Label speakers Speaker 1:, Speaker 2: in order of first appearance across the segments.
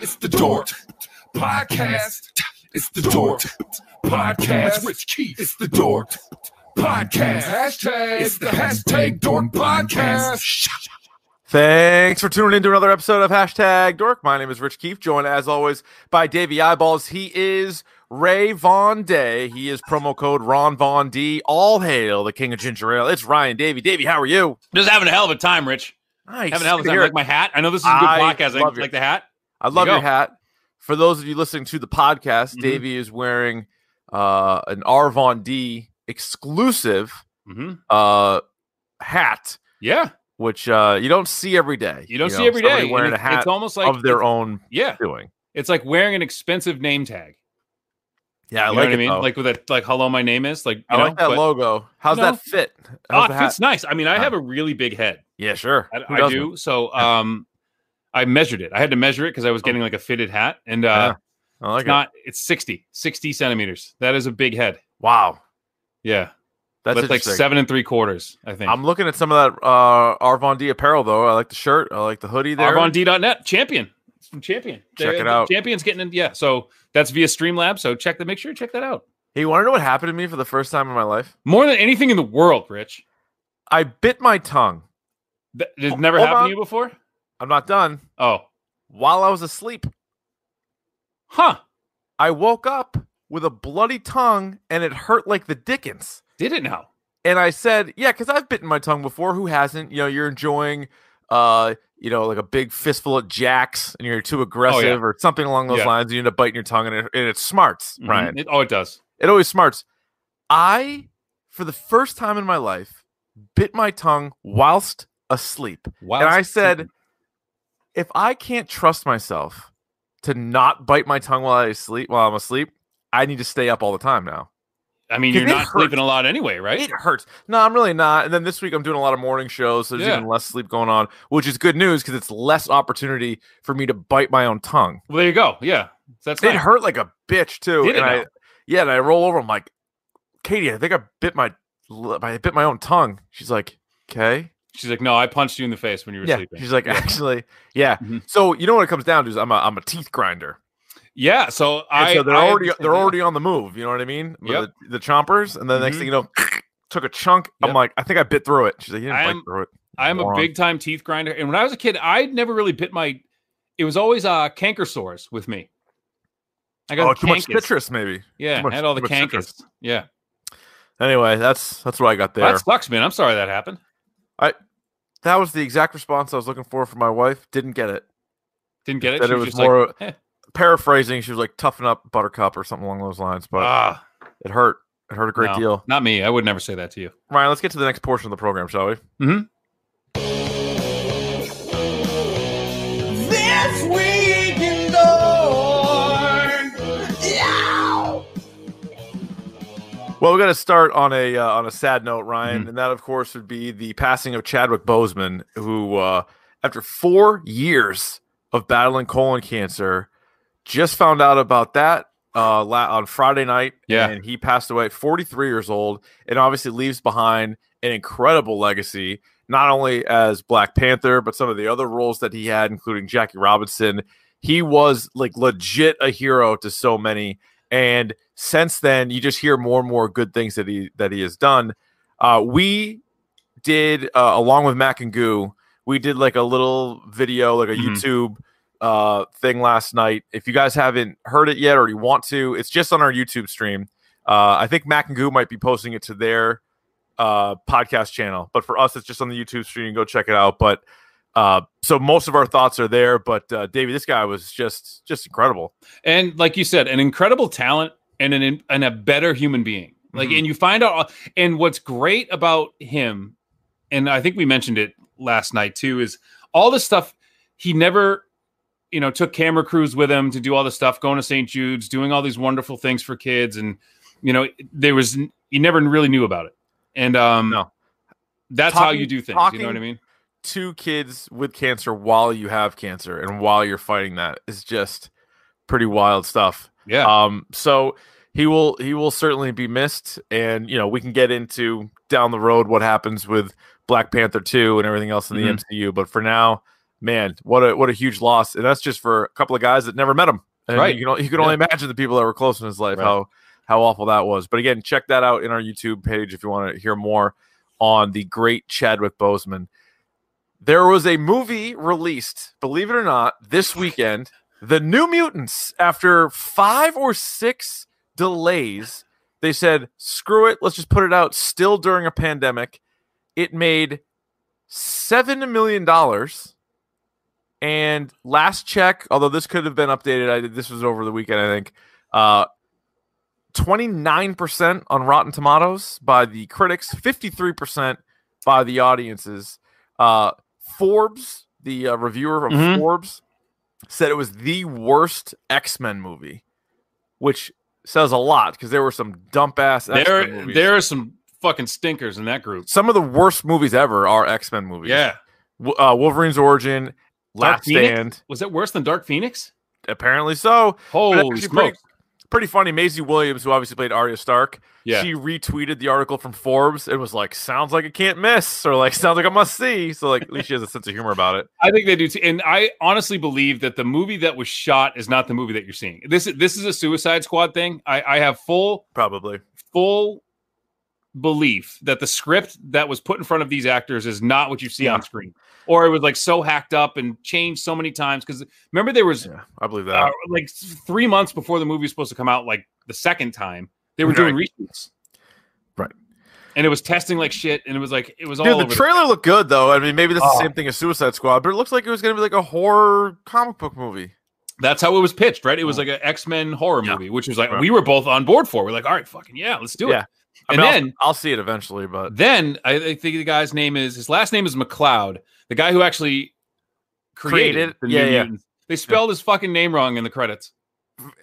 Speaker 1: It's the Dort Podcast. It's the Dort Podcast. Rich Keith. It's the Dort Podcast. Hashtag. It's the hashtag Dort Podcast.
Speaker 2: Thanks for tuning in to another episode of Hashtag Dork. My name is Rich Keefe, joined as always by Davey Eyeballs. He is Ray Von Day. He is promo code Ron Von D. All hail the king of ginger ale. It's Ryan Davey. Davey, how are you?
Speaker 3: Just having a hell of a time, Rich.
Speaker 2: Nice.
Speaker 3: Having a hell of a time.
Speaker 2: Here.
Speaker 3: Like my hat. I know this is a good podcast.
Speaker 2: I
Speaker 3: I like
Speaker 2: love your-
Speaker 3: the hat.
Speaker 2: I love
Speaker 3: you
Speaker 2: your
Speaker 3: go.
Speaker 2: hat. For those of you listening to the podcast,
Speaker 3: Mhm.
Speaker 2: Davey is wearing uh, an R Von D exclusive
Speaker 3: hmm
Speaker 2: uh, hat,
Speaker 3: Yeah,
Speaker 2: which uh, you don't see every day.
Speaker 3: you don't see
Speaker 2: know,
Speaker 3: every
Speaker 2: somebody
Speaker 3: day. and
Speaker 2: wearing
Speaker 3: it's,
Speaker 2: a hat
Speaker 3: it's almost like
Speaker 2: of their
Speaker 3: it's-
Speaker 2: own
Speaker 3: Yeah,
Speaker 2: doing.
Speaker 3: it's like wearing an expensive name tag.
Speaker 2: Yeah, I
Speaker 3: You know
Speaker 2: like
Speaker 3: what
Speaker 2: it.
Speaker 3: I mean?
Speaker 2: though.
Speaker 3: Like with that, like "Hello, my name is." Like you
Speaker 2: I
Speaker 3: know,
Speaker 2: like that
Speaker 3: but-
Speaker 2: logo. How's
Speaker 3: you know,
Speaker 2: that fit? How's
Speaker 3: Ah,
Speaker 2: the
Speaker 3: it
Speaker 2: hat?
Speaker 3: fits nice. I mean, I
Speaker 2: Yeah.
Speaker 3: have a really big head.
Speaker 2: Yeah, sure.
Speaker 3: I,
Speaker 2: Who
Speaker 3: I
Speaker 2: doesn't?
Speaker 3: do. So, um, I measured it. I had to measure it because I was getting like a fitted hat, and uh,
Speaker 2: I like
Speaker 3: it's
Speaker 2: it.
Speaker 3: not. It's 60, 60 centimeters. That is a big head.
Speaker 2: wow,
Speaker 3: Yeah,
Speaker 2: that's,
Speaker 3: that's like
Speaker 2: interesting.
Speaker 3: seven and three quarters. I think.
Speaker 2: I'm looking at some of that uh, Arvon D apparel though. I like the shirt. I like the hoodie there.
Speaker 3: Arvond.net champion. It's from Champion.
Speaker 2: Check it out.
Speaker 3: Champion's getting in. Yeah. So that's via Streamlab. So check the make sure you check that out.
Speaker 2: Hey, want to know what happened to me for the first time in my life?
Speaker 3: More than anything in the world, Rich.
Speaker 2: I bit my tongue.
Speaker 3: That it's never
Speaker 2: Hold
Speaker 3: happened
Speaker 2: on.
Speaker 3: to you before?
Speaker 2: I'm not done.
Speaker 3: Oh.
Speaker 2: While I was asleep,
Speaker 3: Huh.
Speaker 2: I woke up with a bloody tongue and it hurt like the dickens.
Speaker 3: Did it now.
Speaker 2: and I said, "Yeah, because I've bitten my tongue before. Who hasn't? You know, you're enjoying, uh, you know, like a big fistful of jacks, and you're too aggressive or something along those
Speaker 3: Yeah.
Speaker 2: lines. You end up biting your tongue, and it, and it smarts,
Speaker 3: Mhm.
Speaker 2: Ryan.
Speaker 3: It- oh, it does.
Speaker 2: It always smarts. I, for the first time in my life, bit my tongue whilst asleep,
Speaker 3: Wow.
Speaker 2: and I said, if I can't trust myself to not bite my tongue while I sleep, while I'm asleep." I need to stay up all the time now.
Speaker 3: I mean,
Speaker 2: 'Cause
Speaker 3: you're
Speaker 2: it
Speaker 3: not
Speaker 2: hurt.
Speaker 3: sleeping a lot anyway, right?
Speaker 2: It hurts. No, I'm really not. And then this week I'm doing a lot of morning shows, so there's
Speaker 3: Yeah.
Speaker 2: even less sleep going on, which is good news because it's less opportunity for me to bite my own tongue.
Speaker 3: well, there you go. Yeah. So that's
Speaker 2: It
Speaker 3: nice.
Speaker 2: hurt like a bitch too.
Speaker 3: Did it
Speaker 2: and I,
Speaker 3: now?
Speaker 2: yeah, and I roll over. I'm like, Katie, I think I bit my, lip- I bit my own tongue. She's like, okay.
Speaker 3: She's like, no, I punched you in the face when you were
Speaker 2: Yeah.
Speaker 3: sleeping.
Speaker 2: She's like, actually, yeah.
Speaker 3: Mhm.
Speaker 2: So you know what it comes down to is I'm a, I'm a teeth grinder.
Speaker 3: yeah. So
Speaker 2: And
Speaker 3: I.
Speaker 2: so they're
Speaker 3: I
Speaker 2: already
Speaker 3: understand
Speaker 2: they're
Speaker 3: that.
Speaker 2: already on the move. You know what I mean?
Speaker 3: Yep.
Speaker 2: The, the chompers, and then next
Speaker 3: Mhm.
Speaker 2: thing you know, took a chunk. I'm
Speaker 3: Yep.
Speaker 2: like, I think I bit through it. She's like, you didn't
Speaker 3: I
Speaker 2: bite
Speaker 3: am-
Speaker 2: through it.
Speaker 3: I'm a
Speaker 2: Moron.
Speaker 3: big time teeth grinder. And when I was a kid, I never really bit my. It was always uh canker sores with me. I got
Speaker 2: Oh,
Speaker 3: the
Speaker 2: too much
Speaker 3: cankers.
Speaker 2: citrus, maybe.
Speaker 3: Yeah,
Speaker 2: too much-
Speaker 3: I had all
Speaker 2: too
Speaker 3: the
Speaker 2: much citrus.
Speaker 3: cankers. Yeah,
Speaker 2: Anyway, that's that's what I got there.
Speaker 3: that sucks, man. I'm sorry that happened.
Speaker 2: that was the exact response I was looking for from my wife. Didn't get it.
Speaker 3: Didn't get it.
Speaker 2: That
Speaker 3: She
Speaker 2: it was
Speaker 3: just
Speaker 2: more-
Speaker 3: like, "Eh,
Speaker 2: Paraphrasing, she was like, "Toughen up, Buttercup," or something along those lines. But
Speaker 3: ah,
Speaker 2: it hurt. It hurt a great
Speaker 3: no,
Speaker 2: deal.
Speaker 3: Not me. I would never say that to you.
Speaker 2: Ryan, let's get to the next portion of the program, shall we?
Speaker 4: This week in Dork. Yeah.
Speaker 2: Well, we're going to start on a uh, on a sad note, Ryan, and that, of course, would be the passing of Chadwick Boseman, who, uh, after four years of battling colon cancer, just found out about that uh, la- on Friday night.
Speaker 3: Yeah.
Speaker 2: and he passed away at 43 years old, and obviously leaves behind an incredible legacy, not only as Black Panther, but some of the other roles that he had, including Jackie Robinson. He was like legit a hero to so many and since then you just hear more and more good things that he that he has done uh we did uh, along with mac and goo we did like a little video like a
Speaker 3: Mhm.
Speaker 2: youtube uh thing last night if you guys haven't heard it yet or you want to it's just on our youtube stream uh i think mac and goo might be posting it to their uh podcast channel but for us it's just on the youtube stream go check it out but uh so most of our thoughts are there but uh david this guy was just just incredible
Speaker 3: And like you said, an incredible talent and an and a better human being. Like,
Speaker 2: Mhm.
Speaker 3: and you find out. And what's great about him, and I think we mentioned it last night too, is all this stuff he never. You know, took camera crews with him to do all this stuff, going to St. Jude's, doing all these wonderful things for kids, and you know, there was he never really knew about it, and um,
Speaker 2: No.
Speaker 3: that's how
Speaker 2: Talking-
Speaker 3: you do things. you know what I
Speaker 2: talking-
Speaker 3: mean?
Speaker 2: two kids with cancer while you have cancer and while you're fighting that is just pretty wild stuff.
Speaker 3: Yeah,
Speaker 2: Um, so he will he will certainly be missed, and you know we can get into down the road what happens with Black Panther two and everything else in the
Speaker 3: Mhm.
Speaker 2: MCU. But for now, man, what a what a huge loss. And that's just for a couple of guys that never met him. And
Speaker 3: Right.
Speaker 2: You can, you can only imagine the people that were close in his life
Speaker 3: Right.
Speaker 2: how how awful that was. But again, check that out in our YouTube page if you want to hear more on the great Chadwick Boseman. There was a movie released, believe it or not, this weekend. The New Mutants, after five or six delays, they said, screw it, let's just put it out still during a pandemic. It made $7 million. And last check, although this could have been updated, I this was over the weekend, I think. Uh, 29% on Rotten Tomatoes by the critics, 53% by the audiences. Uh, Forbes, the uh, reviewer of
Speaker 3: Mhm.
Speaker 2: Forbes, said it was the worst X Men movie, which says a lot because there were some dump ass X Men
Speaker 3: There,
Speaker 2: movies.
Speaker 3: there are some fucking stinkers in that group.
Speaker 2: some of the worst movies ever are X Men movies.
Speaker 3: Yeah.
Speaker 2: W- uh, Wolverine's Origin, Last
Speaker 3: Phoenix?
Speaker 2: Stand,
Speaker 3: Was it worse than Dark Phoenix?
Speaker 2: apparently so. But
Speaker 3: Holy
Speaker 2: actually
Speaker 3: smokes.
Speaker 2: pretty, pretty funny. Maisie Williams, who obviously played Arya Stark,
Speaker 3: Yeah.
Speaker 2: she retweeted the article from Forbes and was like, "Sounds like it can't miss," or like, "Sounds like a must see." So like, at least she has a sense of humor about it.
Speaker 3: I think they do too. And I honestly believe that the movie that was shot is not the movie that you're seeing. This is this is a Suicide Squad thing. I, I have full
Speaker 2: Probably.
Speaker 3: full belief that the script that was put in front of these actors is not what you see
Speaker 2: Yeah.
Speaker 3: on screen, or it was like so hacked up and changed so many times. Because remember, there was
Speaker 2: Yeah, I believe that.
Speaker 3: uh, like three months before the movie was supposed to come out, like the second time they were doing reshoots,
Speaker 2: Right.
Speaker 3: And it was testing like shit, and it was like it was all
Speaker 2: Dude, the
Speaker 3: over the-
Speaker 2: trailer looked good though. I mean, maybe that's
Speaker 3: Oh.
Speaker 2: the same thing as Suicide Squad, but it looks like it was going to be like a horror comic book movie.
Speaker 3: that's how it was pitched, right? It was like an X Men horror
Speaker 2: Yeah.
Speaker 3: movie, which was like
Speaker 2: Right.
Speaker 3: we were both on board for. We're like, all right, fucking yeah, let's do
Speaker 2: Yeah.
Speaker 3: it.
Speaker 2: I
Speaker 3: and
Speaker 2: mean, I'll-
Speaker 3: then
Speaker 2: I'll, see it eventually, but
Speaker 3: then I, I think the guy's name is his last name is McLeod, the guy who actually created,
Speaker 2: Created-
Speaker 3: the
Speaker 2: yeah,
Speaker 3: New
Speaker 2: yeah.
Speaker 3: Mutants. They spelled his fucking name wrong in the credits.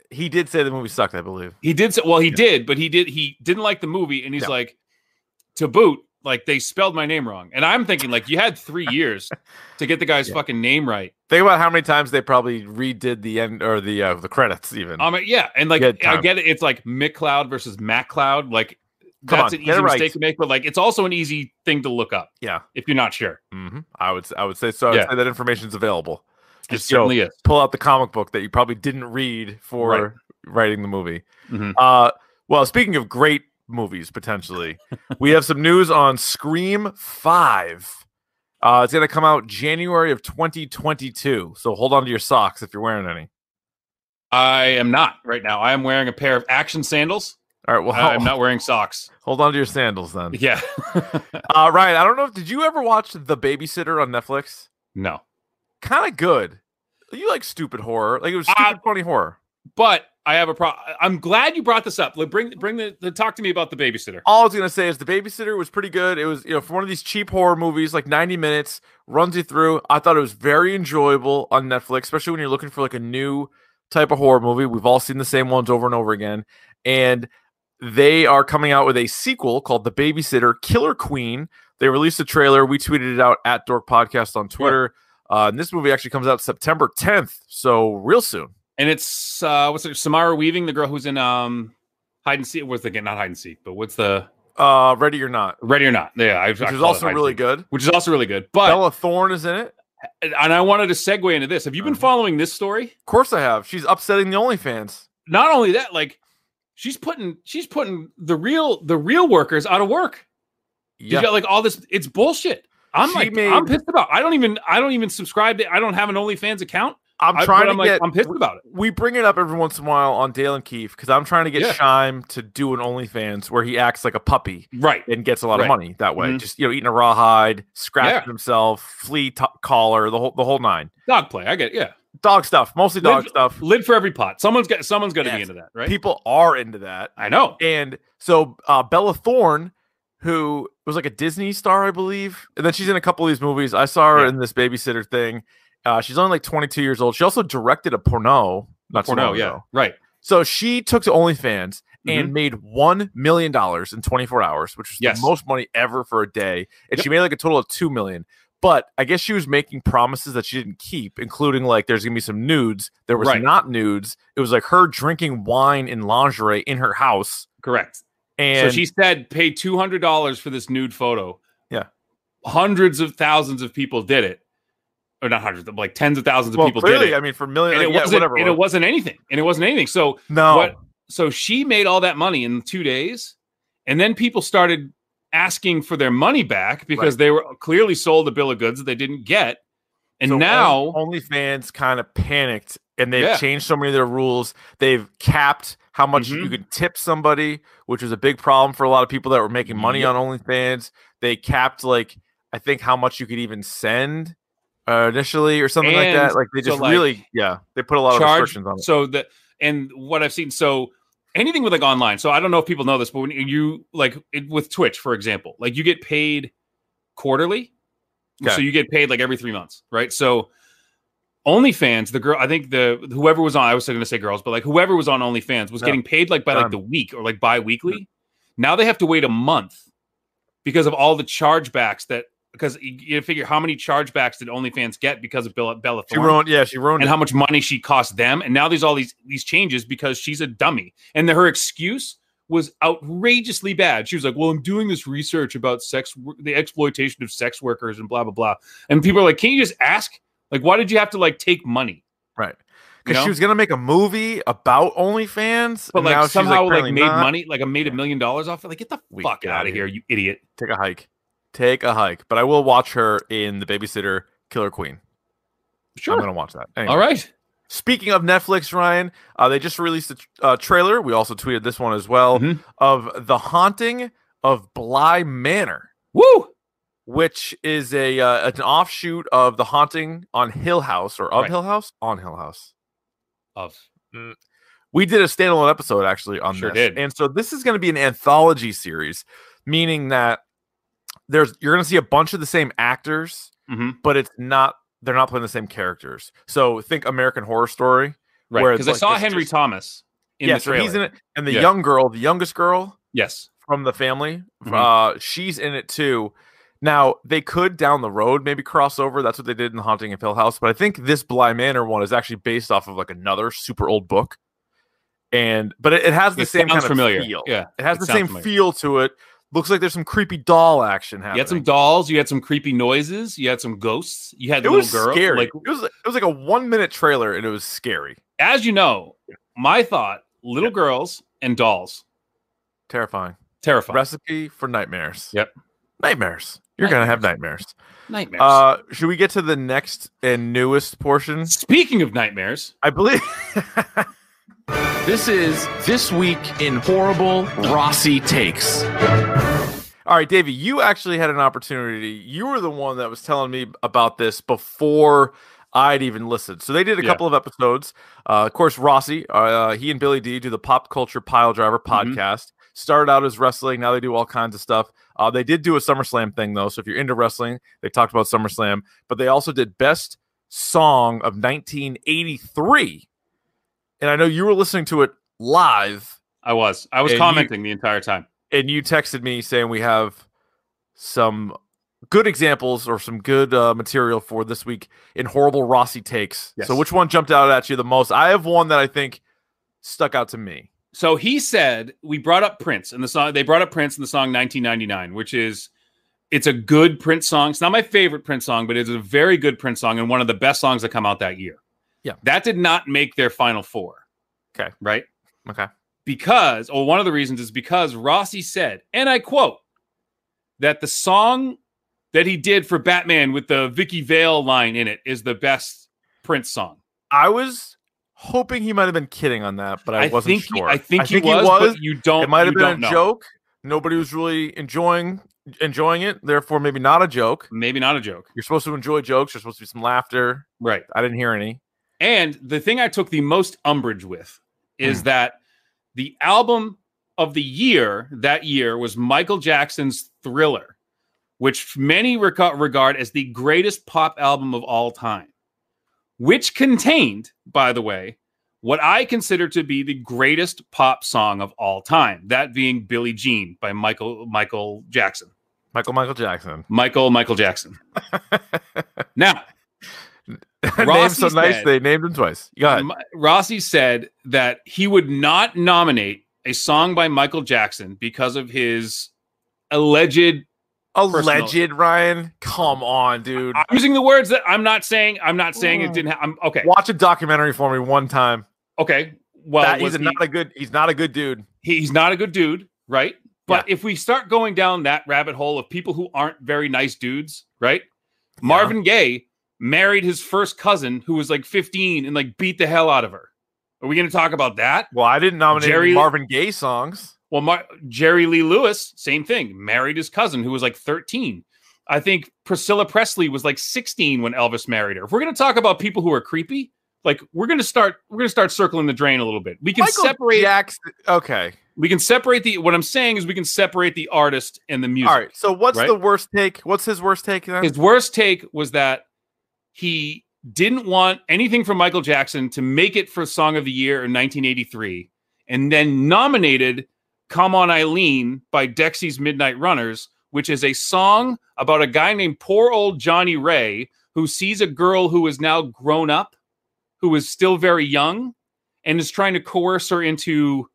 Speaker 2: he did say the movie sucked. I believe.
Speaker 3: He did so well, he did, but he did he didn't like the movie, and he's
Speaker 2: Yeah.
Speaker 3: like, to boot, like they spelled my name wrong. And I'm thinking, like, you had three years to get the guy's
Speaker 2: Yeah.
Speaker 3: fucking name right.
Speaker 2: Think about how many times they probably redid the end or the uh, the credits. Even
Speaker 3: Um yeah, and like I
Speaker 2: You had time.
Speaker 3: get it, it's like McLeod versus MacLeod. Like
Speaker 2: Come
Speaker 3: that's
Speaker 2: on,
Speaker 3: an
Speaker 2: get it
Speaker 3: easy
Speaker 2: right.
Speaker 3: mistake to make, but like it's also an easy thing to look up.
Speaker 2: Yeah.
Speaker 3: If you're not sure.
Speaker 2: hmm I would s- I would say so. I would
Speaker 3: Yeah.
Speaker 2: say that information's available.
Speaker 3: It
Speaker 2: you know,
Speaker 3: certainly is.
Speaker 2: pull out the comic book that you probably didn't read for
Speaker 3: Right.
Speaker 2: writing the movie.
Speaker 3: Mhm.
Speaker 2: Uh, well, speaking of great movies, potentially, we have some news on Scream 5. Uh, it's going to come out January of 2022. So hold on to your socks if you're wearing any.
Speaker 3: I am not right now. I am wearing a pair of action sandals.
Speaker 2: All right. Well,
Speaker 3: I'm not wearing socks.
Speaker 2: hold on to your sandals then.
Speaker 3: Yeah.
Speaker 2: Uh, Ryan, I don't know if did you ever watch The Babysitter on Netflix?
Speaker 3: no.
Speaker 2: Kind of good. You like stupid horror. Like it was stupid,
Speaker 3: Uh,
Speaker 2: funny horror.
Speaker 3: But I have a problem. I'm glad you brought this up. Like, bring bring the, the talk to me about the babysitter.
Speaker 2: all I was gonna say is the babysitter was pretty good. It was you know for one of these cheap horror movies, like ninety minutes runs you through. I thought it was very enjoyable on Netflix, especially when you're looking for like a new type of horror movie. We've all seen the same ones over and over again, and they are coming out with a sequel called The Babysitter Killer Queen. They released a trailer. We tweeted it out at Dork Podcast on Twitter. Uh, and this movie actually comes out September 10th, so real soon.
Speaker 3: And it's uh what's it? Samara Weaving, the girl who's in um hide and seek. What's the not hide and seek, but what's the
Speaker 2: Uh, Ready or Not,
Speaker 3: ready or not? Yeah, I, I
Speaker 2: which
Speaker 3: call
Speaker 2: is
Speaker 3: it
Speaker 2: also
Speaker 3: Hide and
Speaker 2: really
Speaker 3: Seek,
Speaker 2: good.
Speaker 3: Which is also really good. But
Speaker 2: Bella Thorne is in it.
Speaker 3: and I wanted to segue into this. Have you been
Speaker 2: Uh-huh.
Speaker 3: following this story?
Speaker 2: Of course I have. She's upsetting the OnlyFans.
Speaker 3: Not only that, like she's putting she's putting the real the real workers out of work. You
Speaker 2: Yeah.
Speaker 3: got like all this. It's bullshit. I'm
Speaker 2: She
Speaker 3: like,
Speaker 2: made-
Speaker 3: I'm pissed about. I don't even. I don't even subscribe to. I don't have an OnlyFans account.
Speaker 2: I'm
Speaker 3: I-
Speaker 2: trying
Speaker 3: but
Speaker 2: to
Speaker 3: I'm like,
Speaker 2: get
Speaker 3: I'm pissed about it.
Speaker 2: we bring it up every once in a while on Dale and Keefe because I'm trying to get
Speaker 3: Yeah.
Speaker 2: Shime to do an OnlyFans where he acts like a puppy
Speaker 3: Right.
Speaker 2: and gets a lot
Speaker 3: Right.
Speaker 2: of money that way.
Speaker 3: Mhm.
Speaker 2: Just you know, eating a rawhide, scratching
Speaker 3: Yeah.
Speaker 2: himself, flea t- collar, the whole the whole nine.
Speaker 3: Dog play. I get. Yeah.
Speaker 2: Dog stuff, mostly dog
Speaker 3: Live-
Speaker 2: stuff.
Speaker 3: Lid for every pot. Someone's got. Someone's got to be
Speaker 2: Yes.
Speaker 3: into that, right?
Speaker 2: People are into that.
Speaker 3: I know.
Speaker 2: And so uh, Bella Thorne, who was like a Disney star, I believe, and then she's in a couple of these movies. I saw her
Speaker 3: Yeah.
Speaker 2: in this babysitter thing. Uh, she's only like 22 years old. She also directed a porno. Not
Speaker 3: Or
Speaker 2: so
Speaker 3: no.
Speaker 2: long
Speaker 3: Yeah.
Speaker 2: ago.
Speaker 3: Right.
Speaker 2: So she took to OnlyFans and made one million dollars in 24 hours, which was
Speaker 3: Yes.
Speaker 2: the most money ever for a day. And
Speaker 3: Yep.
Speaker 2: she made like a total of two million. But I guess she was making promises that she didn't keep, including like there's gonna be some nudes. There was
Speaker 3: Right.
Speaker 2: not nudes. It was like her drinking wine in lingerie in her house.
Speaker 3: Correct.
Speaker 2: And
Speaker 3: so she said, pay two hundred dollars for this nude photo.
Speaker 2: Yeah.
Speaker 3: Hundreds of thousands of people did it, or not hundreds, but like tens of thousands of
Speaker 2: well,
Speaker 3: people
Speaker 2: clearly,
Speaker 3: did it.
Speaker 2: I mean, for millions,
Speaker 3: and it
Speaker 2: like, yeah,
Speaker 3: wasn't
Speaker 2: whatever.
Speaker 3: and it wasn't anything. And it wasn't anything. So
Speaker 2: no,
Speaker 3: what so she made all that money in two days and then people started asking for their money back because they were clearly sold a bill of goods that they didn't get and
Speaker 2: So
Speaker 3: now
Speaker 2: on- OnlyFans kind of panicked and they've
Speaker 3: Yeah.
Speaker 2: changed so many of their rules. They've capped how much you
Speaker 3: Mhm.
Speaker 2: can tip somebody, which was a big problem for a lot of people that were making money
Speaker 3: Yep.
Speaker 2: on OnlyFans. They capped like I think how much you could even send uh, initially or something like
Speaker 3: And
Speaker 2: that. Like they
Speaker 3: so,
Speaker 2: just
Speaker 3: like,
Speaker 2: really yeah, they put a lot of
Speaker 3: charge
Speaker 2: restrictions on it.
Speaker 3: so that and what i've seen so anything with like online so i don't know if people know this but when you like it, with twitch for example like you get paid quarterly so
Speaker 2: Okay.
Speaker 3: you get paid like every three months right so OnlyFans, the girl, I think the whoever was on, I was going to say girls, but like whoever was on OnlyFans was
Speaker 2: No.
Speaker 3: getting paid like by like
Speaker 2: Done.
Speaker 3: the week or like bi weekly. Now they have to wait a month because of all the chargebacks that, because you, you figure how many chargebacks did OnlyFans get because of Bella, Bella
Speaker 2: She
Speaker 3: Thorne?
Speaker 2: ruined yeah, she ruined
Speaker 3: and
Speaker 2: it.
Speaker 3: how much money she cost them. And now there's all these these changes because she's a dummy. And her excuse was outrageously bad. She was like, "Well, I'm doing this research about sex, wor- the exploitation of sex workers, and blah blah blah." And people are like, "Can you just ask? Like, why did you have to like take money?"
Speaker 2: right.
Speaker 3: You
Speaker 2: Because she
Speaker 3: know?
Speaker 2: was gonna make a movie about OnlyFans,
Speaker 3: But
Speaker 2: and now
Speaker 3: like
Speaker 2: she's,
Speaker 3: somehow like,
Speaker 2: apparently
Speaker 3: made
Speaker 2: not.
Speaker 3: money, like I made a million dollars off it. Like, get the
Speaker 2: We
Speaker 3: fuck
Speaker 2: got
Speaker 3: out
Speaker 2: it.
Speaker 3: of here, you idiot!
Speaker 2: Take a hike. Take a hike. But I will watch her in The Babysitter Killer Queen. I'm
Speaker 3: Sure.
Speaker 2: gonna watch that. Anyway.
Speaker 3: All right.
Speaker 2: Speaking of Netflix, Ryan, uh, they just released a tr- uh, trailer. We also tweeted this one as well
Speaker 3: Mhm.
Speaker 2: of the haunting of Bly Manor,
Speaker 3: Woo.
Speaker 2: which is a uh, an offshoot of the haunting on Hill House or of
Speaker 3: Right.
Speaker 2: Hill House on Hill House.
Speaker 3: Of
Speaker 2: We did a standalone episode actually on
Speaker 3: Sure
Speaker 2: this,
Speaker 3: did.
Speaker 2: and so this is going to be an anthology series, meaning that there's you're going to see a bunch of the same actors
Speaker 3: Mhm.
Speaker 2: but it's not they're not playing the same characters. So think American Horror Story.
Speaker 3: right
Speaker 2: Where
Speaker 3: because I
Speaker 2: it's like
Speaker 3: saw
Speaker 2: it's
Speaker 3: Henry
Speaker 2: just-
Speaker 3: Thomas in
Speaker 2: yeah,
Speaker 3: the
Speaker 2: so
Speaker 3: trailer.
Speaker 2: he's in it, and the
Speaker 3: Yeah.
Speaker 2: young girl, the youngest girl
Speaker 3: yes.
Speaker 2: from the family,
Speaker 3: Mhm.
Speaker 2: uh, she's in it too. Now they could down the road maybe cross over. That's what they did in The Haunting of Hill House. But I think this Bly Manor one is actually based off of like another super old book, and but it, it has the
Speaker 3: It
Speaker 2: same kind
Speaker 3: sounds
Speaker 2: of
Speaker 3: familiar.
Speaker 2: feel.
Speaker 3: Yeah.
Speaker 2: It has
Speaker 3: It
Speaker 2: the
Speaker 3: sounds
Speaker 2: same
Speaker 3: familiar.
Speaker 2: feel to it. Looks like there's some creepy doll action happening.
Speaker 3: You had some dolls. You had some creepy noises. You had some ghosts. You had
Speaker 2: it
Speaker 3: the
Speaker 2: was
Speaker 3: little girl.
Speaker 2: scary.
Speaker 3: Like
Speaker 2: it was it was like a one minute trailer and it was scary,
Speaker 3: as you know, my thought: little
Speaker 2: Yeah.
Speaker 3: girls and dolls,
Speaker 2: terrifying.
Speaker 3: terrifying
Speaker 2: Recipe for nightmares.
Speaker 3: Yep.
Speaker 2: Nightmares. You're going to have nightmares.
Speaker 3: nightmares.
Speaker 2: Uh, should we get to the next and newest portion?
Speaker 3: Speaking of nightmares,
Speaker 2: I believe.
Speaker 5: This is This Week in Horrible Rossi Takes.
Speaker 2: All right, Davey, you actually had an opportunity. You were the one that was telling me about this before I'd even listened. So they did a
Speaker 3: Yeah.
Speaker 2: couple of episodes. Uh, of course, Rossi, uh, he and Billy D do the Pop Culture Pile Driver podcast.
Speaker 3: Mhm.
Speaker 2: Started out as wrestling. Now they do all kinds of stuff. Uh, they did do a SummerSlam thing, though. So if you're into wrestling, they talked about SummerSlam, but they also did Best Song of 1983. And I know you were listening to it live
Speaker 3: I was I was
Speaker 2: And you-
Speaker 3: commenting the entire time.
Speaker 2: and you texted me saying we have some good examples or some good uh, material for this week in horrible Rossi takes.
Speaker 3: Yes.
Speaker 2: So which one jumped out at you the most? I have one that I think stuck out to me.
Speaker 3: So he said we brought up Prince and the song. They brought up Prince in the song 1999, which is it's a good Prince song. It's not my favorite Prince song, but it's a very good Prince song and one of the best songs that come out that year.
Speaker 2: Yeah.
Speaker 3: that did not make their final four.
Speaker 2: Okay.
Speaker 3: right.
Speaker 2: Okay.
Speaker 3: because, or one of the reasons is because Rossi said, and I quote, that the song that he did for Batman with the Vicky Vale line in it is the best Prince song.
Speaker 2: I was hoping he might have been kidding on that, but I, wasn't
Speaker 3: think
Speaker 2: sure.
Speaker 3: He, I think he was, but you don't.
Speaker 2: it might have
Speaker 3: you
Speaker 2: been a
Speaker 3: don't know.
Speaker 2: joke. Nobody was really enjoying enjoying it, therefore maybe not a joke.
Speaker 3: Maybe not a joke.
Speaker 2: You're supposed to enjoy jokes. There's supposed to be some laughter.
Speaker 3: Right.
Speaker 2: I didn't hear any.
Speaker 3: And the thing I took the most umbrage with is that the album of the year that year was Michael Jackson's Thriller, which many reco- regard as the greatest pop album of all time, which contained, by the way, what I consider to be the greatest pop song of all time, that being Billie Jean by Michael Michael Jackson.
Speaker 2: Michael Michael Jackson.
Speaker 3: Michael Michael Jackson. now,
Speaker 2: Name's
Speaker 3: Rossi
Speaker 2: so nice
Speaker 3: said-
Speaker 2: they named him twice. Go ahead.
Speaker 3: M- Rossi said that he would not nominate a song by Michael Jackson because of his alleged
Speaker 2: Alleged, Ryan. Come on, dude.
Speaker 3: I'm using the words that I'm not saying. I'm not saying
Speaker 2: Hmm.
Speaker 3: it didn't happen. Okay.
Speaker 2: Watch a documentary for me one time.
Speaker 3: Okay. Well,
Speaker 2: That-
Speaker 3: was
Speaker 2: he's
Speaker 3: he-
Speaker 2: not a good. He's not a good dude.
Speaker 3: he- he's not a good dude, right? But if we start going down that rabbit hole of people who aren't very nice dudes, right? Marvin Gaye married his first cousin who was like 15 and like beat the hell out of her. Are we going to talk about that?
Speaker 2: Well, I didn't nominate any
Speaker 3: Jerry-
Speaker 2: Marvin Gaye songs.
Speaker 3: Well, Mar- Jerry Lee Lewis, same thing, married his cousin who was like 13. I think Priscilla Presley was like 16 when Elvis married her. If we're going to talk about people who are creepy, like we're going to start we're going to start circling the drain a little bit. We can
Speaker 2: Michael
Speaker 3: separate
Speaker 2: Jackson. Okay.
Speaker 3: we can separate the what I'm saying is we can separate the artist and the music.
Speaker 2: All right. So what's
Speaker 3: right?
Speaker 2: the worst take? What's his worst take then?
Speaker 3: His worst take was that he didn't want anything from Michael Jackson to make it for Song of the Year in 1983 and then nominated Come On Eileen by Dexy's Midnight Runners, which is a song about a guy named poor old Johnny Ray who sees a girl who is now grown up, who is still very young, and is trying to coerce her into,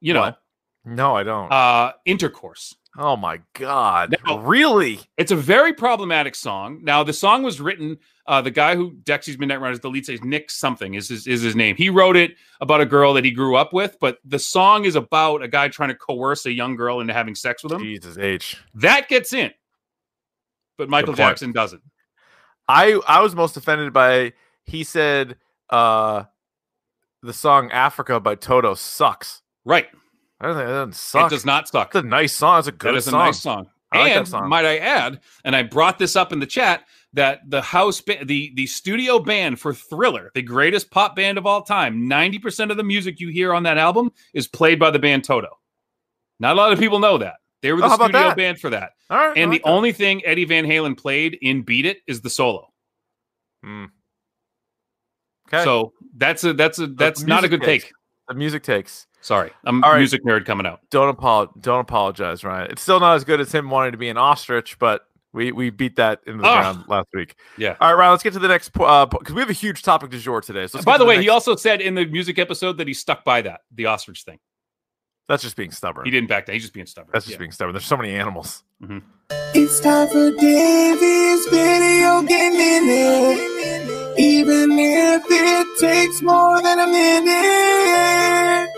Speaker 3: you know,
Speaker 2: What? no, I don't.
Speaker 3: uh, intercourse.
Speaker 2: oh my god.
Speaker 3: No.
Speaker 2: Really?
Speaker 3: It's a very problematic song. Now, the song was written. Uh, the guy who Dexy's Midnight Runners, the lead singer, Nick something is his, is his name. He wrote it about a girl that he grew up with, but the song is about a guy trying to coerce a young girl into having sex with him.
Speaker 2: Jesus H.
Speaker 3: That gets in, but Michael
Speaker 2: point.
Speaker 3: Jackson doesn't.
Speaker 2: I I was most offended by he said uh the song Africa by Toto sucks.
Speaker 3: Right?
Speaker 2: I don't think that doesn't suck.
Speaker 3: It does not suck.
Speaker 2: It's a nice song. It's a
Speaker 3: That
Speaker 2: good
Speaker 3: is
Speaker 2: song.
Speaker 3: a nice song.
Speaker 2: I like that
Speaker 3: and
Speaker 2: song.
Speaker 3: might I add, and I brought this up in the chat that the house, ba- the the studio band for Thriller, the greatest pop band of all time, ninety percent of the music you hear on that album is played by the band Toto. Not a lot of people know that they were
Speaker 2: Oh,
Speaker 3: the
Speaker 2: how about
Speaker 3: studio
Speaker 2: that?
Speaker 3: band for that.
Speaker 2: All right. I
Speaker 3: And
Speaker 2: like
Speaker 3: the
Speaker 2: that.
Speaker 3: only thing Eddie Van Halen played in "Beat It" is the solo.
Speaker 2: Mm. Okay. So
Speaker 3: So that's a that's a that's
Speaker 2: the
Speaker 3: not a
Speaker 2: music
Speaker 3: good
Speaker 2: takes.
Speaker 3: take.
Speaker 2: the music takes.
Speaker 3: Sorry, I'm
Speaker 2: All
Speaker 3: a
Speaker 2: right.
Speaker 3: music nerd coming out.
Speaker 2: Don't apol- don't apologize, Ryan. It's still not as good as him wanting to be an ostrich, but we we beat that in the
Speaker 3: Ugh.
Speaker 2: ground last week.
Speaker 3: Ah! Yeah.
Speaker 2: All right, Ryan. Let's get to the next because we have a huge topic du jour today. So let's
Speaker 3: By
Speaker 2: get
Speaker 3: the
Speaker 2: to
Speaker 3: way,
Speaker 2: next-
Speaker 3: he also said in the music episode that he stuck by that the ostrich thing.
Speaker 2: that's just being stubborn.
Speaker 3: He didn't back down. He's just being stubborn.
Speaker 2: That's just
Speaker 3: Yeah. Mm-hmm.
Speaker 2: being stubborn. There's so many animals.
Speaker 6: It's time for Davey's video game minute. Even if it takes more than a minute.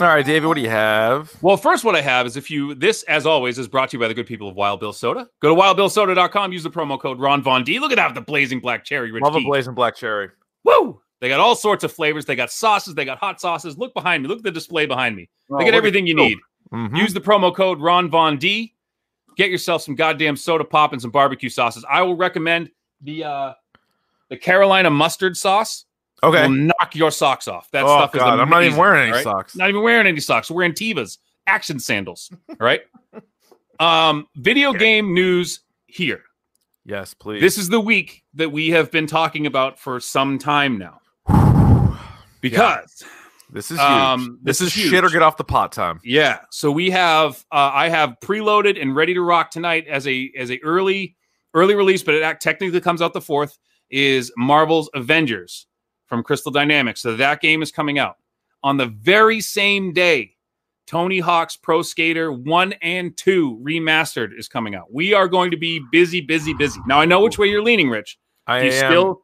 Speaker 2: All right, David. What do you have?
Speaker 3: Well, first, what I have is if you, this, as always, is brought to you by the good people of Wild Bill Soda. Go to wildbillsoda.com, use the promo code Ron Von D. Look at that, the blazing black cherry. Rich
Speaker 2: Love a
Speaker 3: tea.
Speaker 2: blazing black cherry.
Speaker 3: Woo! They got all sorts of flavors. They got sauces, they got hot sauces. Look behind me. Look at the display behind me. they
Speaker 2: Oh, look
Speaker 3: get
Speaker 2: at
Speaker 3: everything you
Speaker 2: you. Hmm?
Speaker 3: need.
Speaker 2: Mm-hmm.
Speaker 3: Use the promo code Ron Von D. Get yourself some goddamn soda pop and some barbecue sauces. I will recommend the, uh, the Carolina mustard sauce
Speaker 2: Okay.
Speaker 3: will knock your socks off. That
Speaker 2: oh
Speaker 3: stuff
Speaker 2: God,
Speaker 3: is amazing.
Speaker 2: I'm not even wearing any
Speaker 3: all right?
Speaker 2: socks.
Speaker 3: Not even wearing any socks. We're wearing Tivas, action sandals. All right. um, video game news here.
Speaker 2: Yes, please.
Speaker 3: This is the week that we have been talking about for some time now. Because
Speaker 2: this is huge.
Speaker 3: um,
Speaker 2: this,
Speaker 3: this
Speaker 2: is
Speaker 3: is huge.
Speaker 2: shit or get off the pot time.
Speaker 3: yeah, so we have uh, I have preloaded and ready to rock tonight as a as a early early release, but it act technically comes out the fourth is Marvel's Avengers from Crystal Dynamics. So that game is coming out on the very same day. Tony Hawk's Pro Skater One and Two remastered is coming out. We are going to be busy, busy, busy. Now I know which way you're leaning, Rich.
Speaker 2: I
Speaker 3: You
Speaker 2: am
Speaker 3: still,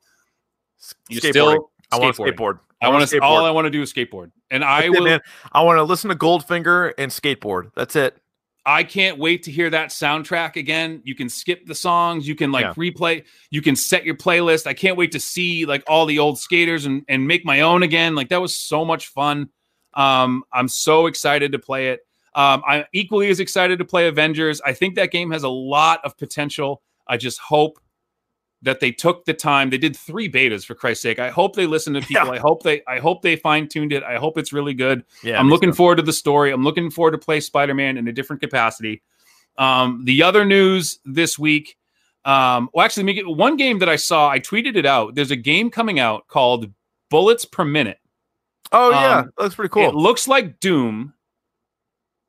Speaker 2: s-
Speaker 3: you
Speaker 2: skateboarding.
Speaker 3: still.
Speaker 2: I want to
Speaker 3: skateboarding.
Speaker 2: skateboard.
Speaker 3: I want
Speaker 2: to
Speaker 3: to. All I want to do is skateboard, and I
Speaker 2: That's it,
Speaker 3: will.
Speaker 2: man. I want to listen to Goldfinger and skateboard. That's it.
Speaker 3: I can't wait to hear that soundtrack again. You can skip the songs, you can like
Speaker 2: Yeah.
Speaker 3: replay, you can set your playlist. I can't wait to see like all the old skaters and and make my own again. Like that was so much fun. Um, I'm so excited to play it. Um, I'm equally as excited to play Avengers. I think that game has a lot of potential. I just hope that they took the time. They did three betas for Christ's sake. I hope they listen to people. I hope they I hope they fine-tuned it. I hope it's really good.
Speaker 2: Yeah,
Speaker 3: I'm
Speaker 2: me
Speaker 3: looking
Speaker 2: too.
Speaker 3: forward to the story. I'm looking forward to play Spider Man in a different capacity. Um, the other news this week, um, well, actually, let me get one game that I saw. I tweeted it out. There's a game coming out called Bullets Per Minute.
Speaker 2: Oh yeah,
Speaker 3: um,
Speaker 2: looks pretty
Speaker 3: It
Speaker 2: cool.
Speaker 3: looks like Doom.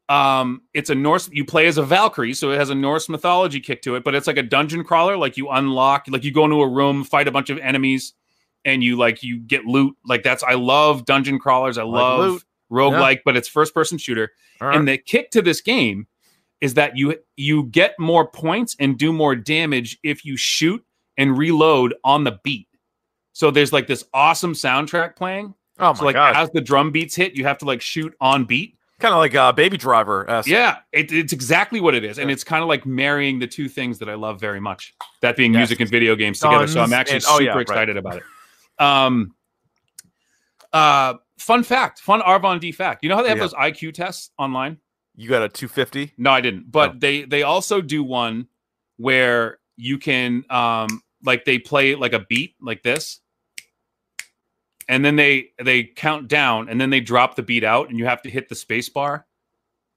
Speaker 3: Um, it's a Norse. You play as a Valkyrie, so it has a Norse mythology kick to it. But it's like a dungeon crawler. Like you unlock, like you go into a room, fight a bunch of enemies, and you like you get loot. Like that's I love dungeon crawlers. I
Speaker 2: Like
Speaker 3: love
Speaker 2: loot.
Speaker 3: roguelike, but it's first person shooter.
Speaker 2: All right.
Speaker 3: And the kick to this game is that you you get more points and do more damage if you shoot and reload on the beat. So there's like this awesome soundtrack playing.
Speaker 2: Oh my
Speaker 3: so like
Speaker 2: gosh.
Speaker 3: as the drum beats hit, you have to like shoot on beat.
Speaker 2: kind of like uh, Baby Driver. esque.
Speaker 3: Yeah, it, it's exactly what it is, and it's kind of like marrying the two things that I love very much, that being
Speaker 2: Yes.
Speaker 3: music and video games together. So I'm
Speaker 2: Tons
Speaker 3: actually
Speaker 2: and- oh,
Speaker 3: super
Speaker 2: yeah, right.
Speaker 3: excited about it. Um, uh, fun fact, fun Arvon D fact. You know how they have
Speaker 2: Yeah.
Speaker 3: those IQ tests online?
Speaker 2: You got a 250.
Speaker 3: No, I didn't.
Speaker 2: Oh.
Speaker 3: But they they also do one where you can um like they play like a beat like this. And then they they count down and then they drop the beat out and you have to hit the space bar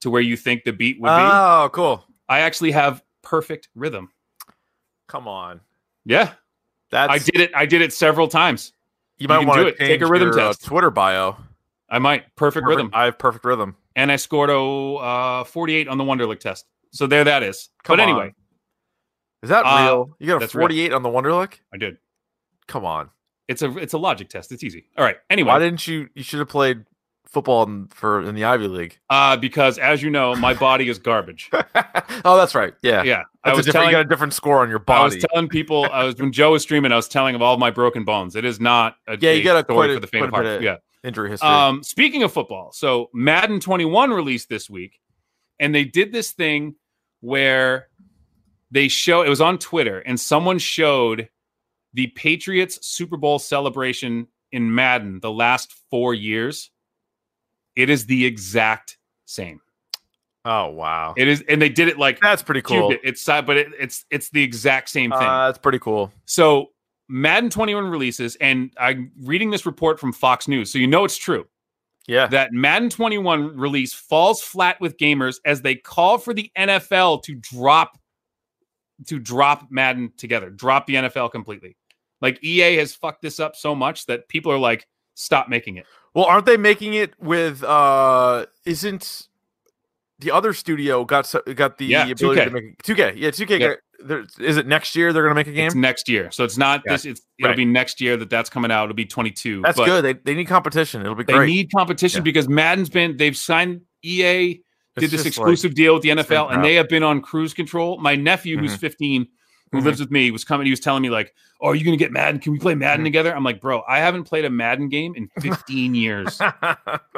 Speaker 3: to where you think the beat would be.
Speaker 2: Oh, cool.
Speaker 3: I actually have perfect rhythm.
Speaker 2: Come on.
Speaker 3: Yeah.
Speaker 2: That's
Speaker 3: I did it I did it several times.
Speaker 2: you might
Speaker 3: can
Speaker 2: want
Speaker 3: do
Speaker 2: to
Speaker 3: it. Take a rhythm test.
Speaker 2: uh, Twitter bio.
Speaker 3: I might perfect
Speaker 2: Perfect-
Speaker 3: rhythm.
Speaker 2: I have perfect rhythm.
Speaker 3: And I scored oh uh 48 on the Wonderlick test. So there that is.
Speaker 2: Come
Speaker 3: but anyway,
Speaker 2: on. Is that
Speaker 3: Uh,
Speaker 2: real? You got a
Speaker 3: that's real.
Speaker 2: 48 on the Wonderlick?
Speaker 3: I did.
Speaker 2: Come on.
Speaker 3: It's a it's a logic test. It's easy. All right. Anyway,
Speaker 2: Why didn't you? You should have played football in, for in the Ivy League.
Speaker 3: Uh, because as you know, my body is garbage.
Speaker 2: oh, that's right. Yeah.
Speaker 3: Yeah. I
Speaker 2: That's a
Speaker 3: was
Speaker 2: different, you
Speaker 3: telling
Speaker 2: got a different score on your
Speaker 3: I was
Speaker 2: body.
Speaker 3: telling people I was when Joe was streaming, I was telling of all my broken bones. It is not a
Speaker 2: Yeah, you
Speaker 3: a
Speaker 2: gotta
Speaker 3: story
Speaker 2: quite a-
Speaker 3: for the faint of
Speaker 2: quite a
Speaker 3: heart.
Speaker 2: bit
Speaker 3: Yeah.
Speaker 2: Injury history.
Speaker 3: Um, speaking of football, so Madden 21 released this week, and they did this thing where they show it was on Twitter, and someone showed the Patriots Super Bowl celebration in Madden the last four years. It is the exact same.
Speaker 2: oh wow,
Speaker 3: It is, and they did it like
Speaker 2: that's pretty cool.
Speaker 3: cubed it. It's side, but it, it's it's the exact same thing.
Speaker 2: Uh, that's pretty cool.
Speaker 3: so Madden 21 releases, and I'm reading this report from Fox News, so you know it's true
Speaker 2: Yeah.
Speaker 3: that Madden 21 release falls flat with gamers as they call for the NFL to drop to drop Madden together, drop the NFL completely. Like EA has fucked this up so much that people are like, stop making it.
Speaker 2: well, aren't they making it with? uh Isn't the other studio got so, got the
Speaker 3: Yeah,
Speaker 2: ability
Speaker 3: 2K.
Speaker 2: to make 2K? Yeah, 2K.
Speaker 3: Yeah.
Speaker 2: got- there- Is it next year they're gonna make a game?
Speaker 3: It's next year, so it's not
Speaker 2: Yeah.
Speaker 3: this. It's it'll
Speaker 2: Right.
Speaker 3: be next year that that's coming out. It'll be 22.
Speaker 2: that's
Speaker 3: but-
Speaker 2: good. They, they need competition. It'll be
Speaker 3: They
Speaker 2: great.
Speaker 3: need competition
Speaker 2: Yeah.
Speaker 3: because Madden's been they've signed EA did
Speaker 2: It's
Speaker 3: this
Speaker 2: just like-
Speaker 3: exclusive deal with the NFL
Speaker 2: crap. Mm-hmm.
Speaker 3: and they have been on cruise control. My nephew who's 15 who
Speaker 2: Mhm.
Speaker 3: lives with me was coming he was telling me like, "Oh, are you going to get Madden? Can we play Madden
Speaker 2: Mhm.
Speaker 3: together?" I'm like, "Bro, I haven't played a Madden game in 15 years.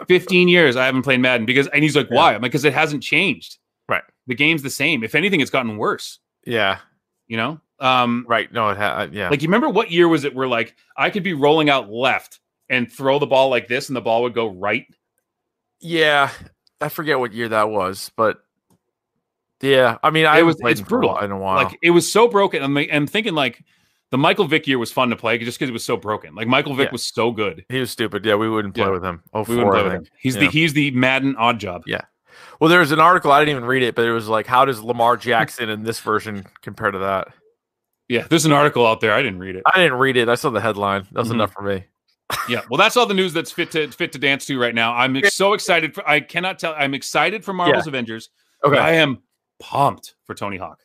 Speaker 3: 15 years I haven't played Madden because and he's like,
Speaker 2: Yeah.
Speaker 3: "Why?" I'm like, "Cuz it hasn't changed."
Speaker 2: Right.
Speaker 3: The game's the same. If anything it's gotten worse,
Speaker 2: yeah.
Speaker 3: you know? Um
Speaker 2: Right. No. It ha- uh, yeah.
Speaker 3: like you remember what year was it where like I could be rolling out left and throw the ball like this and the ball would go right?
Speaker 2: Yeah, I forget what year that was, but yeah, I mean, I
Speaker 3: It
Speaker 2: haven't
Speaker 3: was-
Speaker 2: played
Speaker 3: it's
Speaker 2: in for a
Speaker 3: brutal.
Speaker 2: while- in a while.
Speaker 3: Like it was so broken. I'm, like- I'm thinking like the Michael Vick year was fun to play just because it was so broken. Like Michael Vick
Speaker 2: Yeah.
Speaker 3: was so good.
Speaker 2: he was stupid. Yeah, we wouldn't play
Speaker 3: Yeah.
Speaker 2: with him. Oh,
Speaker 3: We wouldn't play with him. He's the
Speaker 2: Yeah.
Speaker 3: he's the Madden odd job.
Speaker 2: Well, there was an article I didn't even read it, but it was like, how does Lamar Jackson in this version compare to that?
Speaker 3: Yeah, there's an article out there. I didn't read it.
Speaker 2: I didn't read it. I saw the headline. That was
Speaker 3: Mhm.
Speaker 2: enough for me.
Speaker 3: Yeah. Well, that's all the news that's fit to fit to dance to right now. I'm ex- so excited. For, I cannot tell. I'm excited for Marvel's Avengers.
Speaker 2: Okay,
Speaker 3: but I am pumped for Tony Hawk.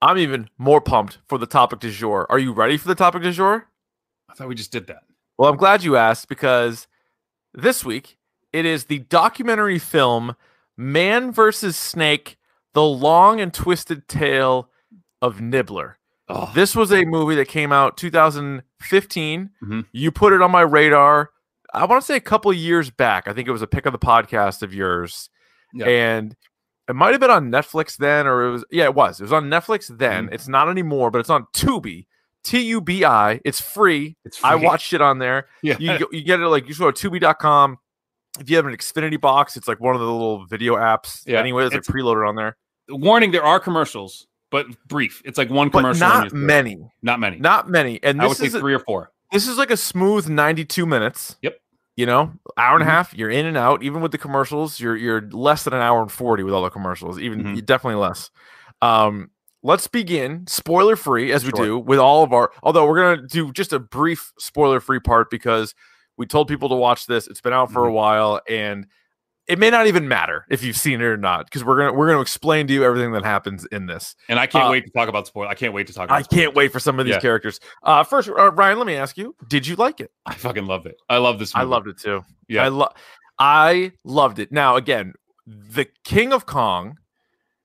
Speaker 2: I'm even more pumped for the topic du jour. Are you ready for the topic du jour?
Speaker 3: I thought we just did that.
Speaker 2: Well, I'm glad you asked because this week it is the documentary film Man vs. Snake The Long and Twisted Tale of Nibbler.
Speaker 3: Oh,
Speaker 2: This was a movie that came out 2015.
Speaker 3: Mhm.
Speaker 2: You put it on my radar, I want to say a couple of years back. I think it was a pick of the podcast of yours.
Speaker 3: Yeah.
Speaker 2: And it might have been on Netflix then, or it was, yeah, it was. It was on Netflix then. It's not anymore, but it's on Tubi. T U B I. It's free.
Speaker 3: it's
Speaker 2: I
Speaker 3: free.
Speaker 2: watched it on there.
Speaker 3: Yeah.
Speaker 2: You go- you get it like you go to Tubi.com. If you have an Xfinity box, it's like one of the little video apps.
Speaker 3: Yeah,
Speaker 2: Anyway, it's like
Speaker 3: it's-
Speaker 2: preloaded on there,
Speaker 3: Warning: there are commercials, but brief. It's like one
Speaker 2: but
Speaker 3: commercial. and
Speaker 2: not
Speaker 3: you're through.
Speaker 2: many,
Speaker 3: Not many.
Speaker 2: not many. And
Speaker 3: I would
Speaker 2: this
Speaker 3: say
Speaker 2: is
Speaker 3: three or four.
Speaker 2: this is like a smooth ninety-two minutes.
Speaker 3: Yep.
Speaker 2: You know, hour and
Speaker 3: Mhm.
Speaker 2: a half. You're in and out. Even with the commercials, you're you're less than an hour and forty with all the commercials. Even
Speaker 3: Mhm.
Speaker 2: you're definitely less. Um, let's begin spoiler free as we
Speaker 3: Sure.
Speaker 2: do with all of our. Although we're gonna do just a brief spoiler free part because we told people to watch this. It's been out for a
Speaker 3: Mm-hmm.
Speaker 2: while, and it may not even matter if you've seen it or not because we're gonna we're gonna explain to you everything that happens in this.
Speaker 3: And I can't
Speaker 2: Uh,
Speaker 3: wait to talk about spoil. I can't wait to talk. About
Speaker 2: I can't wait for some of these
Speaker 3: Yeah.
Speaker 2: characters. Uh, first, uh, Ryan, let me ask you: Did you like it?
Speaker 3: I fucking loved it. I love this.
Speaker 2: I
Speaker 3: Movie.
Speaker 2: loved it too.
Speaker 3: Yeah.
Speaker 2: I love I loved it. Now again, the King of Kong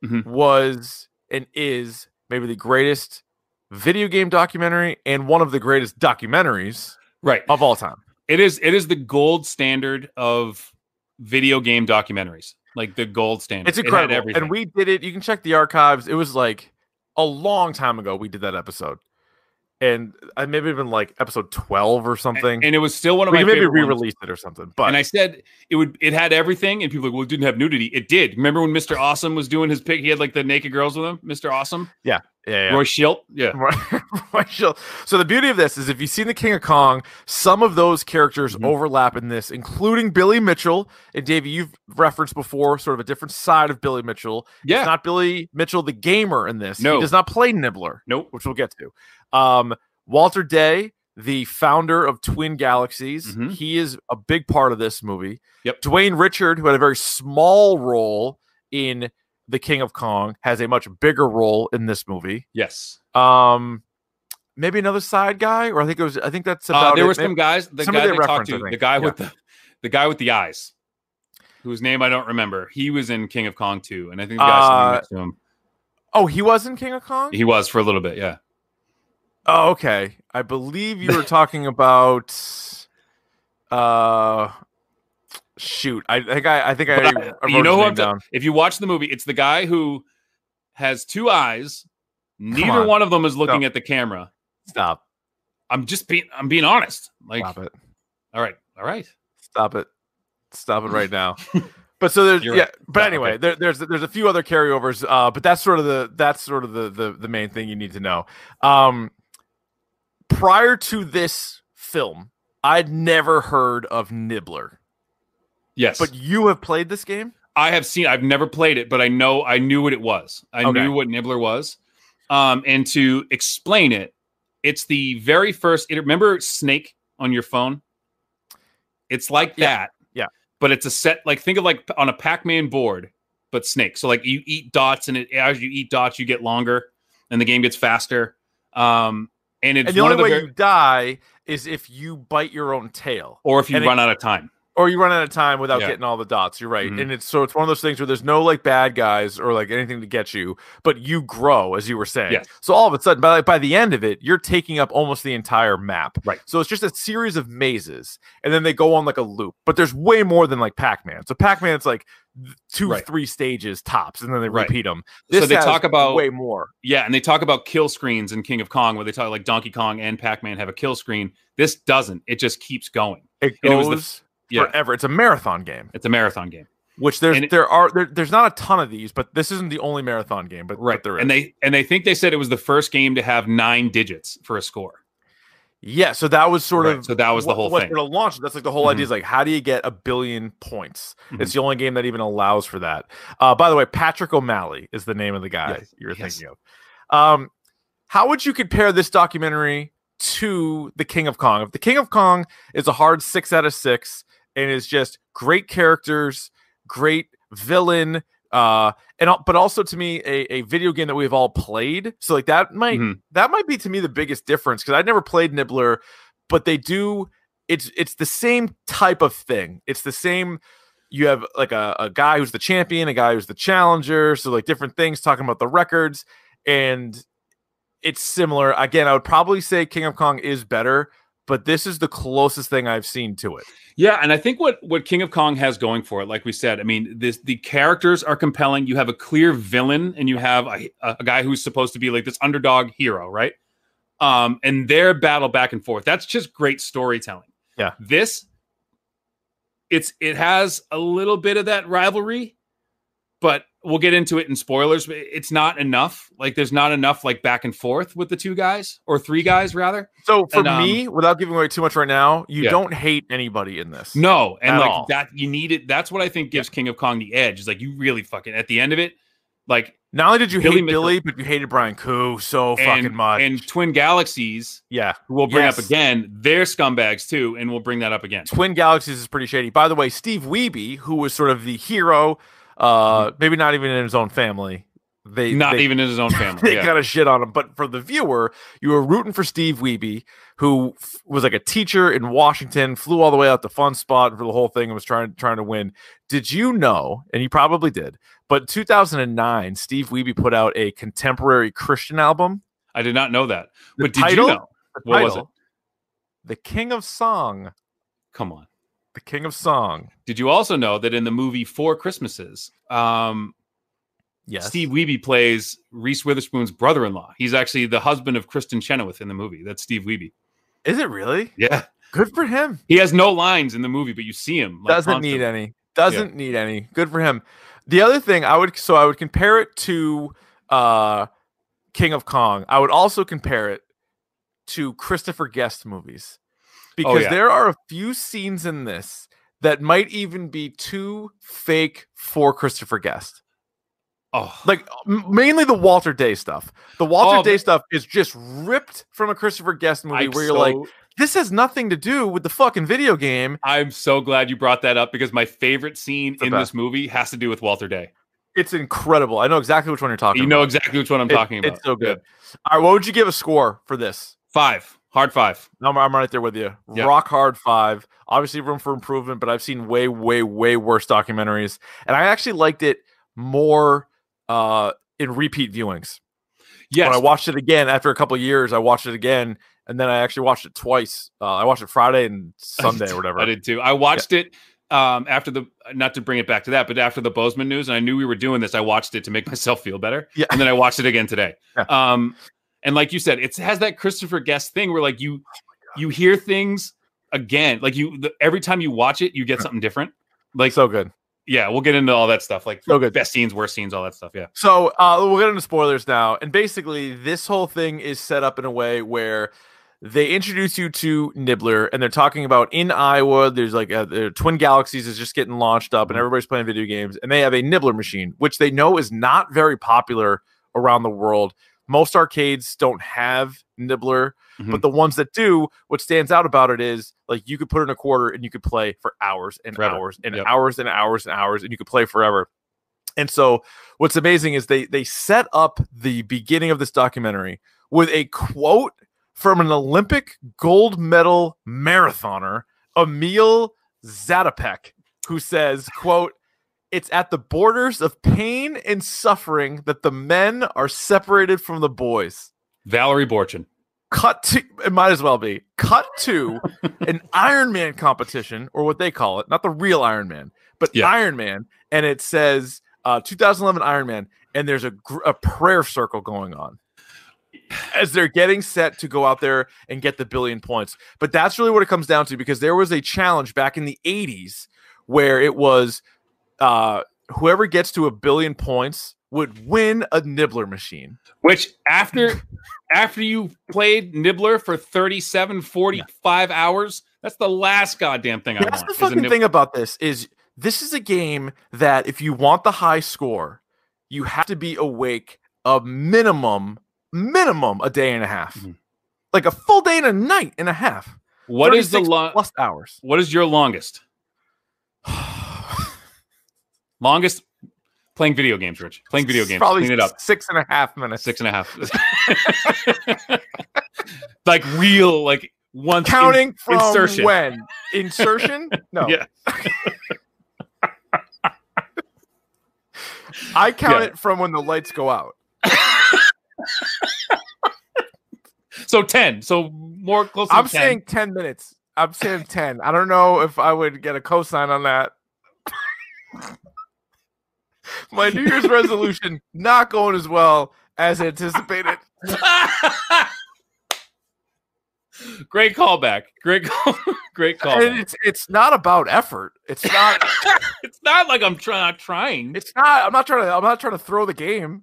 Speaker 3: Mhm.
Speaker 2: was and is maybe the greatest video game documentary and one of the greatest documentaries
Speaker 3: Right.
Speaker 2: of all time.
Speaker 3: It is it is the gold standard of video game documentaries. Like the gold standard.
Speaker 2: It's
Speaker 3: It had
Speaker 2: incredible.
Speaker 3: everything.
Speaker 2: and we did it. You can check the archives. It was like a long time ago we did that episode. And I maybe even like episode 12 or
Speaker 3: A-
Speaker 2: something.
Speaker 3: And it was still one of
Speaker 2: we
Speaker 3: my
Speaker 2: could maybe
Speaker 3: favorite ones.
Speaker 2: re-released it or something. But
Speaker 3: and I said it would it had everything, and people were like, well, it didn't have nudity. It did. Remember when Mr. Awesome was doing his pick? He had like the naked girls with him, Mr. Awesome,
Speaker 2: yeah, yeah.
Speaker 3: Roy Schilt. Yeah.
Speaker 2: Right. Rachel. So the beauty of this is if you've seen the King of Kong, some of those characters
Speaker 3: Mhm.
Speaker 2: overlap in this, including Billy Mitchell. And Davey, you've referenced before sort of a different side of Billy Mitchell.
Speaker 3: Yeah.
Speaker 2: It's not Billy Mitchell the gamer in this.
Speaker 3: No.
Speaker 2: He does not play Nibbler,
Speaker 3: nope.
Speaker 2: which we'll get to. Um, Walter Day, the founder of Twin Galaxies,
Speaker 3: Mhm.
Speaker 2: he is a big part of this movie.
Speaker 3: Yep.
Speaker 2: Dwayne Richard, who had a very small role in The King of Kong, has a much bigger role in this movie
Speaker 3: Yes.
Speaker 2: um maybe another side guy or i think it was i think that's
Speaker 3: Uh,
Speaker 2: about
Speaker 3: there
Speaker 2: it.
Speaker 3: were some guys. The
Speaker 2: some of
Speaker 3: guy
Speaker 2: their
Speaker 3: they talked
Speaker 2: reference, I
Speaker 3: to, the
Speaker 2: think.
Speaker 3: guy
Speaker 2: Yeah.
Speaker 3: with the, the guy with the eyes, whose name I don't remember. He was in King of Kong too, and I think the guy
Speaker 2: Uh,
Speaker 3: sitting next to him.
Speaker 2: oh he was in king of kong
Speaker 3: He was for a little bit, yeah.
Speaker 2: oh okay i believe you were talking about uh shoot i think i i think i,
Speaker 3: But
Speaker 2: already-
Speaker 3: I-
Speaker 2: I
Speaker 3: you
Speaker 2: wrote
Speaker 3: know who
Speaker 2: his
Speaker 3: I'm
Speaker 2: name
Speaker 3: ta-
Speaker 2: down
Speaker 3: If you watch the movie, it's the guy who has two eyes. Neither
Speaker 2: on.
Speaker 3: one of them is looking at the camera.
Speaker 2: stop
Speaker 3: I'm just being. I'm being honest. Like,
Speaker 2: stop it
Speaker 3: all right, all right.
Speaker 2: stop it stop it right now but so there's
Speaker 3: You're
Speaker 2: yeah
Speaker 3: right.
Speaker 2: but
Speaker 3: Yeah,
Speaker 2: anyway
Speaker 3: okay.
Speaker 2: there, there's there's a few other carryovers uh but that's sort of the that's sort of the, the the main thing you need to know um prior to this film i'd never heard of nibbler
Speaker 3: Yes,
Speaker 2: but you have played this game
Speaker 3: I have seen. I've never played it, but I know. I knew what it was. I
Speaker 2: Okay.
Speaker 3: knew what Nibbler was. Um, and to explain it, it's the very first. It, remember Snake on your phone? It's like
Speaker 2: Yeah.
Speaker 3: that.
Speaker 2: Yeah.
Speaker 3: But it's a set. Like think of like on a Pac-Man board, but Snake. So like you eat dots, and it, as you eat dots, you get longer, and the game gets faster. Um, and it's
Speaker 2: and the
Speaker 3: one
Speaker 2: only
Speaker 3: of the
Speaker 2: way
Speaker 3: very,
Speaker 2: you die is if you bite your own tail
Speaker 3: or if you
Speaker 2: and it-
Speaker 3: run out of time.
Speaker 2: or you run out of time without
Speaker 3: Yeah.
Speaker 2: getting all the dots you're right
Speaker 3: Mhm.
Speaker 2: and it's so it's one of those things where there's no like bad guys or like anything to get you but you grow as you were saying
Speaker 3: Yes.
Speaker 2: so all of a sudden by, by the end of it you're taking up almost the entire map
Speaker 3: Right.
Speaker 2: so it's just a series of mazes and then they go on like a loop but there's way more than like pac-man so pac-man it's like th- two
Speaker 3: Right.
Speaker 2: three stages tops and then they
Speaker 3: Right.
Speaker 2: repeat them
Speaker 3: So they talk about-
Speaker 2: way more
Speaker 3: Yeah, and they talk about kill screens in King of Kong, where they talk like Donkey Kong and Pac Man have a kill screen. This doesn't. It just keeps going.
Speaker 2: it
Speaker 3: and it
Speaker 2: goes
Speaker 3: was the- Yeah,
Speaker 2: forever it's a marathon game
Speaker 3: it's a marathon game,
Speaker 2: which there's
Speaker 3: And it-
Speaker 2: there are there, there's not a ton of these, but this isn't the only marathon game, but,
Speaker 3: right?
Speaker 2: but there is.
Speaker 3: and they and they think they said it was the first game to have nine digits for a score.
Speaker 2: yeah, so that was sort
Speaker 3: Right,
Speaker 2: of
Speaker 3: so that was the
Speaker 2: what-
Speaker 3: whole
Speaker 2: what
Speaker 3: thing. Mm-hmm.
Speaker 2: Sort of launched. That's like the whole idea is like how do you get a billion points? It's the only game that even allows for that. Uh, by the way, Patrick O'Malley is the name of the guy
Speaker 3: Yes,
Speaker 2: you're
Speaker 3: yes.
Speaker 2: thinking of. Um, how would you compare this documentary to The King of Kong? If The King of Kong is a hard six out of six and is just great characters, great villain, uh, and al- but also to me a, a video game that we've all played. So like that might
Speaker 3: Mhm.
Speaker 2: that might be to me the biggest difference because I never played Nibbler, but they do it's it's the same type of thing. It's the same. You have like a, a guy who's the champion, a guy who's the challenger. So like different things talking about the records and it's similar. Again, I would probably say King of Kong is better, but this is the closest thing I've seen to it.
Speaker 3: Yeah, and I think what what King of Kong has going for it, like we said, I mean, this the characters are compelling. You have a clear villain, and you have a, a guy who's supposed to be like this underdog hero, right? Um, and their battle back and forth. That's just great storytelling.
Speaker 2: Yeah.
Speaker 3: This, it's it has a little bit of that rivalry, but we'll get into it in spoilers. but It's not enough. Like, there's not enough like back and forth with the two guys or three guys rather.
Speaker 2: So for
Speaker 3: And, um,
Speaker 2: me, without giving away too much right now, you
Speaker 3: Yeah.
Speaker 2: don't hate anybody in this.
Speaker 3: No, and
Speaker 2: At
Speaker 3: like
Speaker 2: all.
Speaker 3: that you need it. That's what I think gives King of Kong the edge. Is like you really fucking at the end of it, like
Speaker 2: Not only did you
Speaker 3: Billy
Speaker 2: hate
Speaker 3: Mitchell-
Speaker 2: Billy, but you hated Brian Koo so fucking
Speaker 3: and,
Speaker 2: much.
Speaker 3: and Twin Galaxies,
Speaker 2: yeah.
Speaker 3: who we'll bring up
Speaker 2: Yes.
Speaker 3: again, they're scumbags too, and we'll bring that up again.
Speaker 2: Twin Galaxies is pretty shady. By the way, Steve Wiebe, who was sort of the hero, uh, maybe not even in his own family, They
Speaker 3: Mm-hmm. Not
Speaker 2: they,
Speaker 3: even in his own family.
Speaker 2: they
Speaker 3: Yeah.
Speaker 2: kind of shit on him. But for the viewer, you were rooting for Steve Wiebe, who f- was like a teacher in Washington, flew all the way out to Fun Spot for the whole thing, and was trying trying to win. Did you know? And you probably did. But 2009, Steve Wiebe put out a contemporary Christian album.
Speaker 3: I did not know that.
Speaker 2: The
Speaker 3: but did
Speaker 2: title-
Speaker 3: you know? What was it?
Speaker 2: The King of Song.
Speaker 3: Come on.
Speaker 2: The King of Song.
Speaker 3: Did you also know that in the movie Four Christmases, um,
Speaker 2: Yes.
Speaker 3: Steve Wiebe plays Reese Witherspoon's brother-in-law. He's actually the husband of Kristen Chenoweth in the movie. That's Steve Wiebe.
Speaker 2: Is it really?
Speaker 3: Yeah,
Speaker 2: Good for him.
Speaker 3: he has no lines in the movie, but you see him. like,
Speaker 2: doesn't
Speaker 3: constantly.
Speaker 2: need any doesn't need any good for him the other thing i would so i would compare it to uh king of kong i would also compare it to christopher guest movies because
Speaker 3: Oh, yeah.
Speaker 2: there are a few scenes in this that might even be too fake for christopher guest
Speaker 3: Oh,
Speaker 2: like m- mainly the walter day stuff the walter
Speaker 3: Oh,
Speaker 2: day
Speaker 3: but-
Speaker 2: stuff is just ripped from a christopher guest movie
Speaker 3: I'm
Speaker 2: where you're like
Speaker 3: so-
Speaker 2: this has nothing to do with the fucking video game
Speaker 3: I'm so glad you brought that up because my favorite scene
Speaker 2: the
Speaker 3: in
Speaker 2: best.
Speaker 3: this movie has to do with Walter Day.
Speaker 2: it's incredible i know exactly which one you're talking
Speaker 3: You
Speaker 2: about
Speaker 3: know exactly which one I'm
Speaker 2: It-
Speaker 3: talking about.
Speaker 2: It's so good.
Speaker 3: Yeah.
Speaker 2: All right, what would you give a score for this?
Speaker 3: Five, hard five.
Speaker 2: I'm, I'm right there with you.
Speaker 3: Yeah.
Speaker 2: Rock hard five. Obviously, room for improvement, but I've seen way, way, way worse documentaries, and I actually liked it more uh, in repeat viewings.
Speaker 3: Yes,
Speaker 2: When I watched it again after a couple of years, I watched it again, and then I actually watched it twice. Uh, I watched it Friday and Sunday or whatever.
Speaker 3: I did too. I watched it um, after the not to bring it back to that, but after the Bozeman news, and I knew we were doing this. I watched it to make myself feel better.
Speaker 2: Yeah.
Speaker 3: and then I watched it again today.
Speaker 2: Yeah.
Speaker 3: Um, and like you said, it has that Christopher Guest thing where
Speaker 2: Oh
Speaker 3: like you you hear things again, like you the, every time you watch it, you get something different. Like
Speaker 2: so good.
Speaker 3: yeah, we'll get into all that stuff. Like
Speaker 2: So good.
Speaker 3: best scenes, worst scenes, all that stuff. Yeah,
Speaker 2: So uh, we'll get into spoilers now, and basically, this whole thing is set up in a way where they introduce you to Nibbler, and they're talking about in Iowa. There's like uh the Twin Galaxies is just getting launched up, and
Speaker 3: Mm-hmm.
Speaker 2: everybody's playing video games, and they have a Nibbler machine, which they know is not very popular around the world. Most arcades don't have Nibbler,
Speaker 3: Mhm.
Speaker 2: but the ones that do, what stands out about it is like you could put in a quarter and you could play for hours and
Speaker 3: Forever.
Speaker 2: hours and
Speaker 3: Yep.
Speaker 2: hours and hours and hours, and you could play forever. And so what's amazing is they they set up the beginning of this documentary with a quote from an Olympic gold medal marathoner, Emil Zatopek, who says, quote, it's at the borders of pain and suffering that the men are separated from the boys.
Speaker 3: Valerie Borchin.
Speaker 2: Cut to it might as well be cut to an Iron Man competition, or what they call it, not the real Iron Man, but
Speaker 3: Yeah.
Speaker 2: Iron Man, and it says uh, 2011 Iron Man, and there's a, gr- a prayer circle going on as they're getting set to go out there and get the billion points. But that's really what it comes down to because there was a challenge back in the 80s where it was uh, whoever gets to a billion points would win a nibbler machine.
Speaker 3: Which after after you played Nibbler for 37, 45 hours, that's the last goddamn thing I
Speaker 2: That's
Speaker 3: want.
Speaker 2: the
Speaker 3: is a
Speaker 2: fucking
Speaker 3: Nib-
Speaker 2: thing about this is this is a game that if you want the high score, you have to be awake a minimum minimum a day and a half,
Speaker 3: Mhm.
Speaker 2: like a full day and a night and a half.
Speaker 3: What is the
Speaker 2: 36
Speaker 3: long?
Speaker 2: plus hours?
Speaker 3: What is your longest? Longest playing video games, Rich. Playing video games.
Speaker 2: Probably
Speaker 3: Clean it up.
Speaker 2: six and a half minutes.
Speaker 3: Six and a half. like real, like once in-
Speaker 2: Counting from
Speaker 3: insertion.
Speaker 2: when insertion? No,
Speaker 3: Yeah.
Speaker 2: I count
Speaker 3: Yeah.
Speaker 2: it from when the lights go out.
Speaker 3: So ten. So more close. to
Speaker 2: I'm
Speaker 3: 10.
Speaker 2: saying ten minutes. I'm saying ten. I don't know if I would get a cosign on that. My New Year's resolution not going as well as anticipated.
Speaker 3: great callback. Great call. Great
Speaker 2: And
Speaker 3: callback.
Speaker 2: it's it's not about effort. It's not
Speaker 3: It's not like I'm trying. Trying.
Speaker 2: it's not I'm not trying to I'm not trying to throw the game.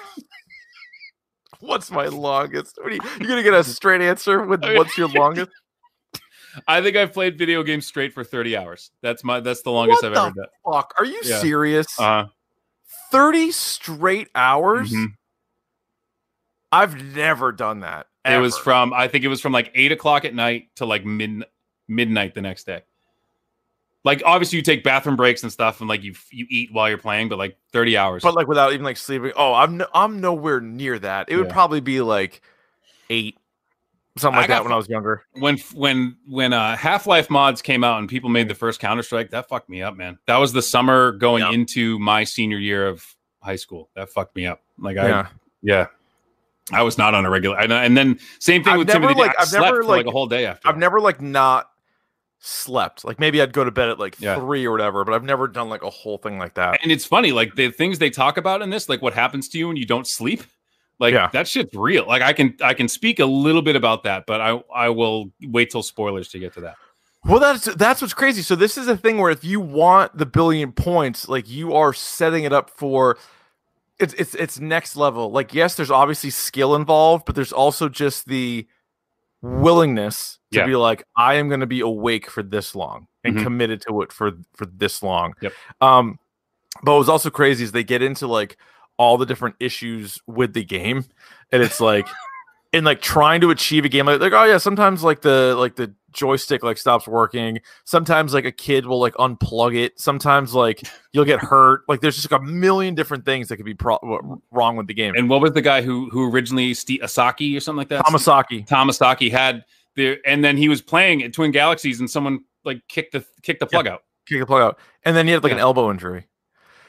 Speaker 2: What's my longest? What are you, you're gonna get a straight answer with
Speaker 3: I mean-
Speaker 2: what's your longest?
Speaker 3: I think I've played video games straight for 30 hours. That's my. That's the longest
Speaker 2: What
Speaker 3: I've
Speaker 2: the
Speaker 3: ever done.
Speaker 2: Fuck, are you
Speaker 3: Yeah.
Speaker 2: serious?
Speaker 3: Uh,
Speaker 2: 30 straight hours?
Speaker 3: Mhm.
Speaker 2: I've never done that.
Speaker 3: It was
Speaker 2: ever.
Speaker 3: from I think it was from like eight o'clock at night to like mid midnight the next day. Like obviously you take bathroom breaks and stuff, and like you you eat while you're playing, but like 30 hours.
Speaker 2: but like without even like sleeping. Oh, I'm no, I'm nowhere near that. It would
Speaker 3: Yeah.
Speaker 2: probably be like eight, something
Speaker 3: I
Speaker 2: like that
Speaker 3: got
Speaker 2: when I was younger.
Speaker 3: when when when uh half-life mods came out and people made the first counter-strike that fucked me up man that was the summer going
Speaker 2: Yeah.
Speaker 3: into my senior year of high school that fucked me up like i yeah,
Speaker 2: Yeah.
Speaker 3: i was not on a regular and, and then same thing
Speaker 2: I've
Speaker 3: with
Speaker 2: never,
Speaker 3: timothy
Speaker 2: like-
Speaker 3: i
Speaker 2: I've
Speaker 3: slept
Speaker 2: never,
Speaker 3: for like,
Speaker 2: like-
Speaker 3: a whole day after
Speaker 2: I've never like not slept. Like maybe I'd go to bed at like
Speaker 3: Yeah.
Speaker 2: three or whatever, but I've never done like a whole thing like that.
Speaker 3: and it's funny like the things they talk about in this like what happens to you when you don't sleep like
Speaker 2: Yeah.
Speaker 3: that shit's real like i can i can speak a little bit about that but i i will wait till spoilers to get to that
Speaker 2: Well, that's that's what's crazy. So this is a thing where if you want the billion points, like you are setting it up for it's it's it's next level. Like yes, there's obviously skill involved, but there's also just the willingness to
Speaker 3: Yeah.
Speaker 2: be like I am going to be awake for this long and
Speaker 3: Mhm.
Speaker 2: committed to it for for this long.
Speaker 3: Yep.
Speaker 2: Um but what's also crazy is they get into like all the different issues with the game and it's like and like trying to achieve a game like, like oh yeah sometimes like the like the joystick like stops working sometimes like a kid will like unplug it sometimes like you'll get hurt like there's just like a million different things that could be pro- w- wrong with the game
Speaker 3: and what was the guy who who originally Ste asaki or something like that
Speaker 2: Hamasaki.
Speaker 3: Tomasaki had the, and then he was playing at Twin Galaxies, and someone like kicked the kicked the plug out.
Speaker 2: kick the plug out and then he had like an
Speaker 3: Yeah.
Speaker 2: elbow injury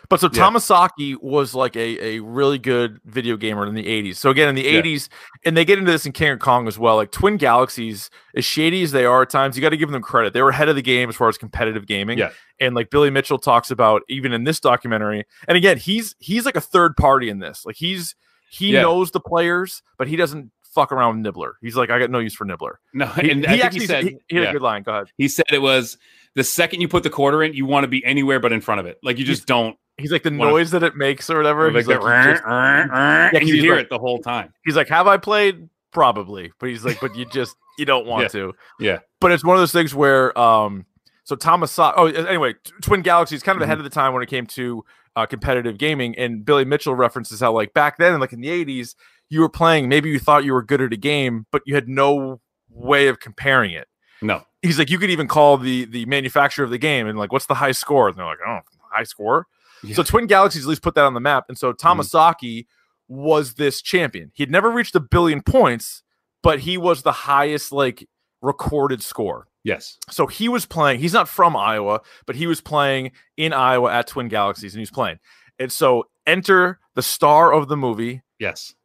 Speaker 2: but so
Speaker 3: Yeah.
Speaker 2: Tomasaki was like a, a really good video gamer in the 80s. So again, in the
Speaker 3: Yeah.
Speaker 2: 80s, and they get into this in King of Kong as well. Like Twin Galaxies, as shady as they are at times, you got to give them credit. They were ahead of the game as far as competitive gaming.
Speaker 3: Yeah.
Speaker 2: And like Billy Mitchell talks about even in this documentary. And again, he's he's like a third party in this. Like he's he
Speaker 3: Yeah.
Speaker 2: knows the players, but he doesn't fuck around with Nibbler. He's like, I got no use for Nibbler.
Speaker 3: No,
Speaker 2: He,
Speaker 3: and
Speaker 2: he
Speaker 3: I think
Speaker 2: actually
Speaker 3: he said
Speaker 2: he, he had
Speaker 3: yeah.
Speaker 2: a good line. Go ahead.
Speaker 3: he said it was the second you put the quarter in, you want to be anywhere but in front of it. Like you just don't.
Speaker 2: He's like the
Speaker 3: One of-
Speaker 2: noise that it makes or whatever.
Speaker 3: Like
Speaker 2: He's like,
Speaker 3: that,
Speaker 2: "You just- Yeah,
Speaker 3: and you
Speaker 2: he's
Speaker 3: hear
Speaker 2: like-
Speaker 3: it the whole time.
Speaker 2: He's like, "Have I played? Probably." But he's like, "But you just you don't want
Speaker 3: Yeah.
Speaker 2: to."
Speaker 3: Yeah.
Speaker 2: But it's one of those things where um so Thomas oh anyway, T- Twin Galaxies
Speaker 3: Mm-hmm.
Speaker 2: kind of ahead of the time when it came to uh, competitive gaming and Billy Mitchell references how like back then like in the 80s you were playing maybe you thought you were good at a game but you had no way of comparing it.
Speaker 3: No,
Speaker 2: He's like you could even call the the manufacturer of the game and like what's the high score and they're like, "Oh, high score."
Speaker 3: Yeah. Mm-hmm.
Speaker 2: So Twin Galaxies at least put that on the map. And so Tomasaki was this champion. He'd never reached a billion points, but he was the highest like recorded score.
Speaker 3: yes,
Speaker 2: So he was playing, he's not from Iowa, but he was playing in Iowa at Twin Galaxies and he was playing. And so enter the star of the movie,
Speaker 3: yes.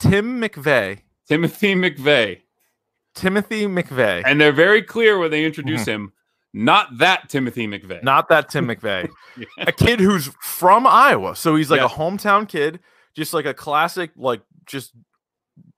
Speaker 2: Tim McVeigh,
Speaker 3: Timothy McVeigh,
Speaker 2: Timothy McVeigh.
Speaker 3: and they're very clear when they introduce him. Not that Timothy McVeigh.
Speaker 2: Mm-hmm. Not that Tim McVeigh.
Speaker 3: Yeah.
Speaker 2: A kid who's from Iowa. So he's like
Speaker 3: Yeah.
Speaker 2: a hometown kid, just like a classic, like just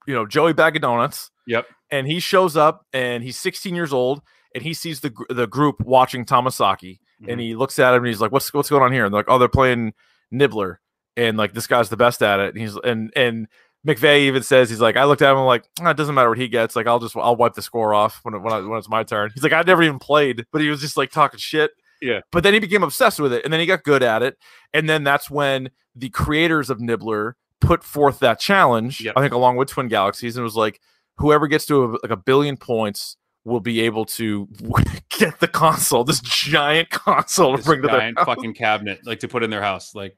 Speaker 2: you know, Joey Bag of Donuts.
Speaker 3: Yep.
Speaker 2: And he shows up and he's 16 years old and he sees the gr- the group watching Tomasaki
Speaker 3: Mhm.
Speaker 2: and he looks at him and he's like, What's what's going on here? And they're like, Oh, they're playing Nibbler. And like this guy's the best at it. And he's and and McVeigh even says he's like, I looked at him I'm like, "Ah, it doesn't matter what he gets. Like, I'll just I'll wipe the score off when it, when, I, when it's my turn. He's like, I never even played, but he was just like talking shit.
Speaker 3: Yeah.
Speaker 2: But then he became obsessed with it, and then he got good at it, and then that's when the creators of Nibbler put forth that challenge.
Speaker 3: Yep.
Speaker 2: I think along with Twin Galaxies, and it was like, whoever gets to a, like a billion points will be able to get the console, this giant console,
Speaker 3: This
Speaker 2: to bring to their
Speaker 3: giant fucking cabinet, like to put in their house. Like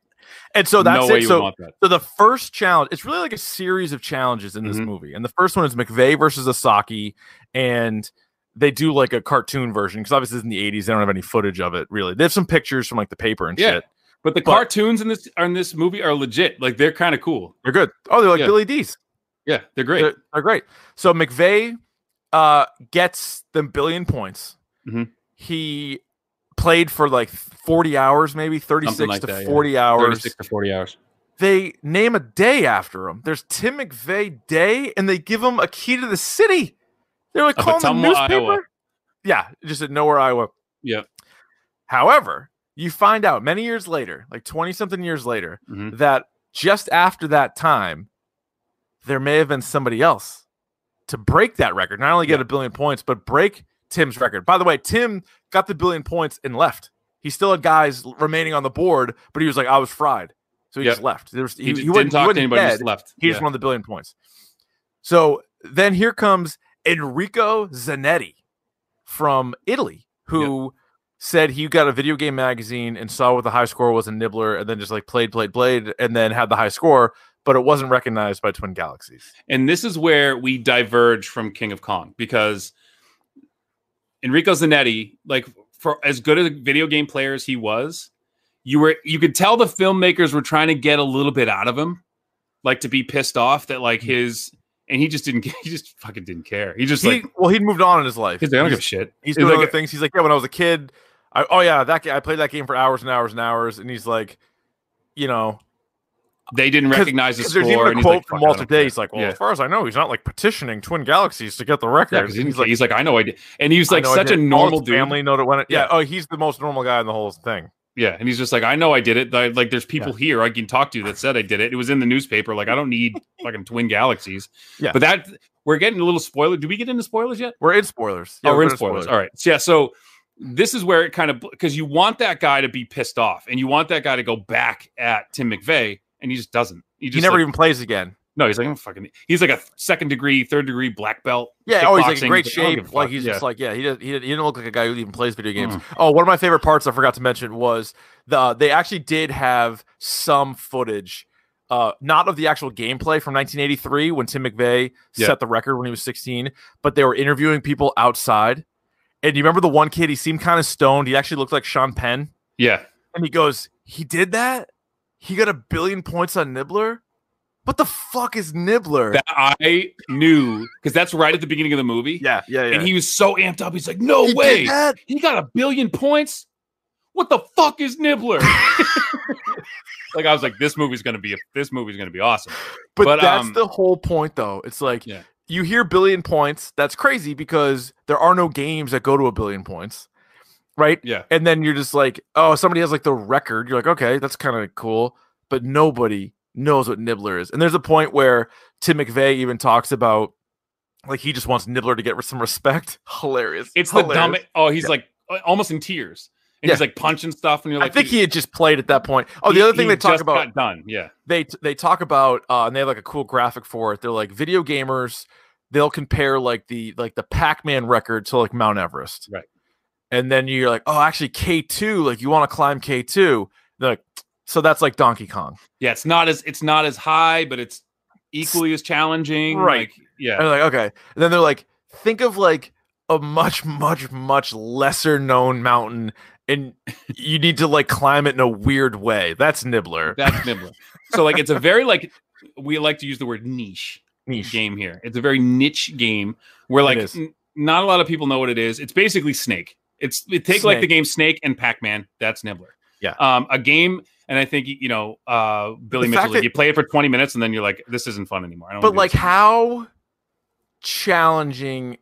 Speaker 2: and so that's
Speaker 3: no way
Speaker 2: it.
Speaker 3: you
Speaker 2: So
Speaker 3: would want that.
Speaker 2: so the first challenge, it's really like a series of challenges in this
Speaker 3: Mhm.
Speaker 2: movie. And the first one is McVeigh versus Asaki, and they do like a cartoon version because obviously it's in the 80s. They don't have any footage of it really. They have some pictures from like the paper and
Speaker 3: Yeah.
Speaker 2: shit.
Speaker 3: But the
Speaker 2: But-
Speaker 3: cartoons in this are in this movie are legit. Like they're kind of cool.
Speaker 2: They're good. Oh, they're like
Speaker 3: Yeah.
Speaker 2: Billy D's.
Speaker 3: Yeah, they're great.
Speaker 2: They're, they're great. So McVeigh uh, gets the billion points.
Speaker 3: Mhm.
Speaker 2: He played for like 40 hours, maybe 36
Speaker 3: like
Speaker 2: to
Speaker 3: that, yeah.
Speaker 2: 40 hours.
Speaker 3: 36 to 40 hours.
Speaker 2: They name a day after him. There's Tim McVeigh Day, and they give him a key to the city. They're like
Speaker 3: Of
Speaker 2: calling the
Speaker 3: Ottumwa,
Speaker 2: newspaper.
Speaker 3: Iowa.
Speaker 2: Yeah, just in nowhere, Iowa.
Speaker 3: Yep.
Speaker 2: However, you find out many years later, like 20 something years later,
Speaker 3: Mhm.
Speaker 2: that just after that time, there may have been somebody else to break that record. Not only get a billion points, but break Tim's record. By the way, Tim got the billion points and left. He still had guys l- remaining on the board, but he was like, I was fried. So he
Speaker 3: Yep.
Speaker 2: just left. There was, he,
Speaker 3: He, just
Speaker 2: he
Speaker 3: didn't
Speaker 2: wasn't, he
Speaker 3: talk
Speaker 2: wasn't
Speaker 3: to anybody.
Speaker 2: dead.
Speaker 3: He
Speaker 2: He
Speaker 3: just left.
Speaker 2: just won the billion points. So then here comes Enrico Zanetti from Italy, who said he got a video game magazine and saw what the high score was in Nibbler and then just like played, played, played, and then had the high score, but it wasn't recognized by Twin Galaxies.
Speaker 3: And this is where we diverge from King of Kong because Enrico Zanetti, like for as good a video game player as he was, you were you could tell the filmmakers were trying to get a little bit out of him, like to be pissed off that
Speaker 2: Hmm.
Speaker 3: like his and he just didn't he just fucking didn't care. He just
Speaker 2: He,
Speaker 3: like
Speaker 2: well, he'd moved on in his life.
Speaker 3: he's like, I don't give a
Speaker 2: He's,
Speaker 3: shit. He's
Speaker 2: he's doing
Speaker 3: like
Speaker 2: other
Speaker 3: a-
Speaker 2: things. He's like, yeah, when I was a kid, I, oh yeah, that ga- I played that game for hours and hours and hours, and he's like, you know,
Speaker 3: They didn't recognize the
Speaker 2: because
Speaker 3: score.
Speaker 2: there's even
Speaker 3: and
Speaker 2: a
Speaker 3: he's
Speaker 2: quote
Speaker 3: like,
Speaker 2: from
Speaker 3: "Fuck, I
Speaker 2: Walter
Speaker 3: don't care."
Speaker 2: Day. He's like, well,
Speaker 3: yeah.
Speaker 2: as far as I know, he's not like petitioning Twin Galaxies to get the
Speaker 3: Yeah,
Speaker 2: record.
Speaker 3: 'cause he didn't
Speaker 2: he's
Speaker 3: care.
Speaker 2: like,
Speaker 3: he's like, I know I did, and he was
Speaker 2: "I
Speaker 3: like
Speaker 2: know I
Speaker 3: such
Speaker 2: did
Speaker 3: a
Speaker 2: it." All
Speaker 3: normal
Speaker 2: his
Speaker 3: dude.
Speaker 2: Family know when it, yeah.
Speaker 3: Yeah.
Speaker 2: Oh, he's the most normal guy in the whole thing.
Speaker 3: Yeah, and he's just like, I know I did it. Like, like, there's people here I can talk to that said I did it. It was in the newspaper. Like, I don't need fucking twin galaxies.
Speaker 2: Yeah.
Speaker 3: but that we're getting a little spoiler. Do we get into spoilers yet?
Speaker 2: We're in spoilers.
Speaker 3: oh, we're in
Speaker 2: gonna
Speaker 3: spoilers.
Speaker 2: spoil it.
Speaker 3: All right. So, yeah. So this is where it kind of because you want that guy to be pissed off and you want that guy to go back at Tim McVeigh, and he just doesn't. He just
Speaker 2: He never e
Speaker 3: like-
Speaker 2: even plays again.
Speaker 3: no. He's like I'm a fucking. He's like a second degree, third degree black belt.
Speaker 2: Yeah, oh, he's like
Speaker 3: kickboxing.
Speaker 2: in great
Speaker 3: He's like, I don't give
Speaker 2: shape.
Speaker 3: a
Speaker 2: Like
Speaker 3: fuck.
Speaker 2: he's
Speaker 3: Yeah. Mm.
Speaker 2: just like yeah, he did, he, did, he didn't look like a guy who even plays video games. Oh, one of my favorite parts I forgot to mention was the they actually did have some footage, uh, not of the actual gameplay from 1983 when Tim McVeigh
Speaker 3: Yeah.
Speaker 2: set the record when he was 16, but they were interviewing people outside. And you remember the one kid? He seemed kind of stoned. He actually looked like Sean Penn.
Speaker 3: yeah.
Speaker 2: And he goes, "He did that. He got a billion points on Nibbler. What the fuck is Nibbler?
Speaker 3: That I knew because that's right at the beginning of the movie.
Speaker 2: yeah, yeah, yeah.
Speaker 3: And he was so amped up. He's like, no
Speaker 2: He did
Speaker 3: way.
Speaker 2: that?
Speaker 3: He got a billion points. What the fuck is Nibbler? like I was like, this movie's gonna be this movie's gonna be awesome.
Speaker 2: But,
Speaker 3: But,
Speaker 2: that's
Speaker 3: um,
Speaker 2: the whole point, though. It's like
Speaker 3: Yeah.
Speaker 2: you hear billion points. That's crazy because there are no games that go to a billion points, right?
Speaker 3: Yeah.
Speaker 2: And then you're just like, oh, somebody has like the record. You're like, okay, that's kind of cool. But nobody knows what Nibbler is. And there's a point where Tim McVeigh even talks about like he just wants Nibbler to get some respect. Hilarious.
Speaker 3: It's the
Speaker 2: Hilarious.
Speaker 3: dumbest. Oh, he's like uh, almost in tears. And he's
Speaker 2: Yeah.
Speaker 3: like punching stuff, and you're
Speaker 2: I
Speaker 3: like,
Speaker 2: think he
Speaker 3: dude,
Speaker 2: had just played at that point. Oh, the
Speaker 3: he-
Speaker 2: other thing
Speaker 3: he
Speaker 2: they talk
Speaker 3: just got
Speaker 2: about
Speaker 3: done. Yeah.
Speaker 2: they t- they talk about uh, and they have like a cool graphic for it. They're like video gamers. They'll compare like the like the Pac Man record to like Mount Everest,
Speaker 3: Right.
Speaker 2: And then you're like, oh, actually K two. Like you want to climb K two. They're like, so that's like Donkey Kong.
Speaker 3: Yeah. It's not as it's not as high, but it's equally as challenging.
Speaker 2: Right.
Speaker 3: Like, yeah.
Speaker 2: And they're like, okay. And then they're like, think of like a much much much lesser known mountain, and you need to like climb it in a weird way. That's Nibbler.
Speaker 3: That's Nibbler. so like it's a very like we like to use the word niche.
Speaker 2: Niche.
Speaker 3: game here. It's a very niche game where like
Speaker 2: is.
Speaker 3: n- not a lot of people know what it is. It's basically Snake. It's it take like the
Speaker 2: Snake.
Speaker 3: game Snake and Pac Man. That's Nibbler.
Speaker 2: Yeah.
Speaker 3: Um, a game, and I think you know uh, Billy
Speaker 2: The
Speaker 3: Mitchell.
Speaker 2: fact
Speaker 3: like,
Speaker 2: that-
Speaker 3: you play it for twenty minutes, and then you're like, this isn't fun anymore. I don't
Speaker 2: but
Speaker 3: wanna
Speaker 2: like
Speaker 3: do this
Speaker 2: how challenging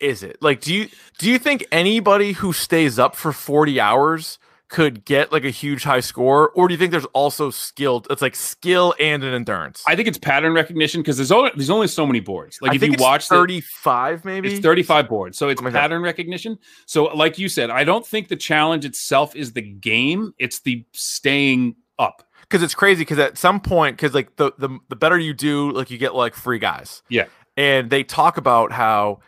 Speaker 2: is it like do you do you think anybody who stays up for 40 hours could get like a huge high score or do you think there's also skilled it's like skill and an endurance
Speaker 3: anymore." I think it's pattern recognition because there's only there's only so many boards. Like if you watch the
Speaker 2: 35 maybe
Speaker 3: It's 35 boards. So it's
Speaker 2: Oh my God.
Speaker 3: pattern recognition. So, like you said, I don't think the challenge itself is the game, it's the staying up.
Speaker 2: because it's crazy because at some point because like the, the the better you do like you get like free guys
Speaker 3: Yeah.
Speaker 2: and they talk about how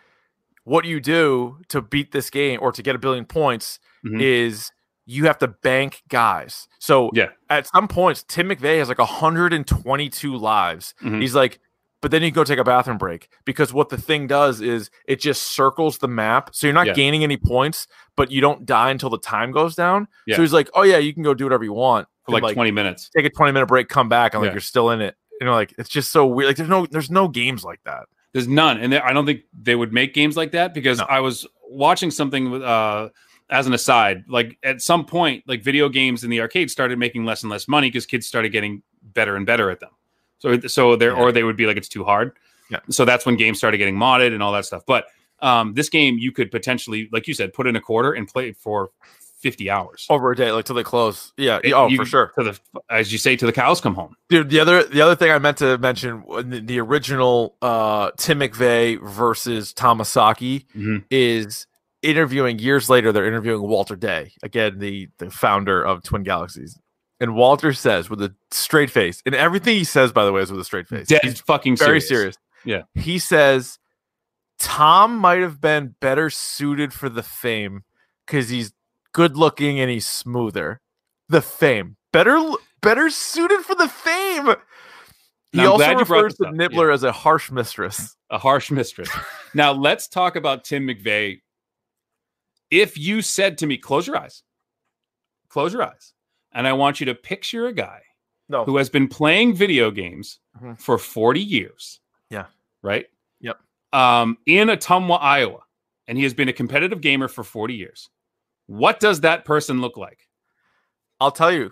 Speaker 2: what you do to beat this game or to get a billion points
Speaker 3: Mhm.
Speaker 2: is you have to bank guys so
Speaker 3: Yeah.
Speaker 2: at some points tim mcveigh has like 122 lives
Speaker 3: Mhm.
Speaker 2: he's like but then you go take a bathroom break because what the thing does is it just circles the map so you're not
Speaker 3: Yeah.
Speaker 2: gaining any points but you don't die until the time goes down
Speaker 3: Yeah.
Speaker 2: so he's like oh yeah you can go do whatever you want
Speaker 3: For
Speaker 2: And,
Speaker 3: like 20 minutes.
Speaker 2: take a 20 minute break, come back, and like
Speaker 3: Yeah.
Speaker 2: you're still in it. You know, like it's just so weird. Like there's no there's no games like that.
Speaker 3: There's none, and there, I don't think they would make games like that because
Speaker 2: No.
Speaker 3: I was watching something with, uh, as an aside. Like at some point, like video games in the arcade started making less and less money because kids started getting better and better at them. So so there, or they would be like it's too hard.
Speaker 2: Yeah.
Speaker 3: So that's when games started getting modded and all that stuff. But um, this game you could potentially, like you said, put in a quarter and play it for fifty hours.
Speaker 2: Over a day, like till they close. Oh, Yeah.
Speaker 3: It-
Speaker 2: oh,
Speaker 3: you-
Speaker 2: for sure.
Speaker 3: To the as you say, to the cows come home.
Speaker 2: Dude, the other the other thing I meant to mention when the, the original uh Tim McVeigh versus Tomasaki
Speaker 3: Mhm.
Speaker 2: is interviewing years later, they're interviewing Walter Day, again, the the founder of Twin Galaxies. And Walter says with a straight face, and everything he says, by the way, is with a straight face.
Speaker 3: Dead
Speaker 2: He's
Speaker 3: fucking
Speaker 2: very serious.
Speaker 3: Yeah.
Speaker 2: He says Tom might have been better suited for the fame because he's good looking and he's smoother. The fame. Better l- better suited for the fame. He
Speaker 3: I'm
Speaker 2: also
Speaker 3: glad you brought
Speaker 2: refers
Speaker 3: this
Speaker 2: to
Speaker 3: up,
Speaker 2: Nibbler as a harsh mistress.
Speaker 3: a harsh mistress. now let's talk about Tim McVeigh. If you said to me, close your eyes, close your eyes, and I want you to picture a guy
Speaker 2: No.
Speaker 3: who has been playing video games
Speaker 2: Mhm.
Speaker 3: for 40 years.
Speaker 2: Yeah.
Speaker 3: Right?
Speaker 2: Yep.
Speaker 3: Um, in Ottumwa, Iowa, and he has been a competitive gamer for 40 years. What does that person look like?
Speaker 2: I'll tell you.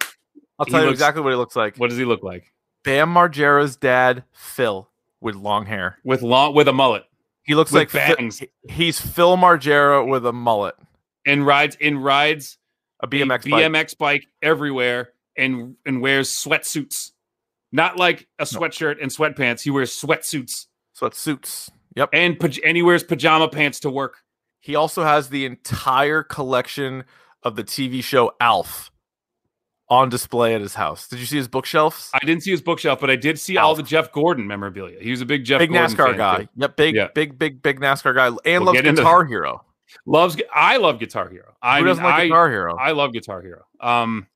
Speaker 2: I'll
Speaker 3: He
Speaker 2: tell you
Speaker 3: looks-
Speaker 2: exactly what he looks like.
Speaker 3: What does he look like?
Speaker 2: Bam Margera's dad, Phil, with long hair.
Speaker 3: With long with a mullet
Speaker 2: He looks
Speaker 3: With
Speaker 2: like Phil-
Speaker 3: bangs.
Speaker 2: he's Phil Margera with a mullet,
Speaker 3: and rides and rides
Speaker 2: a
Speaker 3: a
Speaker 2: BMX bike.
Speaker 3: BMX bike everywhere and and wears sweatsuits. Not like a sweatshirt and sweatpants. He wears sweatsuits
Speaker 2: So it suits. Yep.
Speaker 3: and paj- and he wears pajama pants to work.
Speaker 2: He also has the entire collection of the TV show Alf on display at his house. Did you see his bookshelves?
Speaker 3: I didn't see his bookshelf, but I did see all
Speaker 2: Alf.
Speaker 3: the Jeff Gordon memorabilia. He was a big Jeff
Speaker 2: big
Speaker 3: Gordon
Speaker 2: NASCAR
Speaker 3: fan,
Speaker 2: guy.
Speaker 3: too.
Speaker 2: Yep. Big,
Speaker 3: Yeah.
Speaker 2: big, big, big NASCAR guy. And
Speaker 3: We'll
Speaker 2: loves
Speaker 3: get into
Speaker 2: Guitar Hero.
Speaker 3: Loves. Gu- I love Guitar Hero. I
Speaker 2: Who
Speaker 3: mean,
Speaker 2: doesn't like
Speaker 3: I,
Speaker 2: Guitar Hero?
Speaker 3: I love Guitar Hero. Um,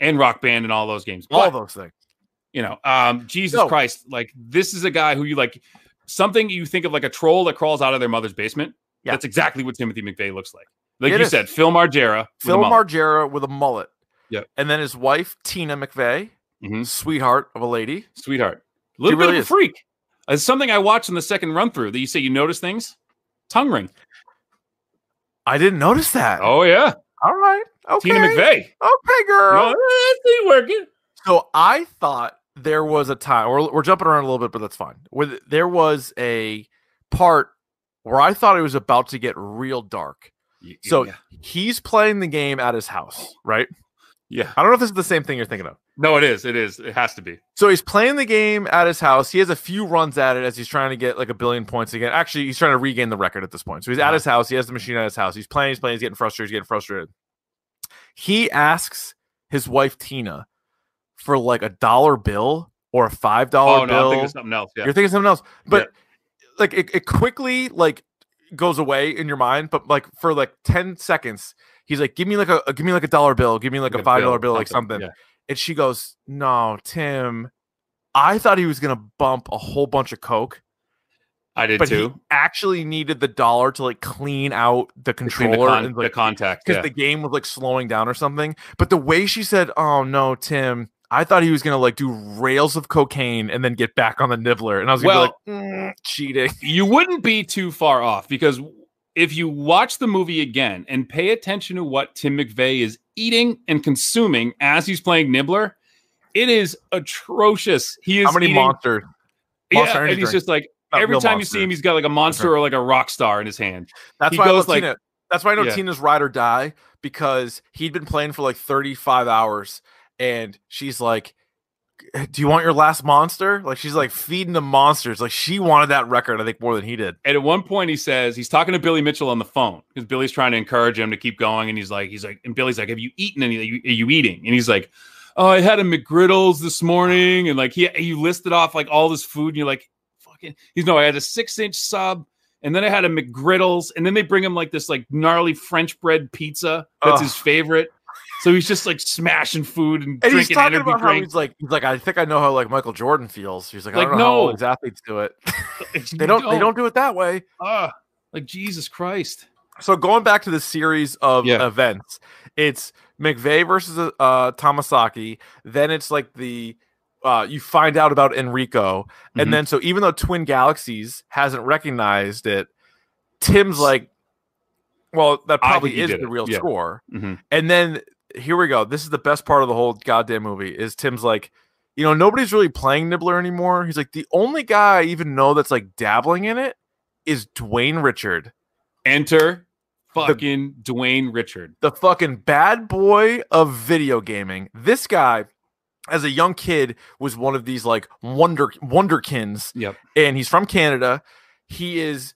Speaker 3: and Rock Band and all those games.
Speaker 2: All
Speaker 3: But-
Speaker 2: those things.
Speaker 3: you know um jesus
Speaker 2: No.
Speaker 3: christ like this is a guy who you like something you think of like a troll that crawls out of their mother's basement
Speaker 2: Yeah.
Speaker 3: that's exactly what timothy mcveigh looks like like
Speaker 2: It
Speaker 3: you
Speaker 2: is.
Speaker 3: said phil margera with a
Speaker 2: Phil
Speaker 3: mullet.
Speaker 2: Margera with a mullet.
Speaker 3: Yep.
Speaker 2: And then his wife, Tina McVeigh,
Speaker 3: Mhm.
Speaker 2: sweetheart of a lady.
Speaker 3: sweetheart a little bit
Speaker 2: really
Speaker 3: of a
Speaker 2: is.
Speaker 3: freak it's something i watched in the second run through that you say you notice things tongue ring
Speaker 2: I didn't notice that.
Speaker 3: oh yeah
Speaker 2: All right. Okay.
Speaker 3: tina mcveigh
Speaker 2: Okay, girl.
Speaker 3: no, that's the working
Speaker 2: So I thought there was a time, we're, we're jumping around a little bit, but that's fine. Where there was a part where I thought it was about to get real dark. So
Speaker 3: yeah,
Speaker 2: he's playing the game at his house, right?
Speaker 3: yeah.
Speaker 2: I don't know if this is the same thing you're thinking of.
Speaker 3: no it is it is it has to be
Speaker 2: So he's playing the game at his house. He has a few runs at it as he's trying to get like a billion points again. Actually, he's trying to regain the record at this point. So he's at his house. He has the machine at his house. He's playing. He's playing. He's getting frustrated. He's getting frustrated. He asks his wife Tina for like a dollar bill or a five dollar
Speaker 3: oh no i'm
Speaker 2: bill.
Speaker 3: thinking of something else yeah
Speaker 2: You're thinking of something else, but like it, it quickly like goes away in your mind. But like for like ten seconds, he's like, "Give me like a give me like a dollar bill. Give me like, a five dollar bill, like something."
Speaker 3: yeah.
Speaker 2: And she goes, No, Tim, I thought he was going to bump a whole bunch of Coke,
Speaker 3: i did
Speaker 2: but he
Speaker 3: too
Speaker 2: actually needed the dollar to like clean out the
Speaker 3: between
Speaker 2: controller
Speaker 3: the, con-
Speaker 2: and
Speaker 3: the
Speaker 2: like
Speaker 3: contact
Speaker 2: because
Speaker 3: yeah.
Speaker 2: the game was like slowing down or something. But the way she said, Oh no, Tim, I thought he was going to like do rails of cocaine and then get back on the nibbler. And I was going to
Speaker 3: Well-
Speaker 2: be like, "Mm, cheating.
Speaker 3: you wouldn't be too far off because if you watch the movie again and pay attention to what Tim McVeigh is eating and consuming as he's playing Nibbler, it is atrocious. He is
Speaker 2: How many
Speaker 3: eating,
Speaker 2: monsters?
Speaker 3: yeah,
Speaker 2: monster
Speaker 3: and
Speaker 2: energy
Speaker 3: he's
Speaker 2: drink?
Speaker 3: just like
Speaker 2: Not
Speaker 3: every
Speaker 2: real
Speaker 3: time you
Speaker 2: monsters.
Speaker 3: see him, he's got like a monster or like a rock star in his hand.
Speaker 2: That's
Speaker 3: He
Speaker 2: why I
Speaker 3: goes
Speaker 2: love
Speaker 3: like-
Speaker 2: Tina. That's why I know
Speaker 3: Yeah.
Speaker 2: Tina's ride or die because he'd been playing for like 35 hours and she's like, Do you want your last monster? Like she's like feeding the monsters. Like she wanted that record, I think, more than he did.
Speaker 3: And at one point, he says he's talking to Billy Mitchell on the phone because Billy's trying to encourage him to keep going. And he's like, he's like, and Billy's like, "Have you eaten anything? Are you, are you eating?" And he's like, "Oh, I had a McGriddles this morning." And like he, he listed off like all this food, and you're like, "Fucking," he's no, I had a six inch sub, and then I had a McGriddles, and then they bring him like this like gnarly French bread pizza that's
Speaker 2: Ugh.
Speaker 3: his favorite. So he's just like smashing food and,
Speaker 2: And he's
Speaker 3: drinking
Speaker 2: talking
Speaker 3: energy
Speaker 2: about how
Speaker 3: drinks.
Speaker 2: he's like, he's like, I think I know how like Michael Jordan feels. He's like, I
Speaker 3: Like,
Speaker 2: don't know how all
Speaker 3: no.
Speaker 2: these athletes do it. they don't they don't do it that way.
Speaker 3: Ugh. Ah, like Jesus Christ.
Speaker 2: So going back to the series of
Speaker 3: Yeah.
Speaker 2: events, it's McVeigh versus uh, uh, Tamasaki. Then it's like the uh, you find out about Enrico,
Speaker 3: Mhm.
Speaker 2: and then so even though Twin Galaxies hasn't recognized it, Tim's like, well, that
Speaker 3: I
Speaker 2: probably
Speaker 3: think he
Speaker 2: is
Speaker 3: did
Speaker 2: the
Speaker 3: it.
Speaker 2: real
Speaker 3: Yeah.
Speaker 2: score.
Speaker 3: Mhm.
Speaker 2: And then here we go. This is the best part of the whole goddamn movie. Is Tim's like, you know, nobody's really playing Nibbler anymore. He's like, the only guy I even know that's like dabbling in it is Dwayne Richard.
Speaker 3: Enter fucking Dwayne Richard.
Speaker 2: the fucking bad boy of video gaming. This guy, as a young kid, was one of these like wonder wonderkins,
Speaker 3: Yep.
Speaker 2: and he's from Canada. He is,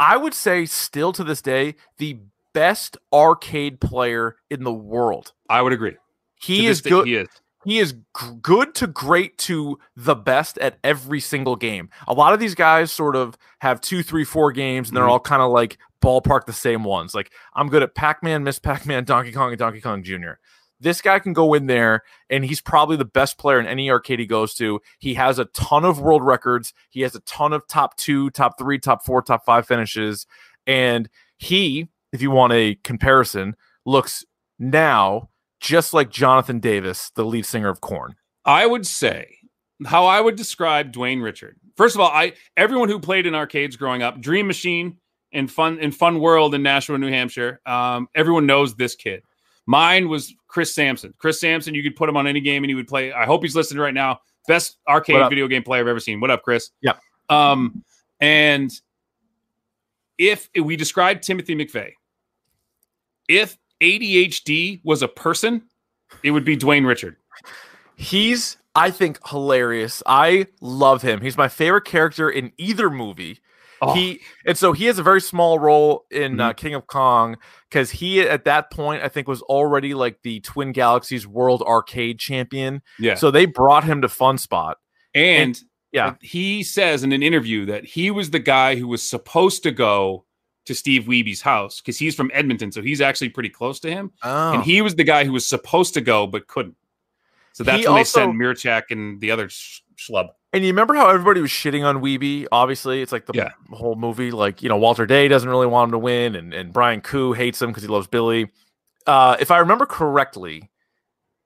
Speaker 2: I would say, still to this day, the best arcade player in the world.
Speaker 3: I would agree.
Speaker 2: He
Speaker 3: To
Speaker 2: is
Speaker 3: this day,
Speaker 2: good.
Speaker 3: He is.
Speaker 2: He is g- good to great to the best at every single game. A lot of these guys sort of have two, three, four games, and they're all kind of like ballpark the same ones. Like I'm good at Pac Man, Miss Pac Man, Donkey Kong, and Donkey Kong Jr. This guy can go in there, and he's probably the best player in any arcade he goes to. He has a ton of world records. He has a ton of top two, top three, top four, top five finishes. And he, if you want a comparison, looks now just like Jonathan Davis, the lead singer of Korn.
Speaker 3: I would say how I would describe Dwayne Richard. First of all, I everyone who played in arcades growing up, Dream Machine and Fun and Fun World in Nashua, New Hampshire. Um, everyone knows this kid. Mine was Chris Sampson. Chris Sampson, you could put him on any game and he would play. I hope he's listening right now. Best arcade
Speaker 2: What up?
Speaker 3: video game player I've ever seen. What up, Chris?
Speaker 2: Yep.
Speaker 3: Um, and if we described Timothy McVeigh, if ADHD was a person, it would be Dwayne Richard.
Speaker 2: He's, I think, hilarious. I love him. He's my favorite character in either movie.
Speaker 3: Oh. Mm-hmm.
Speaker 2: He and so he has a very small role in uh, King of Kong because he at that point I think was already like the Twin Galaxies World Arcade Champion.
Speaker 3: Yeah.
Speaker 2: So they brought him to Fun Spot.
Speaker 3: And, uh,
Speaker 2: yeah.
Speaker 3: he says in an interview that he was the guy who was supposed to go to Steve Weeby's house because he's from Edmonton, so he's actually pretty close to him.
Speaker 2: Oh.
Speaker 3: And he was the guy who was supposed to go but couldn't. So that's
Speaker 2: He
Speaker 3: when
Speaker 2: also-
Speaker 3: they sent Mirchak and the other sh- schlub.
Speaker 2: And you remember how everybody was shitting on Weeby? Obviously, it's like the
Speaker 3: Yeah.
Speaker 2: whole movie. Like, you know, Walter Day doesn't really want him to win, and, and Brian Koo hates him because he loves Billy. Uh, if I remember correctly,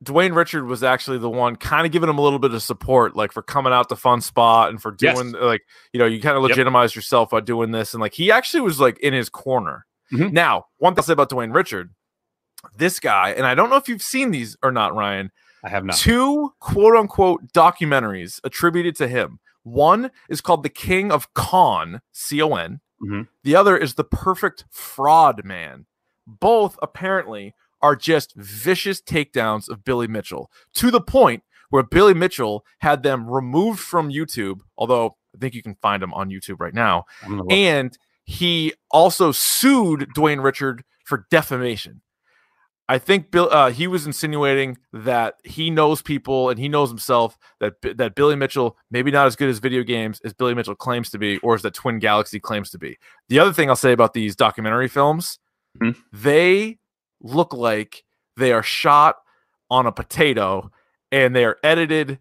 Speaker 2: Dwayne Richard was actually the one kind of giving him a little bit of support, like for coming out to Fun Spot and for
Speaker 3: Yes.
Speaker 2: doing, like, you know, you kind of
Speaker 3: Yep.
Speaker 2: legitimize yourself by doing this. And like, he actually was like in his corner.
Speaker 3: Mhm.
Speaker 2: Now, one thing I'll say about Dwayne Richard, this guy, and I don't know if you've seen these or not, Ryan
Speaker 3: I have not.
Speaker 2: two quote unquote documentaries attributed to him. One is called The King of Con, C O N.
Speaker 3: Mhm.
Speaker 2: The other is The Perfect Fraud Man. Both apparently are just vicious takedowns of Billy Mitchell to the point where Billy Mitchell had them removed from YouTube, although I think you can find them on YouTube right now.
Speaker 3: I'm gonna look.
Speaker 2: And he also sued Dwayne Richard for defamation. I think Bill uh, he was insinuating that he knows people and he knows himself that Bi- that Billy Mitchell maybe not as good as video games as Billy Mitchell claims to be or as that Twin Galaxy claims to be. The other thing I'll say about these documentary films,
Speaker 3: Mhm.
Speaker 2: they look like they are shot on a potato and they are edited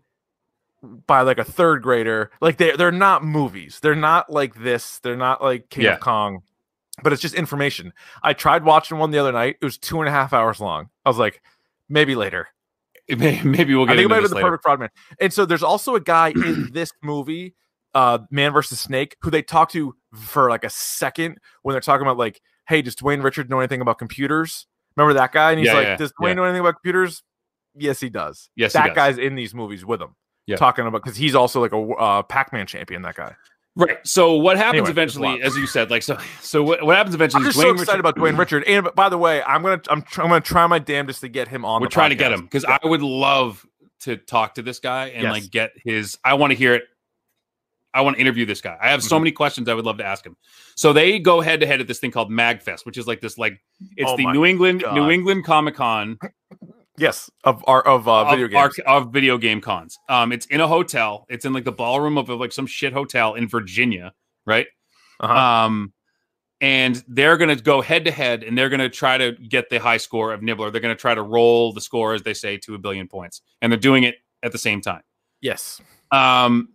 Speaker 2: by like a third grader. Like they they're not movies. They're not like this. They're not like King
Speaker 3: Yeah.
Speaker 2: of Kong. But it's just information. I tried watching one the other night. It was two and a half hours long. I was like, maybe later.
Speaker 3: May- maybe we'll get
Speaker 2: I think it
Speaker 3: into
Speaker 2: might have
Speaker 3: this
Speaker 2: been the
Speaker 3: later.
Speaker 2: perfect fraud man. And so there's also a guy in this movie, uh, Man versus Snake, who they talk to for like a second when they're talking about like, hey, does Dwayne Richard know anything about computers? Remember that guy? And he's
Speaker 3: Yeah,
Speaker 2: like,
Speaker 3: yeah,
Speaker 2: does Dwayne
Speaker 3: yeah.
Speaker 2: know anything about computers? Yes, he does.
Speaker 3: Yes, he
Speaker 2: that
Speaker 3: does.
Speaker 2: guy's in these movies with him.
Speaker 3: Yeah.
Speaker 2: Talking about because he's also like a uh, Pac-Man champion. That guy.
Speaker 3: Right. So what happens
Speaker 2: Anyway, there's a lot.
Speaker 3: eventually, as you said, like so. So what, what happens eventually?
Speaker 2: I'm
Speaker 3: is
Speaker 2: just
Speaker 3: Dwayne
Speaker 2: so excited
Speaker 3: Richard-
Speaker 2: about Dwayne Richard. And by the way, I'm gonna I'm, tr- I'm gonna try my damnedest to get him on.
Speaker 3: We're
Speaker 2: the
Speaker 3: trying to get
Speaker 2: podcast.
Speaker 3: him because I would love to talk to this guy and
Speaker 2: Yes.
Speaker 3: like get his. I want to hear it. I want to interview this guy. I have
Speaker 2: Mm-hmm.
Speaker 3: so many questions I would love to ask him. So they go head to head at this thing called Magfest, which is like this like it's
Speaker 2: Oh
Speaker 3: the
Speaker 2: my
Speaker 3: New England
Speaker 2: God.
Speaker 3: New England Comic Con
Speaker 2: Yes, of our of uh, video
Speaker 3: of,
Speaker 2: games.
Speaker 3: arc- of video game cons. Um, it's in a hotel. It's in like the ballroom of like some shit hotel in Virginia, right?
Speaker 2: Uh-huh.
Speaker 3: Um, and they're going to go head to head, and they're going to try to get the high score of Nibbler. They're going to try to roll the score, as they say, to a billion points, and they're doing it at the same time.
Speaker 2: yes.
Speaker 3: Um,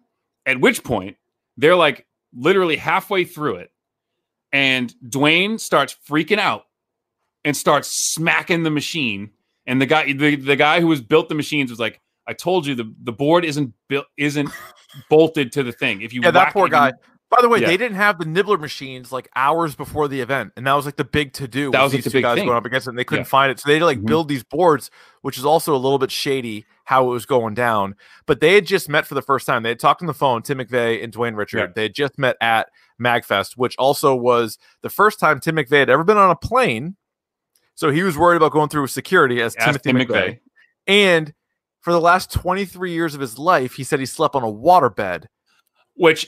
Speaker 3: at which point, they're like literally halfway through it, and Dwayne starts freaking out and starts smacking the machine. And the guy, the, the guy who was built the machines, was like, "I told you the, the board isn't built, isn't bolted to the thing. If you
Speaker 2: Yeah, that
Speaker 3: whack
Speaker 2: poor
Speaker 3: it, you-
Speaker 2: guy. By the way,
Speaker 3: Yeah.
Speaker 2: they didn't have the nibbler machines like hours before the event, and that was like the big to do.
Speaker 3: That was, like,
Speaker 2: these
Speaker 3: the
Speaker 2: two
Speaker 3: big
Speaker 2: guys
Speaker 3: thing.
Speaker 2: going up against it, and they couldn't
Speaker 3: Yeah.
Speaker 2: find it, so they had to like
Speaker 3: Mhm.
Speaker 2: build these boards, which is also a little bit shady how it was going down. But they had just met for the first time. They had talked on the phone, Tim McVeigh and Dwayne Richard.
Speaker 3: Yeah.
Speaker 2: They had just met at Magfest, which also was the first time Tim McVeigh had ever been on a plane. So he was worried about going through security as
Speaker 3: Ask
Speaker 2: Timothy
Speaker 3: Tim
Speaker 2: McVeigh.
Speaker 3: McVeigh.
Speaker 2: And for the last 23 years of his life, he said he slept on a waterbed
Speaker 3: which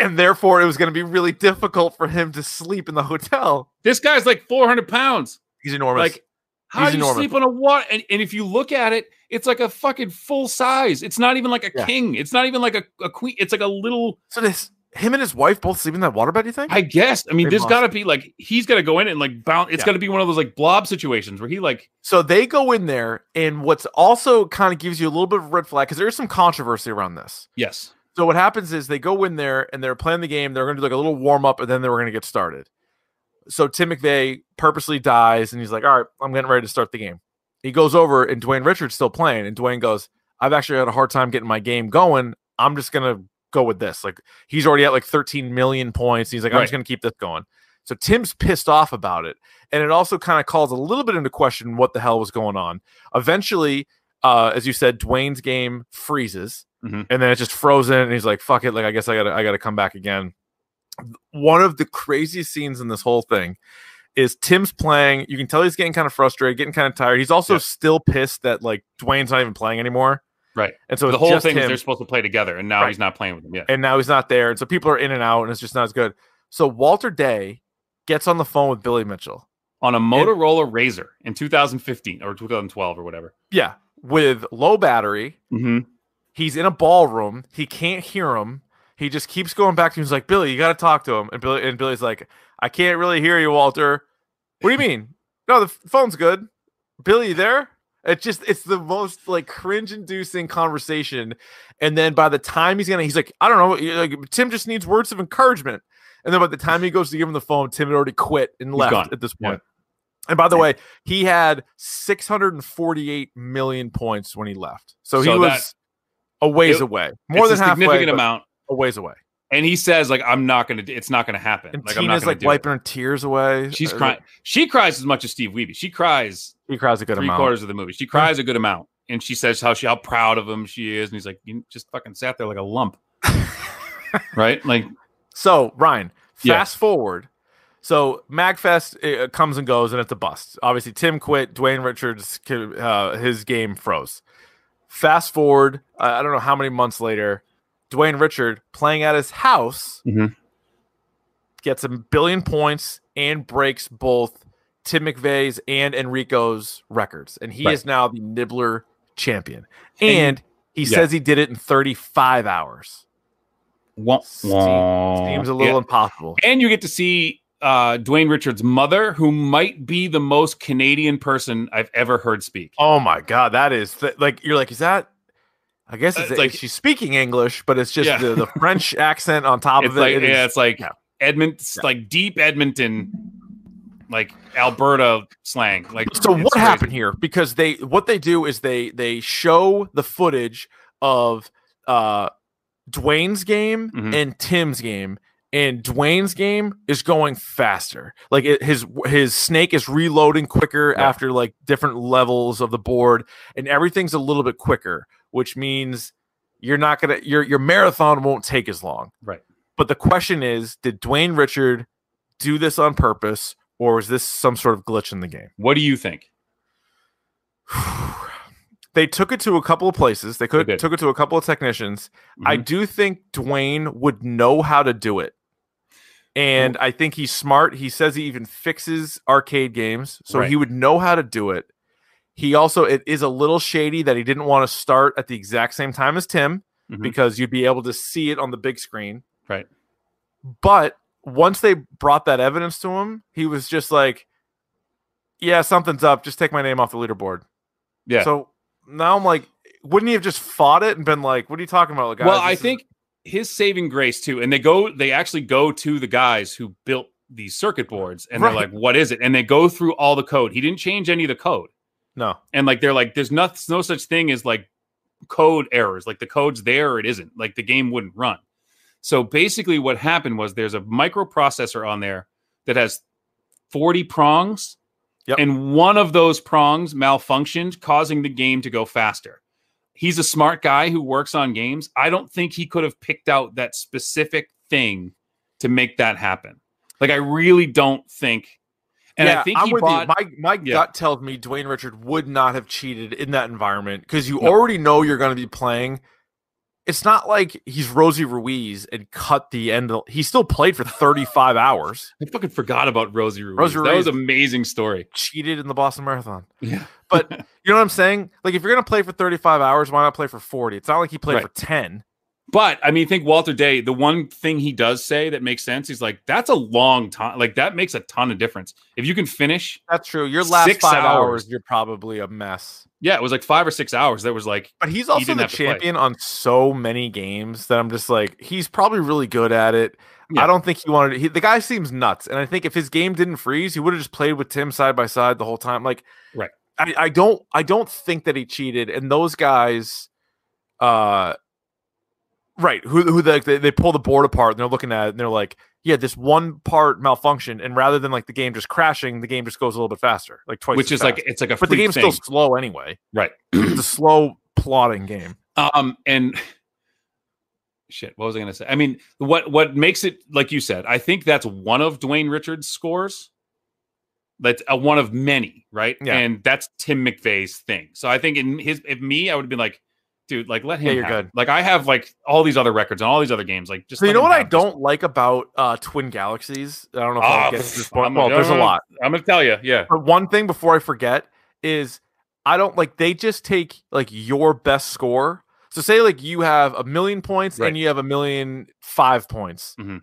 Speaker 2: and therefore it was going to be really difficult for him to sleep in the hotel.
Speaker 3: this guy's like 400 pounds.
Speaker 2: He's enormous.
Speaker 3: Like, How
Speaker 2: He's
Speaker 3: do you
Speaker 2: enormous.
Speaker 3: sleep on a water? And, and if you look at it, it's like a fucking full size. It's not even like a
Speaker 2: Yeah.
Speaker 3: king. It's not even like a, a queen. It's like a little.
Speaker 2: So this him and his wife both sleep in that waterbed, you think?
Speaker 3: I guess. I mean,
Speaker 2: They
Speaker 3: there's
Speaker 2: must.
Speaker 3: got to be like he's got to go in and like bounce. It's
Speaker 2: Yeah.
Speaker 3: got to be one of those like blob situations where he like
Speaker 2: So they go in there, and what's also kind of gives you a little bit of a red flag because there is some controversy around this.
Speaker 3: yes.
Speaker 2: So what happens is they go in there and they're playing the game. They're going to do like a little warm up, and then they were going to get started. So Tim McVeigh purposely dies, and he's like, "All right, I'm getting ready to start the game." He goes over, and Dwayne Richards still playing, and Dwayne goes, "I've actually had a hard time getting my game going. I'm just going to go with this." Like he's already at like 13 million points. He's like, "I'm just
Speaker 3: Right.
Speaker 2: going to keep this going." So Tim's pissed off about it, and it also kind of calls a little bit into question what the hell was going on. Eventually, uh, as you said, Dwayne's game freezes,
Speaker 3: Mhm.
Speaker 2: and then it's just frozen, and he's like, "Fuck it!" Like I guess I gotta I gotta come back again. One of the craziest scenes in this whole thing is Tim's playing. You can tell he's getting kind of frustrated, getting kind of tired. He's also
Speaker 3: Yeah.
Speaker 2: still pissed that like Dwayne's not even playing anymore,
Speaker 3: Right.
Speaker 2: And so
Speaker 3: the
Speaker 2: it's
Speaker 3: whole
Speaker 2: just
Speaker 3: thing is
Speaker 2: him
Speaker 3: they're supposed to play together, and now
Speaker 2: Right.
Speaker 3: he's not playing with them. Yeah.
Speaker 2: and now he's not there. And so people are in and out, and it's just not as good. So Walter Day gets on the phone with Billy Mitchell.
Speaker 3: On a Motorola Razor in 2015 or 2012 or whatever.
Speaker 2: Yeah. With low battery.
Speaker 3: Mm-hmm.
Speaker 2: He's in a ballroom. He can't hear him. He just keeps going back to him. He's like, Billy, you got to talk to him. And Billy and Billy's like, I can't really hear you, Walter. What do you mean? no, the f- phone's good. Billy, you there? It just it's the most like cringe-inducing conversation. And then by the time he's gonna, he's like, I don't know. you- Like, Tim just needs words of encouragement. And then by the time he goes to give him the phone, Tim had already quit and left
Speaker 3: gone.
Speaker 2: at this
Speaker 3: Yeah.
Speaker 2: point. And by the way, he had 648 million points when he left. So, he
Speaker 3: So
Speaker 2: was
Speaker 3: that-
Speaker 2: a ways
Speaker 3: it-
Speaker 2: away, more than
Speaker 3: a
Speaker 2: halfway,
Speaker 3: significant
Speaker 2: but
Speaker 3: amount.
Speaker 2: a ways away.
Speaker 3: And he says like I'm not gonna. do- It's not gonna happen.
Speaker 2: And
Speaker 3: like I'm not
Speaker 2: Tina's
Speaker 3: gonna
Speaker 2: like
Speaker 3: do it.
Speaker 2: wiping her tears away.
Speaker 3: She's
Speaker 2: Uh,
Speaker 3: crying. She cries as much as Steve Weeby. She cries
Speaker 2: He cries a good
Speaker 3: three
Speaker 2: amount.
Speaker 3: quarters of the movie. She cries a good amount, and she says how she how proud of him she is, and he's like, "You just fucking sat there like a lump." right, like
Speaker 2: So Ryan,
Speaker 3: Yeah.
Speaker 2: fast forward. So Magfest uh, comes and goes, and it's a bust. Obviously, Tim quit. Dwayne Richards, ki- uh, his game froze. Fast forward, uh, I don't know how many months later, Dwayne Richard playing at his house
Speaker 3: Mhm.
Speaker 2: gets a billion points and breaks both Tim McVeigh's and Enrico's records, and he
Speaker 3: Right.
Speaker 2: is now the Nibbler champion.
Speaker 3: And-
Speaker 2: And he
Speaker 3: Yeah.
Speaker 2: says he did it in 35 hours.
Speaker 3: wah, wah.
Speaker 2: Seems a little
Speaker 3: Yeah.
Speaker 2: impossible.
Speaker 3: And you get to see uh, Dwayne Richards' mother, who might be the most Canadian person I've ever heard speak.
Speaker 2: Oh my god, that is th- like you're like, is that? I guess
Speaker 3: Uh,
Speaker 2: it's,
Speaker 3: it's like-
Speaker 2: she's speaking English, but it's just
Speaker 3: Yeah.
Speaker 2: the, the French accent on top
Speaker 3: it's
Speaker 2: of it.
Speaker 3: like
Speaker 2: It is-
Speaker 3: yeah, it's like
Speaker 2: yeah.
Speaker 3: Edmont, it's like deep Edmonton, like Alberta slang. Like
Speaker 2: so
Speaker 3: it's
Speaker 2: what
Speaker 3: crazy.
Speaker 2: happened here? Because they what they do is they they show the footage of uh Dwayne's game
Speaker 3: Mhm.
Speaker 2: and Tim's game. And Dwayne's game is going faster. Like it, his his snake is reloading quicker
Speaker 3: Yeah.
Speaker 2: after like different levels of the board, and everything's a little bit quicker, which means you're not gonna your your marathon won't take as long.
Speaker 3: Right.
Speaker 2: But the question is, did Dwayne Richard do this on purpose, or was this some sort of glitch in the game?
Speaker 3: What do you think?
Speaker 2: they took it to a couple of places. They could
Speaker 3: They did. Mm-hmm.
Speaker 2: took it to a couple of technicians. I do think Dwayne would know how to do it. And I think he's smart. He says he even fixes arcade games, so he
Speaker 3: Right.
Speaker 2: would know how to do it. He also it is a little shady that he didn't want to start at the exact same time as Tim
Speaker 3: Mhm.
Speaker 2: because you'd be able to see it on the big screen.
Speaker 3: Right.
Speaker 2: But once they brought that evidence to him, he was just like, "Yeah, something's up. Just take my name off the leaderboard."
Speaker 3: Yeah.
Speaker 2: So now I'm like, wouldn't he have just fought it and been like, "What are you talking about, guys?"
Speaker 3: well, I
Speaker 2: This is-
Speaker 3: think his saving grace too, and they go, they actually go to the guys who built these circuit boards, and
Speaker 2: Right.
Speaker 3: they're like, "What is it?" And they go through all the code. He didn't change any of the code,
Speaker 2: no.
Speaker 3: and like they're like, "There's no, no such thing as like code errors. Like the code's there, or it isn't. Like the game wouldn't run." So basically, what happened was there's a microprocessor on there that has 40 prongs,
Speaker 2: Yep.
Speaker 3: and one of those prongs malfunctioned, causing the game to go faster. He's a smart guy who works on games. I don't think he could have picked out that specific thing to make that happen. Like, I really don't think. And I think
Speaker 2: I'm
Speaker 3: he
Speaker 2: with
Speaker 3: bought.
Speaker 2: you. My my
Speaker 3: Yeah.
Speaker 2: gut tells me Dwayne Richard would not have cheated in that environment because you
Speaker 3: No.
Speaker 2: already know you're going to be playing it's not like he's Rosie Ruiz and cut the end. Of, he still played for 35 hours,
Speaker 3: I fucking forgot about Rosie Ruiz.
Speaker 2: Rosie
Speaker 3: That was
Speaker 2: Ruiz.
Speaker 3: an amazing story.
Speaker 2: cheated in the Boston Marathon.
Speaker 3: Yeah.
Speaker 2: But you know what I'm saying? Like, if you're going to play for 35 hours, why not play for 40? It's not like he played
Speaker 3: Right.
Speaker 2: for 10.
Speaker 3: But I mean, think Walter Day, the one thing he does say that makes sense, he's like, that's a long time. Like, that makes a ton of difference. If you can finish,
Speaker 2: That's true. Your last
Speaker 3: Six
Speaker 2: five
Speaker 3: hours.
Speaker 2: hours, you're probably a mess.
Speaker 3: yeah, it was like five or six hours. That was like,
Speaker 2: But he's also
Speaker 3: didn't
Speaker 2: the
Speaker 3: have to play.
Speaker 2: champion on so many games that I'm just like, he's probably really good at it.
Speaker 3: Yeah.
Speaker 2: I don't think he wanted. He, the guy seems nuts, and I think if his game didn't freeze, he would have just played with Tim side by side the whole time. Like,
Speaker 3: Right.
Speaker 2: I, I don't. I don't think that he cheated. And those guys, uh, right? Who who they, they they pull the board apart and they're looking at it and they're like, yeah, this one part malfunctioned, and rather than like the game just crashing, the game just goes a little bit faster, like twice.
Speaker 3: which
Speaker 2: as
Speaker 3: is like,
Speaker 2: fast.
Speaker 3: it's like a
Speaker 2: but the
Speaker 3: freak
Speaker 2: game's
Speaker 3: thing.
Speaker 2: still slow anyway.
Speaker 3: Right.
Speaker 2: it's a slow plotting game.
Speaker 3: Um, and shit, what was I going to say? I mean, what what makes it like you said? I think that's one of Dwayne Richards' scores. That's a, one of many, right?
Speaker 2: Yeah.
Speaker 3: And that's Tim McVeigh's thing. So I think in his, if me, I would have been like, dude, like let him.
Speaker 2: Yeah, you're
Speaker 3: have it.
Speaker 2: good.
Speaker 3: Like I have like all these other records and all these other games. Like just
Speaker 2: So you
Speaker 3: let
Speaker 2: know
Speaker 3: him
Speaker 2: what I
Speaker 3: have this.
Speaker 2: don't like about uh, Twin Galaxies? I don't know if
Speaker 3: Ah,
Speaker 2: I'll get to this point.
Speaker 3: I'm a-
Speaker 2: Well, there's a lot.
Speaker 3: I'm gonna tell you, yeah.
Speaker 2: But one thing before I forget is I don't like they just take like your best score. So say like you have a million points
Speaker 3: Right.
Speaker 2: and you have a million five points.
Speaker 3: Mhm.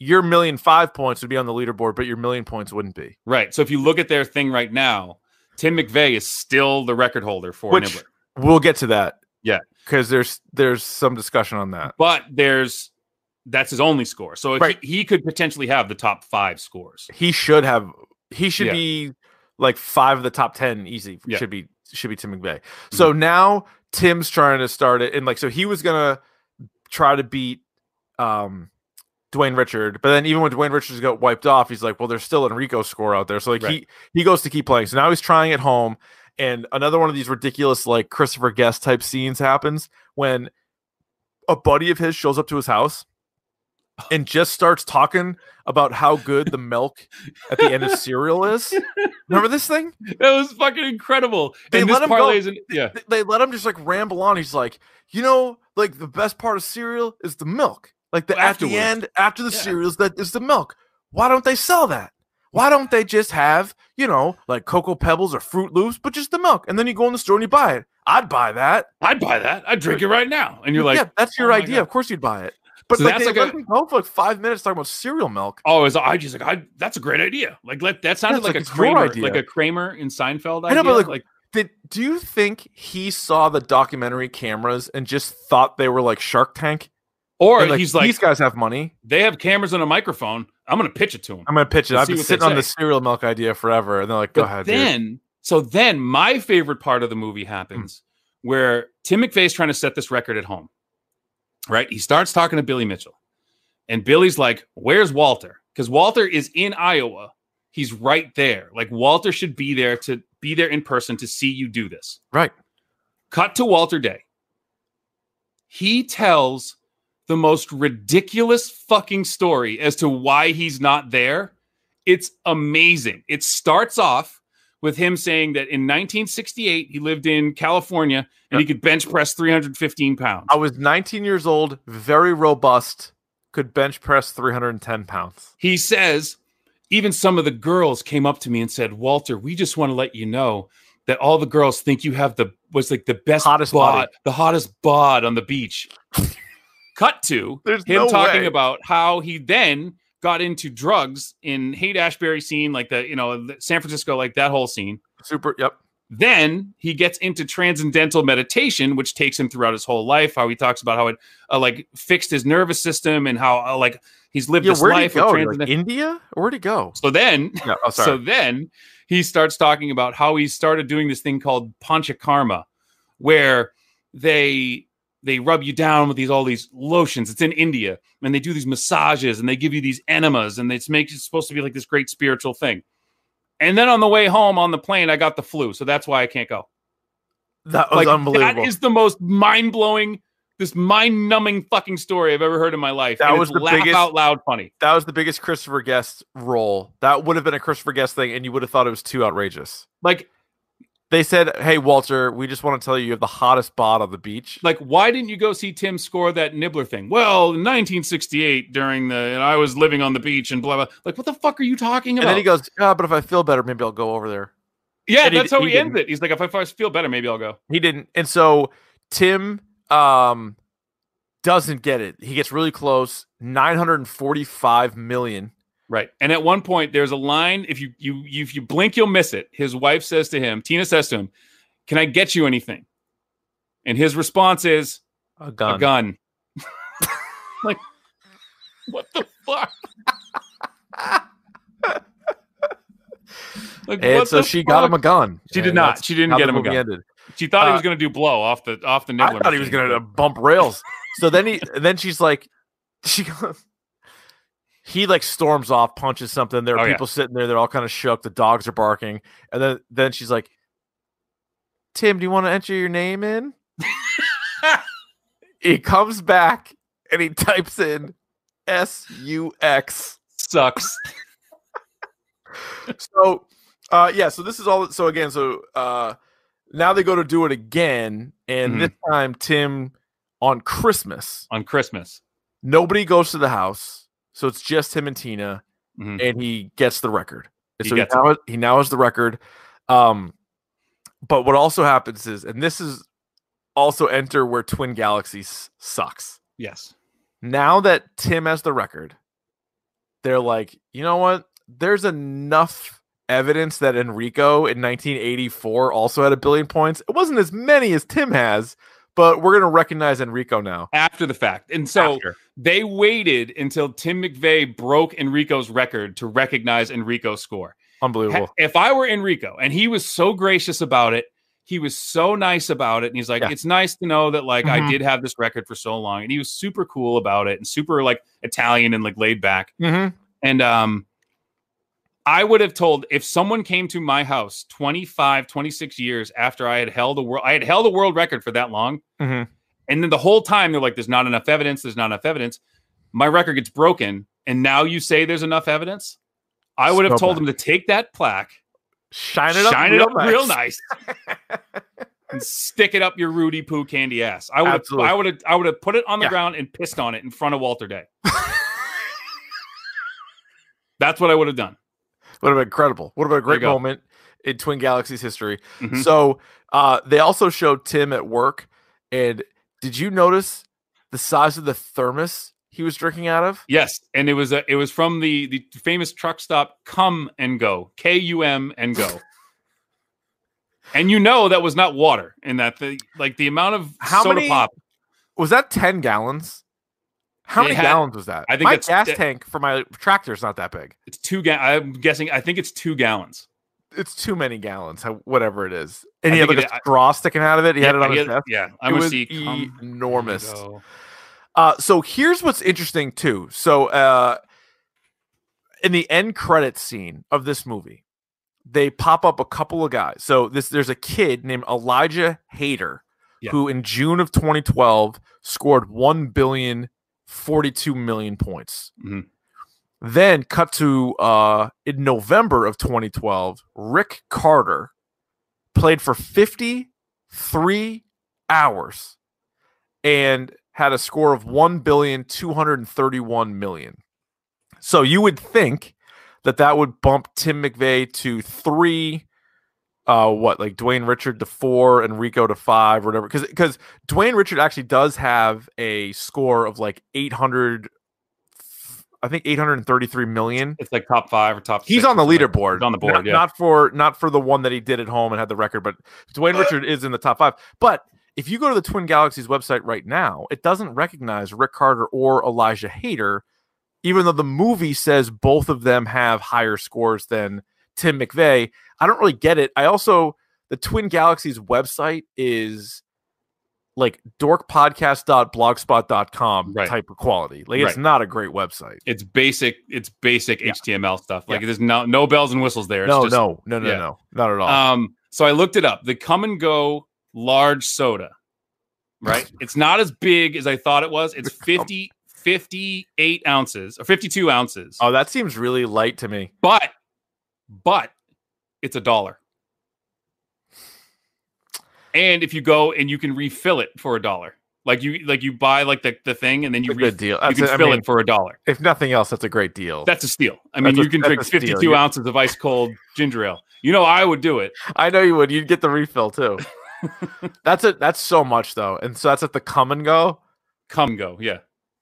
Speaker 2: Your million five points would be on the leaderboard, but your million points wouldn't be.
Speaker 3: Right. So if you look at their thing right now, Tim McVeigh is still the record holder for
Speaker 2: Which-
Speaker 3: Nibbler.
Speaker 2: We'll get to that.
Speaker 3: Yeah.
Speaker 2: because there's there's some discussion on that.
Speaker 3: but there's that's his only score. So if
Speaker 2: Right.
Speaker 3: he, he could potentially have the top five scores.
Speaker 2: He should have. He should
Speaker 3: Yeah.
Speaker 2: be like five of the top ten easy.
Speaker 3: Yeah. Mm-hmm.
Speaker 2: Should be should be Tim McVay. So now Tim's trying to start it, and like so he was gonna try to beat um Dwayne Richard, but then even when Dwayne Richards got wiped off, he's like, well, there's still Enrico score out there. So like
Speaker 3: Right.
Speaker 2: he he goes to keep playing. So now he's trying at home, and another one of these ridiculous like Christopher Guest type scenes happens when a buddy of his shows up to his house
Speaker 3: Oh.
Speaker 2: and just starts talking about how good the milk at the end of cereal is. Remember this thing?
Speaker 3: That was fucking incredible.
Speaker 2: They
Speaker 3: and
Speaker 2: let
Speaker 3: this
Speaker 2: him go.
Speaker 3: parlay isn't yeah.
Speaker 2: th- they let him just like ramble on. He's like, you know, like the best part of cereal is the milk. Like the at the
Speaker 3: Afterwards.
Speaker 2: end, after the
Speaker 3: Yeah.
Speaker 2: cereals, that is the milk. Why don't they sell that? Why don't they just have, you know, like cocoa pebbles or fruit loops, but just the milk? And then you go in the store and you buy it. I'd buy that.
Speaker 3: I'd buy that. I'd drink it right now. And you're like,
Speaker 2: yeah, that's your
Speaker 3: "Oh my
Speaker 2: idea.
Speaker 3: God."
Speaker 2: Of course you'd buy it. But
Speaker 3: So
Speaker 2: like,
Speaker 3: that's
Speaker 2: they
Speaker 3: like
Speaker 2: let
Speaker 3: a-
Speaker 2: him go for like five minutes talking about cereal milk.
Speaker 3: Oh, is I just like I that's a great idea. Like let that sounded
Speaker 2: it's
Speaker 3: like,
Speaker 2: like
Speaker 3: a
Speaker 2: it's your
Speaker 3: Kramer,
Speaker 2: idea.
Speaker 3: like a Kramer in Seinfeld idea.
Speaker 2: I know, but,
Speaker 3: like,
Speaker 2: like, Did do you think he saw the documentary cameras and just thought they were like Shark Tank?
Speaker 3: or
Speaker 2: And,
Speaker 3: he's like
Speaker 2: these guys have money.
Speaker 3: they have cameras and a microphone. I'm gonna pitch it to him.
Speaker 2: I'm gonna pitch it.
Speaker 3: and
Speaker 2: I've
Speaker 3: see
Speaker 2: been
Speaker 3: what they
Speaker 2: sitting on the
Speaker 3: say.
Speaker 2: cereal milk idea forever, and they're like, "Go
Speaker 3: but
Speaker 2: ahead." dude." Hmm.
Speaker 3: then so then my favorite part of the movie happens where tim mcveigh's trying to set this record at home right he starts talking to billy mitchell and billy's like where's walter because walter is in iowa he's right there like walter should be there to be there in person to see you do this
Speaker 2: Right.
Speaker 3: cut to walter day he tells the most ridiculous fucking story as to why he's not there it's amazing. It starts off with him saying that in 1968 he lived in California and he could bench press 315 pounds.
Speaker 2: I was 19 years old, very robust, could bench press 310 pounds.
Speaker 3: He says, even some of the girls came up to me and said, "Walter, we just want to let you know that all the girls think you have the was like the best
Speaker 2: Hottest
Speaker 3: bod,
Speaker 2: body.
Speaker 3: the hottest bod on the beach." Cut to
Speaker 2: There's
Speaker 3: him
Speaker 2: no
Speaker 3: talking
Speaker 2: way.
Speaker 3: about how he then got into drugs in Haight Ashbury scene, like the you know the- San Francisco, like that whole scene.
Speaker 2: super. Yep.
Speaker 3: then he gets into transcendental meditation which takes him throughout his whole life how he talks about how it uh, like fixed his nervous system and how uh, like he's lived
Speaker 2: Yeah,
Speaker 3: this
Speaker 2: where'd he
Speaker 3: life of
Speaker 2: go? You're
Speaker 3: transcendent-
Speaker 2: Like, India? Where'd he go?
Speaker 3: so then
Speaker 2: No, oh,
Speaker 3: so
Speaker 2: sorry.
Speaker 3: then he starts talking about how he started doing this thing called panchakarma where they they rub you down with these all these lotions it's in india and they do these massages and they give you these enemas and it's makes it's supposed to be like this great spiritual thing and then on the way home on the plane i got the flu so that's why i can't go
Speaker 2: that was unbelievable.
Speaker 3: that is the most mind blowing, this mind numbing fucking story I've ever heard in my life.
Speaker 2: That
Speaker 3: and
Speaker 2: was
Speaker 3: it's
Speaker 2: the
Speaker 3: laugh
Speaker 2: biggest-
Speaker 3: out loud funny.
Speaker 2: that was the biggest Christopher Guest role. That would have been a Christopher Guest thing, and you would have thought it was too outrageous.
Speaker 3: Like
Speaker 2: They said, "Hey Walter, we just want to tell you you have the hottest bod on the beach."
Speaker 3: Like, why didn't you go see Tim score that nibbler thing? Well, in 1968, during the, and I was living on the beach and blah, blah. Like, what the fuck are you talking
Speaker 2: And
Speaker 3: about?
Speaker 2: then he goes, "Ah, but if I feel better, maybe I'll go over there."
Speaker 3: yeah,
Speaker 2: and he-
Speaker 3: that's how
Speaker 2: he
Speaker 3: he, ends
Speaker 2: didn't.
Speaker 3: it. He's like, if I first feel better, maybe I'll go.
Speaker 2: He didn't. And so Tim um doesn't get it. He gets really close, 945 million.
Speaker 3: Right. And at one point, there's a line. If you you you- if you blink, you'll miss it. His wife says to him, Tina says to him, "Can I get you anything?" And his response is
Speaker 2: A gun.
Speaker 3: a gun. like, what the fuck? like,
Speaker 2: And
Speaker 3: what
Speaker 2: so
Speaker 3: the
Speaker 2: she got him a
Speaker 3: fuck?
Speaker 2: gun.
Speaker 3: She did
Speaker 2: And
Speaker 3: not.
Speaker 2: that's
Speaker 3: She didn't
Speaker 2: how
Speaker 3: get
Speaker 2: the
Speaker 3: him a
Speaker 2: movie
Speaker 3: gun.
Speaker 2: ended.
Speaker 3: She thought
Speaker 2: uh,
Speaker 3: he was going to do blow off the off the nibbler.
Speaker 2: I thought he was
Speaker 3: machine.
Speaker 2: going to bump rails. So then he then she's like she goes he like storms off, punches something. There are
Speaker 3: Oh, yeah.
Speaker 2: people sitting there, they're all kind of shook. The dogs are barking. And then then she's like, Tim, do you want to enter your name in? he comes back and he types in S U X.
Speaker 3: sucks.
Speaker 2: So uh yeah, so this is all so again, so uh now they go to do it again, and
Speaker 3: Mhm.
Speaker 2: this time Tim on Christmas
Speaker 3: on Christmas.
Speaker 2: nobody goes to the house, so it's just him and Tina,
Speaker 3: Mhm.
Speaker 2: and he gets the record. And
Speaker 3: He
Speaker 2: so he
Speaker 3: gets it.
Speaker 2: now, he now has the record. Um, but what also happens is, and this is also enter where Twin Galaxies sucks.
Speaker 3: Yes.
Speaker 2: Now that Tim has the record, they're like, you know what? There's enough evidence that Enrico in 1984 also had a billion points. It wasn't as many as Tim has, but we're gonna recognize Enrico now.
Speaker 3: After the fact. And so
Speaker 2: after.
Speaker 3: they waited until Tim McVeigh broke Enrico's record to recognize Enrico's score.
Speaker 2: unbelievable.
Speaker 3: Ha- If I were Enrico and he was so gracious about it, he was so nice about it. And he's like,
Speaker 2: Yeah.
Speaker 3: it's nice to know that like I did have this record for so long. And he was super cool about it and super like Italian and like laid back.
Speaker 2: Mm-hmm.
Speaker 3: And um I would have told if someone came to my house 25, 26 years after I had held a world I had held a world record for that long.
Speaker 2: Mhm.
Speaker 3: And then the whole time they're like, there's not enough evidence, there's not enough evidence. My record gets broken, and now you say there's enough evidence. I would have
Speaker 2: So
Speaker 3: told them to take that plaque,
Speaker 2: shine it up,
Speaker 3: shine it
Speaker 2: real
Speaker 3: up real
Speaker 2: nice.
Speaker 3: nice, and stick it up your Rudy Poo candy ass. I would have,
Speaker 2: Absolutely.
Speaker 3: I would have, I would have put it on the
Speaker 2: Yeah.
Speaker 3: ground and pissed on it in front of Walter Day. That's what I would have done.
Speaker 2: Would have been incredible. Would have been a
Speaker 3: There you
Speaker 2: great
Speaker 3: go.
Speaker 2: moment in Twin Galaxies history.
Speaker 3: Mhm.
Speaker 2: So uh, they also showed Tim at work, and did you notice the size of the thermos he was drinking out of?
Speaker 3: Yes, and it was a, it was from the the famous truck stop Come and Go K U M and Go. and you know that was not water, and that the like the amount of
Speaker 2: How
Speaker 3: soda
Speaker 2: many-
Speaker 3: pop.
Speaker 2: Was that ten gallons? How
Speaker 3: It
Speaker 2: many
Speaker 3: had-
Speaker 2: gallons was that?
Speaker 3: I think
Speaker 2: my
Speaker 3: it's-
Speaker 2: gas
Speaker 3: it-
Speaker 2: tank for my tractor is not that big.
Speaker 3: It's two ga- I'm guessing. I think it's two gallons.
Speaker 2: It's too many gallons, how- whatever it is. And
Speaker 3: I
Speaker 2: he had
Speaker 3: think
Speaker 2: like
Speaker 3: it-
Speaker 2: a
Speaker 3: I-
Speaker 2: straw sticking out of it. He had it on
Speaker 3: yeah,
Speaker 2: his desk.
Speaker 3: yeah,
Speaker 2: It
Speaker 3: I'm gonna
Speaker 2: was
Speaker 3: see. Come and
Speaker 2: enormous.
Speaker 3: Go.
Speaker 2: Uh, so here's what's interesting too. So uh, in the end credit scene of this movie, they pop up a couple of guys. So this there's a kid named Elijah Hayter
Speaker 3: Yeah.
Speaker 2: who in June of 2012 scored 1 billion 42 million points.
Speaker 3: Mhm.
Speaker 2: Then cut to uh, in November of 2012, Rick Carter played for 53 hours and had a score of 1 billion 231 million. So you would think that that would bump Tim McVeigh to 3 uh what like Dwayne Richard to 4 and Rico to 5 or whatever cuz cuz Dwayne Richard actually does have a score of like 800 I think 833 million.
Speaker 3: It's like top five or top.
Speaker 2: He's
Speaker 3: six
Speaker 2: on
Speaker 3: or
Speaker 2: the
Speaker 3: something.
Speaker 2: leaderboard.
Speaker 3: He's on the board.
Speaker 2: Not,
Speaker 3: yeah.
Speaker 2: not for not for the one that he did at home and had the record, but Dwayne Richard is in the top five. But if you go to the Twin Galaxies website right now, it doesn't recognize Rick Carter or Elijah Hayter, even though the movie says both of them have higher scores than Tim McVeigh. I don't really get it. I also the Twin Galaxies website is like dorkpodcast.blogspot.com
Speaker 3: Right.
Speaker 2: type of quality. Like it's
Speaker 3: Right.
Speaker 2: not a great website.
Speaker 3: it's basic. It's basic
Speaker 2: Yeah.
Speaker 3: HTML stuff. Like
Speaker 2: Yeah.
Speaker 3: there's no no bells and whistles there. It's
Speaker 2: No,
Speaker 3: just,
Speaker 2: no, no, no,
Speaker 3: yeah.
Speaker 2: no, not at all.
Speaker 3: Um, so I looked it up. The come and go large soda, right? it's not as big as I thought it was. It's 50, 58 ounces or 52 ounces,
Speaker 2: oh, that seems really light to me.
Speaker 3: but, but it's a dollar. and if you go and you can refill it for a dollar, like you like you buy like the, the thing and then you
Speaker 2: a good
Speaker 3: refill,
Speaker 2: deal.
Speaker 3: you
Speaker 2: That's
Speaker 3: can
Speaker 2: a- I
Speaker 3: fill
Speaker 2: mean,
Speaker 3: it for a dollar.
Speaker 2: if nothing else, that's a great deal.
Speaker 3: That's a steal. I mean,
Speaker 2: That's a-
Speaker 3: you can
Speaker 2: that's
Speaker 3: drink
Speaker 2: a steal,
Speaker 3: 52
Speaker 2: yeah.
Speaker 3: ounces of ice cold ginger ale. You know, I would do it.
Speaker 2: I know you would. You'd get the refill too. that's it. That's so much though, and so that's at the come and go.
Speaker 3: Come go. Yeah.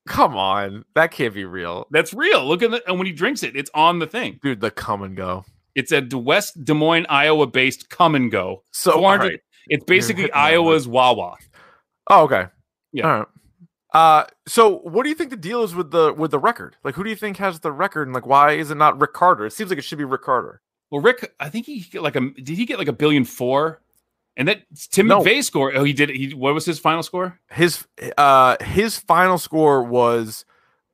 Speaker 2: Come on, that can't be real,
Speaker 3: That's real. Look at the, and when he drinks it, it's on the thing.
Speaker 2: dude. The come and go.
Speaker 3: It's a D- West Des Moines, Iowa based come and go.
Speaker 2: So all
Speaker 3: 400
Speaker 2: Oh, right.
Speaker 3: It's
Speaker 2: You're
Speaker 3: basically
Speaker 2: hitting on it.
Speaker 3: Iowa's Wawa.
Speaker 2: Oh, okay.
Speaker 3: Yeah.
Speaker 2: All right. Uh, so what do you think the deal is with the with the record? Like, who do you think has the record, and like, why is it not Rick Carter? It seems like it should be Rick Carter.
Speaker 3: Well, Rick, I think he got like a did he get like a billion four? And that Tim
Speaker 2: No.
Speaker 3: McVeigh score. Oh, he did. He what was his final score?
Speaker 2: His uh his final score was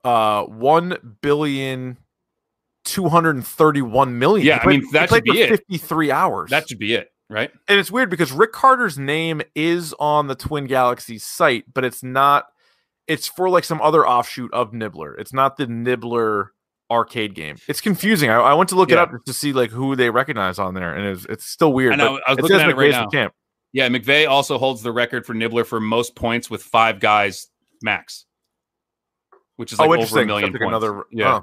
Speaker 2: uh one billion two hundred and thirty one million.
Speaker 3: Yeah,
Speaker 2: He
Speaker 3: I
Speaker 2: played-
Speaker 3: mean, that
Speaker 2: he played
Speaker 3: should be
Speaker 2: for
Speaker 3: it.
Speaker 2: Fifty three hours.
Speaker 3: That should be it, right?
Speaker 2: and it's weird because Rick Carter's name is on the Twin Galaxies site, but it's not. It's for like some other offshoot of Nibbler. It's not the Nibbler arcade game. It's confusing. I, I went to look it
Speaker 3: Yeah.
Speaker 2: up to see like who they recognize on there, and it's it's still weird.
Speaker 3: I know,
Speaker 2: but
Speaker 3: I was
Speaker 2: it
Speaker 3: looking
Speaker 2: says
Speaker 3: at it right
Speaker 2: McVeigh's
Speaker 3: now.
Speaker 2: the Champ.
Speaker 3: Yeah, McVeigh also holds the record for Nibbler for most points with five guys max, which is like
Speaker 2: oh,
Speaker 3: over a
Speaker 2: interesting.
Speaker 3: million
Speaker 2: Took
Speaker 3: points.
Speaker 2: another,
Speaker 3: yeah.
Speaker 2: yeah.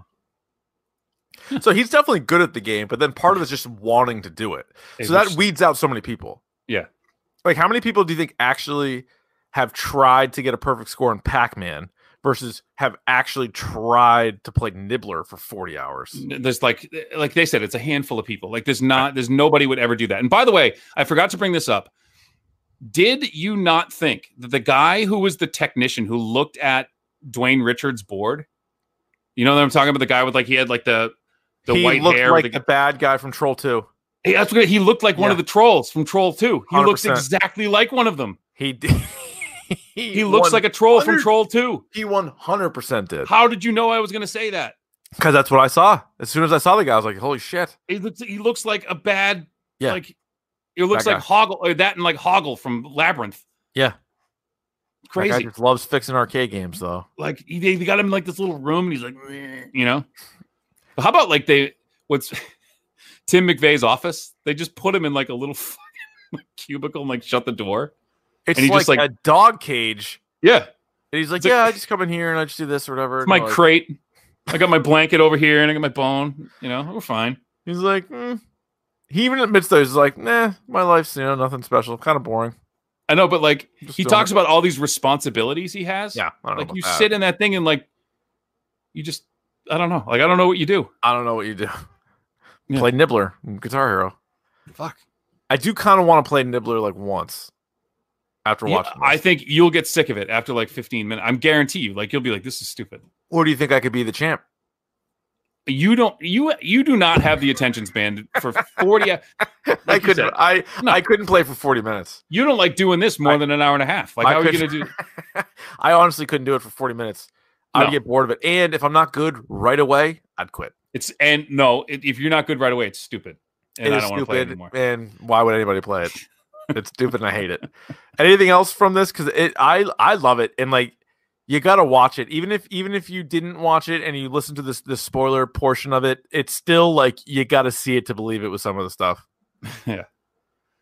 Speaker 2: So he's definitely good at the game, but then part of it's just wanting to do it.
Speaker 3: It
Speaker 2: oh. so that
Speaker 3: was-
Speaker 2: weeds out so many people.
Speaker 3: Yeah.
Speaker 2: Like, how many people do you think actually have tried to get a perfect score in Pac Man versus have actually tried to play Nibbler for 40 hours?
Speaker 3: there's like like they said it's a handful of people like there's not there's nobody would ever do that and by the way i forgot to bring this up did you not think that the guy who was the technician who looked at dwayne richards board you know what i'm talking about the guy with like he had like the the
Speaker 2: he
Speaker 3: white
Speaker 2: looked
Speaker 3: hair
Speaker 2: like
Speaker 3: with
Speaker 2: the
Speaker 3: the-
Speaker 2: bad guy from Troll 2.
Speaker 3: Hey, that's what he looked like one of
Speaker 2: Yeah.
Speaker 3: the trolls from troll 2 he looks
Speaker 2: 100%.
Speaker 3: exactly like one of them
Speaker 2: He did. he,
Speaker 3: he looks like a troll from
Speaker 2: 100
Speaker 3: troll 2
Speaker 2: he 100% did
Speaker 3: how did you know i was going to say that
Speaker 2: because that's what I saw. As soon as I saw the guy, I was like, holy shit.
Speaker 3: he looks he looks like a bad
Speaker 2: Yeah.
Speaker 3: like it looks
Speaker 2: That
Speaker 3: like Hoggle or that and like Hoggle from Labyrinth.
Speaker 2: Yeah. That guy
Speaker 3: Crazy.
Speaker 2: just loves fixing arcade games, though.
Speaker 3: Like he, they they got him in like this little room and he's like, "Meh," you know. But how about like they what's Tim McVeigh's office? They just put him in like a little fucking cubicle and like shut the door.
Speaker 2: It's
Speaker 3: he
Speaker 2: like,
Speaker 3: just, like-
Speaker 2: a dog cage.
Speaker 3: Yeah.
Speaker 2: And he's like,
Speaker 3: It's like-
Speaker 2: yeah, I just come in here and I just do this or whatever.
Speaker 3: It's
Speaker 2: And
Speaker 3: my
Speaker 2: I'm like-
Speaker 3: crate. I got my blanket over here and I got my bone. You know, we're fine.
Speaker 2: He's like, "Mm." he even admits those. He's like, nah, my life's you know nothing special, kind of boring.
Speaker 3: I know, but like
Speaker 2: Just
Speaker 3: he
Speaker 2: doing
Speaker 3: talks
Speaker 2: it."
Speaker 3: about all these responsibilities he has.
Speaker 2: yeah. I don't know
Speaker 3: Like
Speaker 2: about
Speaker 3: you
Speaker 2: that.
Speaker 3: sit in that thing and like you just I don't know. Like I don't know what you do.
Speaker 2: I don't know what you do.
Speaker 3: Yeah.
Speaker 2: Play Nibbler, and Guitar Hero.
Speaker 3: Fuck.
Speaker 2: I do kind of want to play Nibbler like once after
Speaker 3: Yeah,
Speaker 2: watching.
Speaker 3: I
Speaker 2: this.
Speaker 3: think you'll get sick of it after like 15 minutes. I'm guarantee you, like you'll be like, this is stupid.
Speaker 2: or do you think I could be the champ?
Speaker 3: You don't you you do not have the attention span for 40 hou-
Speaker 2: I
Speaker 3: Like you
Speaker 2: could.
Speaker 3: said.
Speaker 2: I
Speaker 3: No.
Speaker 2: I couldn't play for forty minutes.
Speaker 3: you don't like doing this more
Speaker 2: I-
Speaker 3: than an hour and a half. Like
Speaker 2: I
Speaker 3: how are you
Speaker 2: could-
Speaker 3: gonna do
Speaker 2: I honestly couldn't do it for forty minutes. I'd
Speaker 3: No.
Speaker 2: get bored of it, and if I'm not good right away, I'd quit.
Speaker 3: it's and no, it, if you're not good right away, it's stupid. And
Speaker 2: it
Speaker 3: I
Speaker 2: is
Speaker 3: don't want to play it
Speaker 2: stupid,
Speaker 3: anymore.
Speaker 2: and why would anybody play it? It's stupid, and I hate it. Anything else from this? Because it, I, I love it, and like you got to watch it. Even if, even if you didn't watch it and you listen to this, the spoiler portion of it, it's still like you got to see it to believe it was some of the stuff.
Speaker 3: No,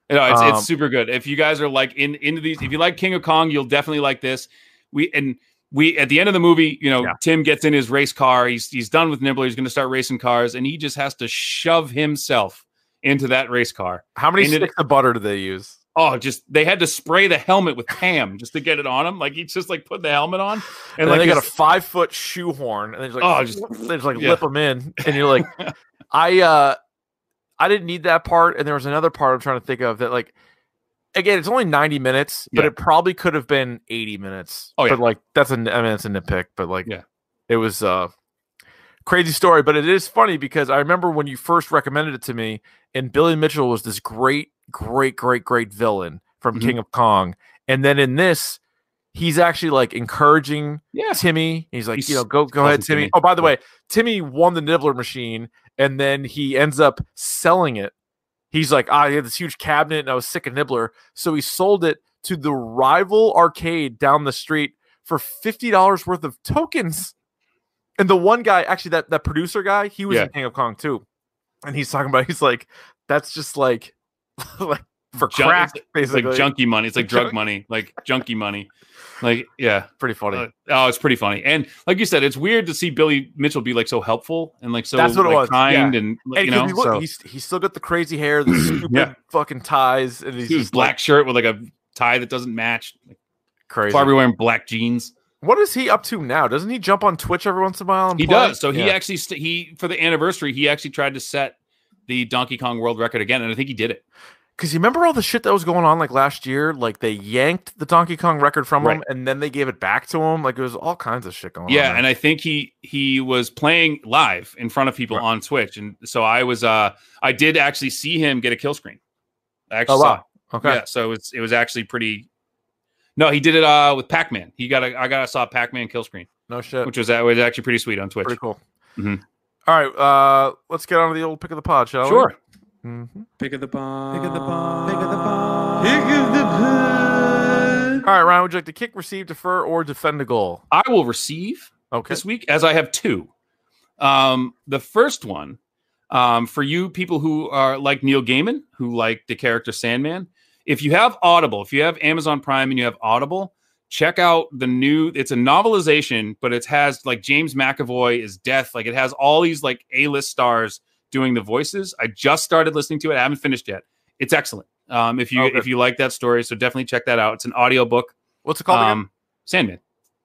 Speaker 3: it's,
Speaker 2: Um,
Speaker 3: it's super good. If you guys are like in into these, if you like King of Kong, you'll definitely like this. We and we at the end of the movie, you know,
Speaker 2: Yeah.
Speaker 3: Tim gets in his race car. He's he's done with Nibbler. He's going to start racing cars, and he just has to shove himself into that race car.
Speaker 2: How many
Speaker 3: And it-
Speaker 2: sticks of butter do they use?
Speaker 3: Oh, just they had to spray the helmet with Pam just to get it on him. Like he just like put the helmet on, and,
Speaker 2: And,
Speaker 3: like
Speaker 2: then they got a
Speaker 3: his-
Speaker 2: five foot shoehorn, and they're just like,
Speaker 3: Oh, just-
Speaker 2: they just like
Speaker 3: yeah.
Speaker 2: lip them in, and you're like, I, uh, I didn't need that part, and there was another part I'm trying to think of that, like, again, it's only 90 minutes, but
Speaker 3: Yeah.
Speaker 2: it probably could have been 80 minutes.
Speaker 3: Oh, yeah.
Speaker 2: but like that's a, I mean, it's a nitpick, but like,
Speaker 3: Yeah.
Speaker 2: it was uh crazy story, but it is funny because I remember when you first recommended it to me, and Billy Mitchell was this great, great, great, great villain from
Speaker 3: Mhm.
Speaker 2: King of Kong, and then in this. He's actually like encouraging
Speaker 3: yeah.
Speaker 2: Timmy. He's like,
Speaker 3: He's
Speaker 2: you know, go go ahead,
Speaker 3: fucking
Speaker 2: Timmy.
Speaker 3: Timmy.
Speaker 2: Oh, by the way, Timmy won the nibbler machine, and then he ends up selling it. He's like, ah, I had this huge cabinet, and I was sick of nibbler, so he sold it to the rival arcade down the street for fifty dollars worth of tokens. And the one guy, actually, that that producer guy, he was
Speaker 3: Yeah.
Speaker 2: in King of Kong too, and he's talking about, he's like, that's just like, like for
Speaker 3: junk-
Speaker 2: crack,
Speaker 3: It's like
Speaker 2: basically.
Speaker 3: junkie money. It's like drug
Speaker 2: Junk-
Speaker 3: money, like junkie money. Like, yeah.
Speaker 2: Pretty funny.
Speaker 3: Uh, oh, it's pretty funny. And like you said, it's weird to see Billy Mitchell be like so helpful and like so
Speaker 2: That's what it
Speaker 3: like,
Speaker 2: was,
Speaker 3: kind and like,
Speaker 2: and
Speaker 3: you
Speaker 2: 'cause
Speaker 3: know
Speaker 2: you look,
Speaker 3: so-
Speaker 2: he's, he's still got the crazy hair, the stupid
Speaker 3: Yeah.
Speaker 2: fucking ties, and he's
Speaker 3: Dude's
Speaker 2: just, like,
Speaker 3: black shirt with like a tie that doesn't match. Like,
Speaker 2: crazy.
Speaker 3: Barbie wearing black jeans.
Speaker 2: What is he up to now? Doesn't he jump on Twitch every once in a while? And
Speaker 3: He
Speaker 2: play?
Speaker 3: does. So he
Speaker 2: Yeah.
Speaker 3: actually st- he for the anniversary he actually tried to set the Donkey Kong world record again, and I think he did it.
Speaker 2: Because you remember all the shit that was going on like last year? Like they yanked the Donkey Kong record from him
Speaker 3: Right.
Speaker 2: and then they gave it back to him. Like it was all kinds of shit going on.
Speaker 3: yeah,
Speaker 2: there.
Speaker 3: and I think he he was playing live in front of people
Speaker 2: Right.
Speaker 3: on Twitch, and so I was uh I did actually see him get a kill screen. I actually
Speaker 2: oh,
Speaker 3: saw it.
Speaker 2: wow. Okay.
Speaker 3: Yeah, so it was it was actually pretty. No, he did it uh with Pac Man. He got a I got I saw Pac Man kill screen,
Speaker 2: No shit.
Speaker 3: which was that was actually pretty sweet on Twitch.
Speaker 2: Pretty cool.
Speaker 3: Mhm.
Speaker 2: All right. Uh, let's get on to the old pick of the pod, shall
Speaker 3: Sure.
Speaker 2: we? Mhm.
Speaker 5: Pick of the bomb.
Speaker 6: Pick of the
Speaker 5: bomb.
Speaker 6: Pick of the bomb.
Speaker 2: All right, Ryan, would you like to kick, receive, defer, or defend a goal?
Speaker 3: I will receive
Speaker 2: Okay.
Speaker 3: this week as I have two. Um, the first one um, for you people who are like Neil Gaiman, who like the character Sandman. If you have Audible, if you have Amazon Prime and you have Audible, check out the new. It's a novelization, but it has like James McAvoy is death. Like it has all these like A list stars doing the voices. I just started listening to it. I haven't finished yet. It's excellent. Um, if you
Speaker 2: Okay.
Speaker 3: if you like that story, so definitely check that out. It's an audiobook.
Speaker 2: What's it called? again?
Speaker 3: Um, Sandman.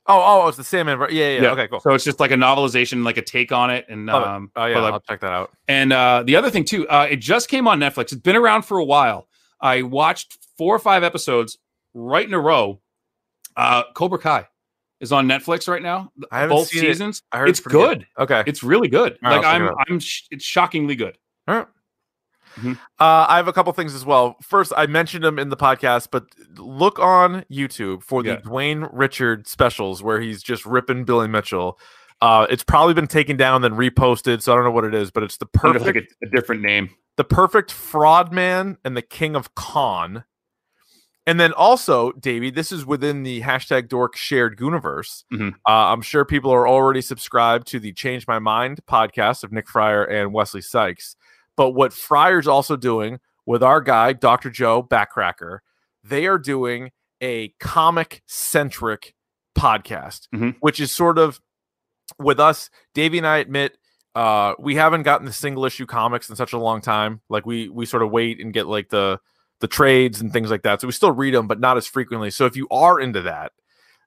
Speaker 2: Oh, oh, it's the Sandman. ver- Yeah, yeah, yeah.
Speaker 3: Yeah.
Speaker 2: Okay, cool.
Speaker 3: So it's just like a novelization, like a take on it, and
Speaker 2: Love it.
Speaker 3: um,
Speaker 2: Oh, yeah.
Speaker 3: but, like-
Speaker 2: I'll check that out.
Speaker 3: and uh, the other thing too, uh, it just came on Netflix. It's been around for a while. I watched four or five episodes right in a row. Uh, Cobra Kai is on Netflix right now.
Speaker 2: I haven't
Speaker 3: Both
Speaker 2: seen it.
Speaker 3: seasons.
Speaker 2: I heard
Speaker 3: It's
Speaker 2: pretty
Speaker 3: good.
Speaker 2: Okay.
Speaker 3: It's really good.
Speaker 2: All right,
Speaker 3: like
Speaker 2: I'll check
Speaker 3: I'm,
Speaker 2: it
Speaker 3: I'm. Sh- it's shockingly good.
Speaker 2: All right.
Speaker 3: Mhm.
Speaker 2: Uh, I have a couple things as well. First, I mentioned them in the podcast, but look on YouTube for the
Speaker 3: Yeah.
Speaker 2: Dwayne Richard specials where he's just ripping Billy Mitchell. Uh, it's probably been taken down then reposted, so I don't know what it is, but it's the
Speaker 3: Under,
Speaker 2: perfect,
Speaker 3: Like a, a different name.
Speaker 2: the perfect fraud man and the king of con. And then also, Davey, this is within the hashtag dork shared universe.
Speaker 3: Mhm.
Speaker 2: Uh, I'm sure people are already subscribed to the Change My Mind podcast of Nick Fryer and Wesley Sykes. But what Fryer's also doing with our guy, Dr. Joe Backcracker, they are doing a comic centric podcast,
Speaker 3: Mhm.
Speaker 2: which is sort of with us, Davey and I admit uh we haven't gotten the single issue comics in such a long time. Like we we sort of wait and get like the the trades and things like that. So we still read them, but not as frequently. So if you are into that,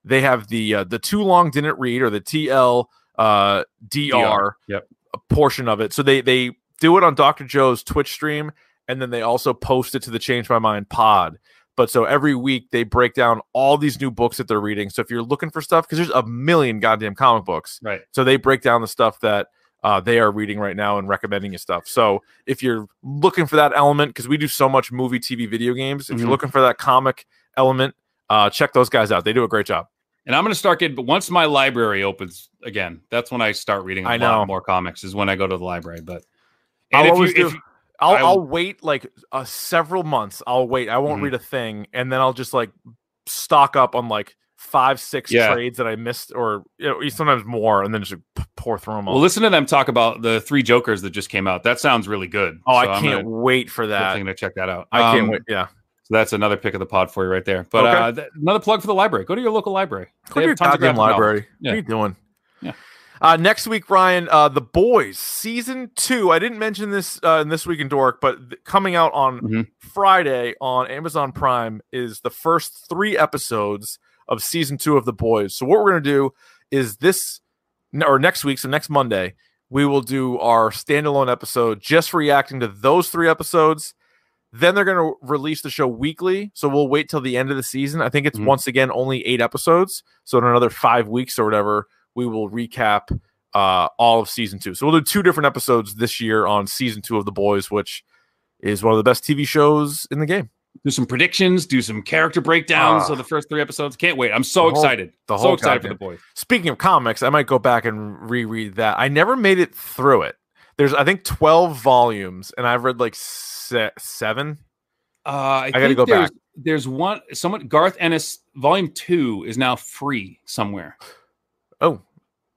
Speaker 2: they have the uh, the too long didn't read or the TL uh, DR,
Speaker 3: Yep.
Speaker 2: a portion of it. So they they do it on Dr. Joe's Twitch stream, and then they also post it to the Change My Mind pod. But so every week they break down all these new books that they're reading. So if you're looking for stuff, because there's a million goddamn comic books,
Speaker 3: Right.
Speaker 2: So they break down the stuff that uh, they are reading right now and recommending you stuff. So if you're looking for that element, because we do so much movie, TV, video games, if you're
Speaker 3: Mhm.
Speaker 2: looking for that comic element, uh, check those guys out. They do a great job.
Speaker 3: And I'm going to start getting. But once my library opens again, that's when I start reading. a
Speaker 2: I
Speaker 3: lot
Speaker 2: know.
Speaker 3: more comics is when I go to the library. But
Speaker 2: I'll
Speaker 3: and if you-
Speaker 2: always
Speaker 3: if
Speaker 2: do.
Speaker 3: you-
Speaker 2: I'll,
Speaker 3: I-
Speaker 2: I'll wait like uh, several months. I'll wait. I won't
Speaker 3: Mhm.
Speaker 2: read a thing, and then I'll just like stock up on like five, six
Speaker 3: Yeah.
Speaker 2: trades that I missed, or you know, sometimes more, and then just p- pour through them all.
Speaker 3: Well, listen to them talk about the three Jokers that just came out. That sounds really good.
Speaker 2: oh,
Speaker 3: So
Speaker 2: I
Speaker 3: I'm
Speaker 2: can't
Speaker 3: gonna-
Speaker 2: wait for that.
Speaker 3: definitely gonna check that out.
Speaker 2: I can't
Speaker 3: Um,
Speaker 2: wait. Yeah,
Speaker 3: So that's another pick of the pod for you right there. But
Speaker 2: Okay.
Speaker 3: uh, th- another plug for the library. Go to your local library.
Speaker 2: go
Speaker 3: They
Speaker 2: to your
Speaker 3: have tons of
Speaker 2: goddamn
Speaker 3: graphic novels.
Speaker 2: library.
Speaker 3: Yeah.
Speaker 2: What are you doing?
Speaker 3: Yeah.
Speaker 2: Uh, next week, Ryan, uh, the boys season two. I didn't mention this uh, in this week in Dork, but th- coming out on
Speaker 3: Mhm.
Speaker 2: Friday on Amazon Prime is the first three episodes of season two of the boys. So what we're gonna do is this n- or next week, so next Monday, we will do our standalone episode just reacting to those three episodes. Then they're going to release the show weekly. So we'll wait till the end of the season. I think it's
Speaker 3: Mhm.
Speaker 2: once again only eight episodes. So in another five weeks or whatever, we will recap uh, all of season two. So we'll do two different episodes this year on season two of The Boys, which is one of the best TV shows in the game.
Speaker 3: Do some predictions. Do some character breakdowns
Speaker 2: Ah.
Speaker 3: of the first three episodes. Can't wait. I'm so
Speaker 2: The whole-
Speaker 3: excited.
Speaker 2: the
Speaker 3: so
Speaker 2: whole
Speaker 3: excited for
Speaker 2: goddamn-
Speaker 3: the boys.
Speaker 2: Speaking of comics, I might go back and reread that. I never made it through it. There's, I think, 12 volumes, and I've read like se- seven.
Speaker 3: Uh, I,
Speaker 2: gotta
Speaker 3: think
Speaker 2: go
Speaker 3: there's,
Speaker 2: back.
Speaker 3: There's one. Someone Garth Ennis Volume Two is now free somewhere.
Speaker 2: Oh,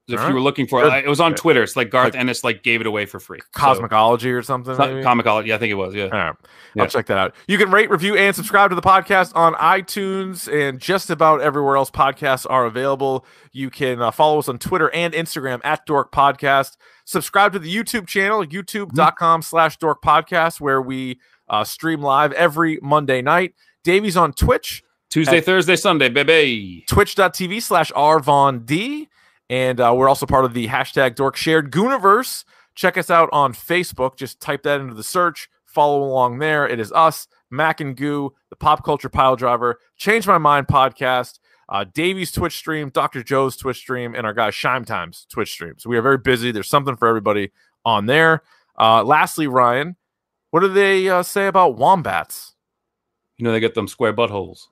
Speaker 3: If
Speaker 2: All right.
Speaker 3: you were looking for
Speaker 2: Good.
Speaker 3: it, it was on
Speaker 2: Okay.
Speaker 3: Twitter. It's like Garth
Speaker 2: Like-
Speaker 3: Ennis like gave it away for free.
Speaker 2: Cosmicology or something.
Speaker 3: So, Co-
Speaker 2: maybe?
Speaker 3: Comicology, yeah, I think it was. Yeah.
Speaker 2: All right.
Speaker 3: Yeah.
Speaker 2: I'll check that out. You can rate, review, and subscribe to the podcast on iTunes and just about everywhere else podcasts are available. You can uh, follow us on Twitter and Instagram at Dork Podcast. Subscribe to the YouTube channel, youtube.com slash dork podcast, where we uh, stream live every Monday night. Davey's on Twitch,
Speaker 3: Tuesday,
Speaker 2: At-
Speaker 3: Thursday, Sunday, baby.
Speaker 2: twitch.tv slash rvond. And uh, we're also part of the hashtag dork shared Gooniverse. Check us out on Facebook. Just type that into the search, follow along there. It is us, Mac and Goo, the Pop Culture Pile Driver, Change My Mind podcast, uh, Davey's Twitch stream, Dr. Joe's Twitch stream, and our guy Shime Times Twitch stream. So we are very busy. There's something for everybody on there. Uh, lastly, Ryan, what do they uh, say about wombats?
Speaker 3: You know they got them square buttholes.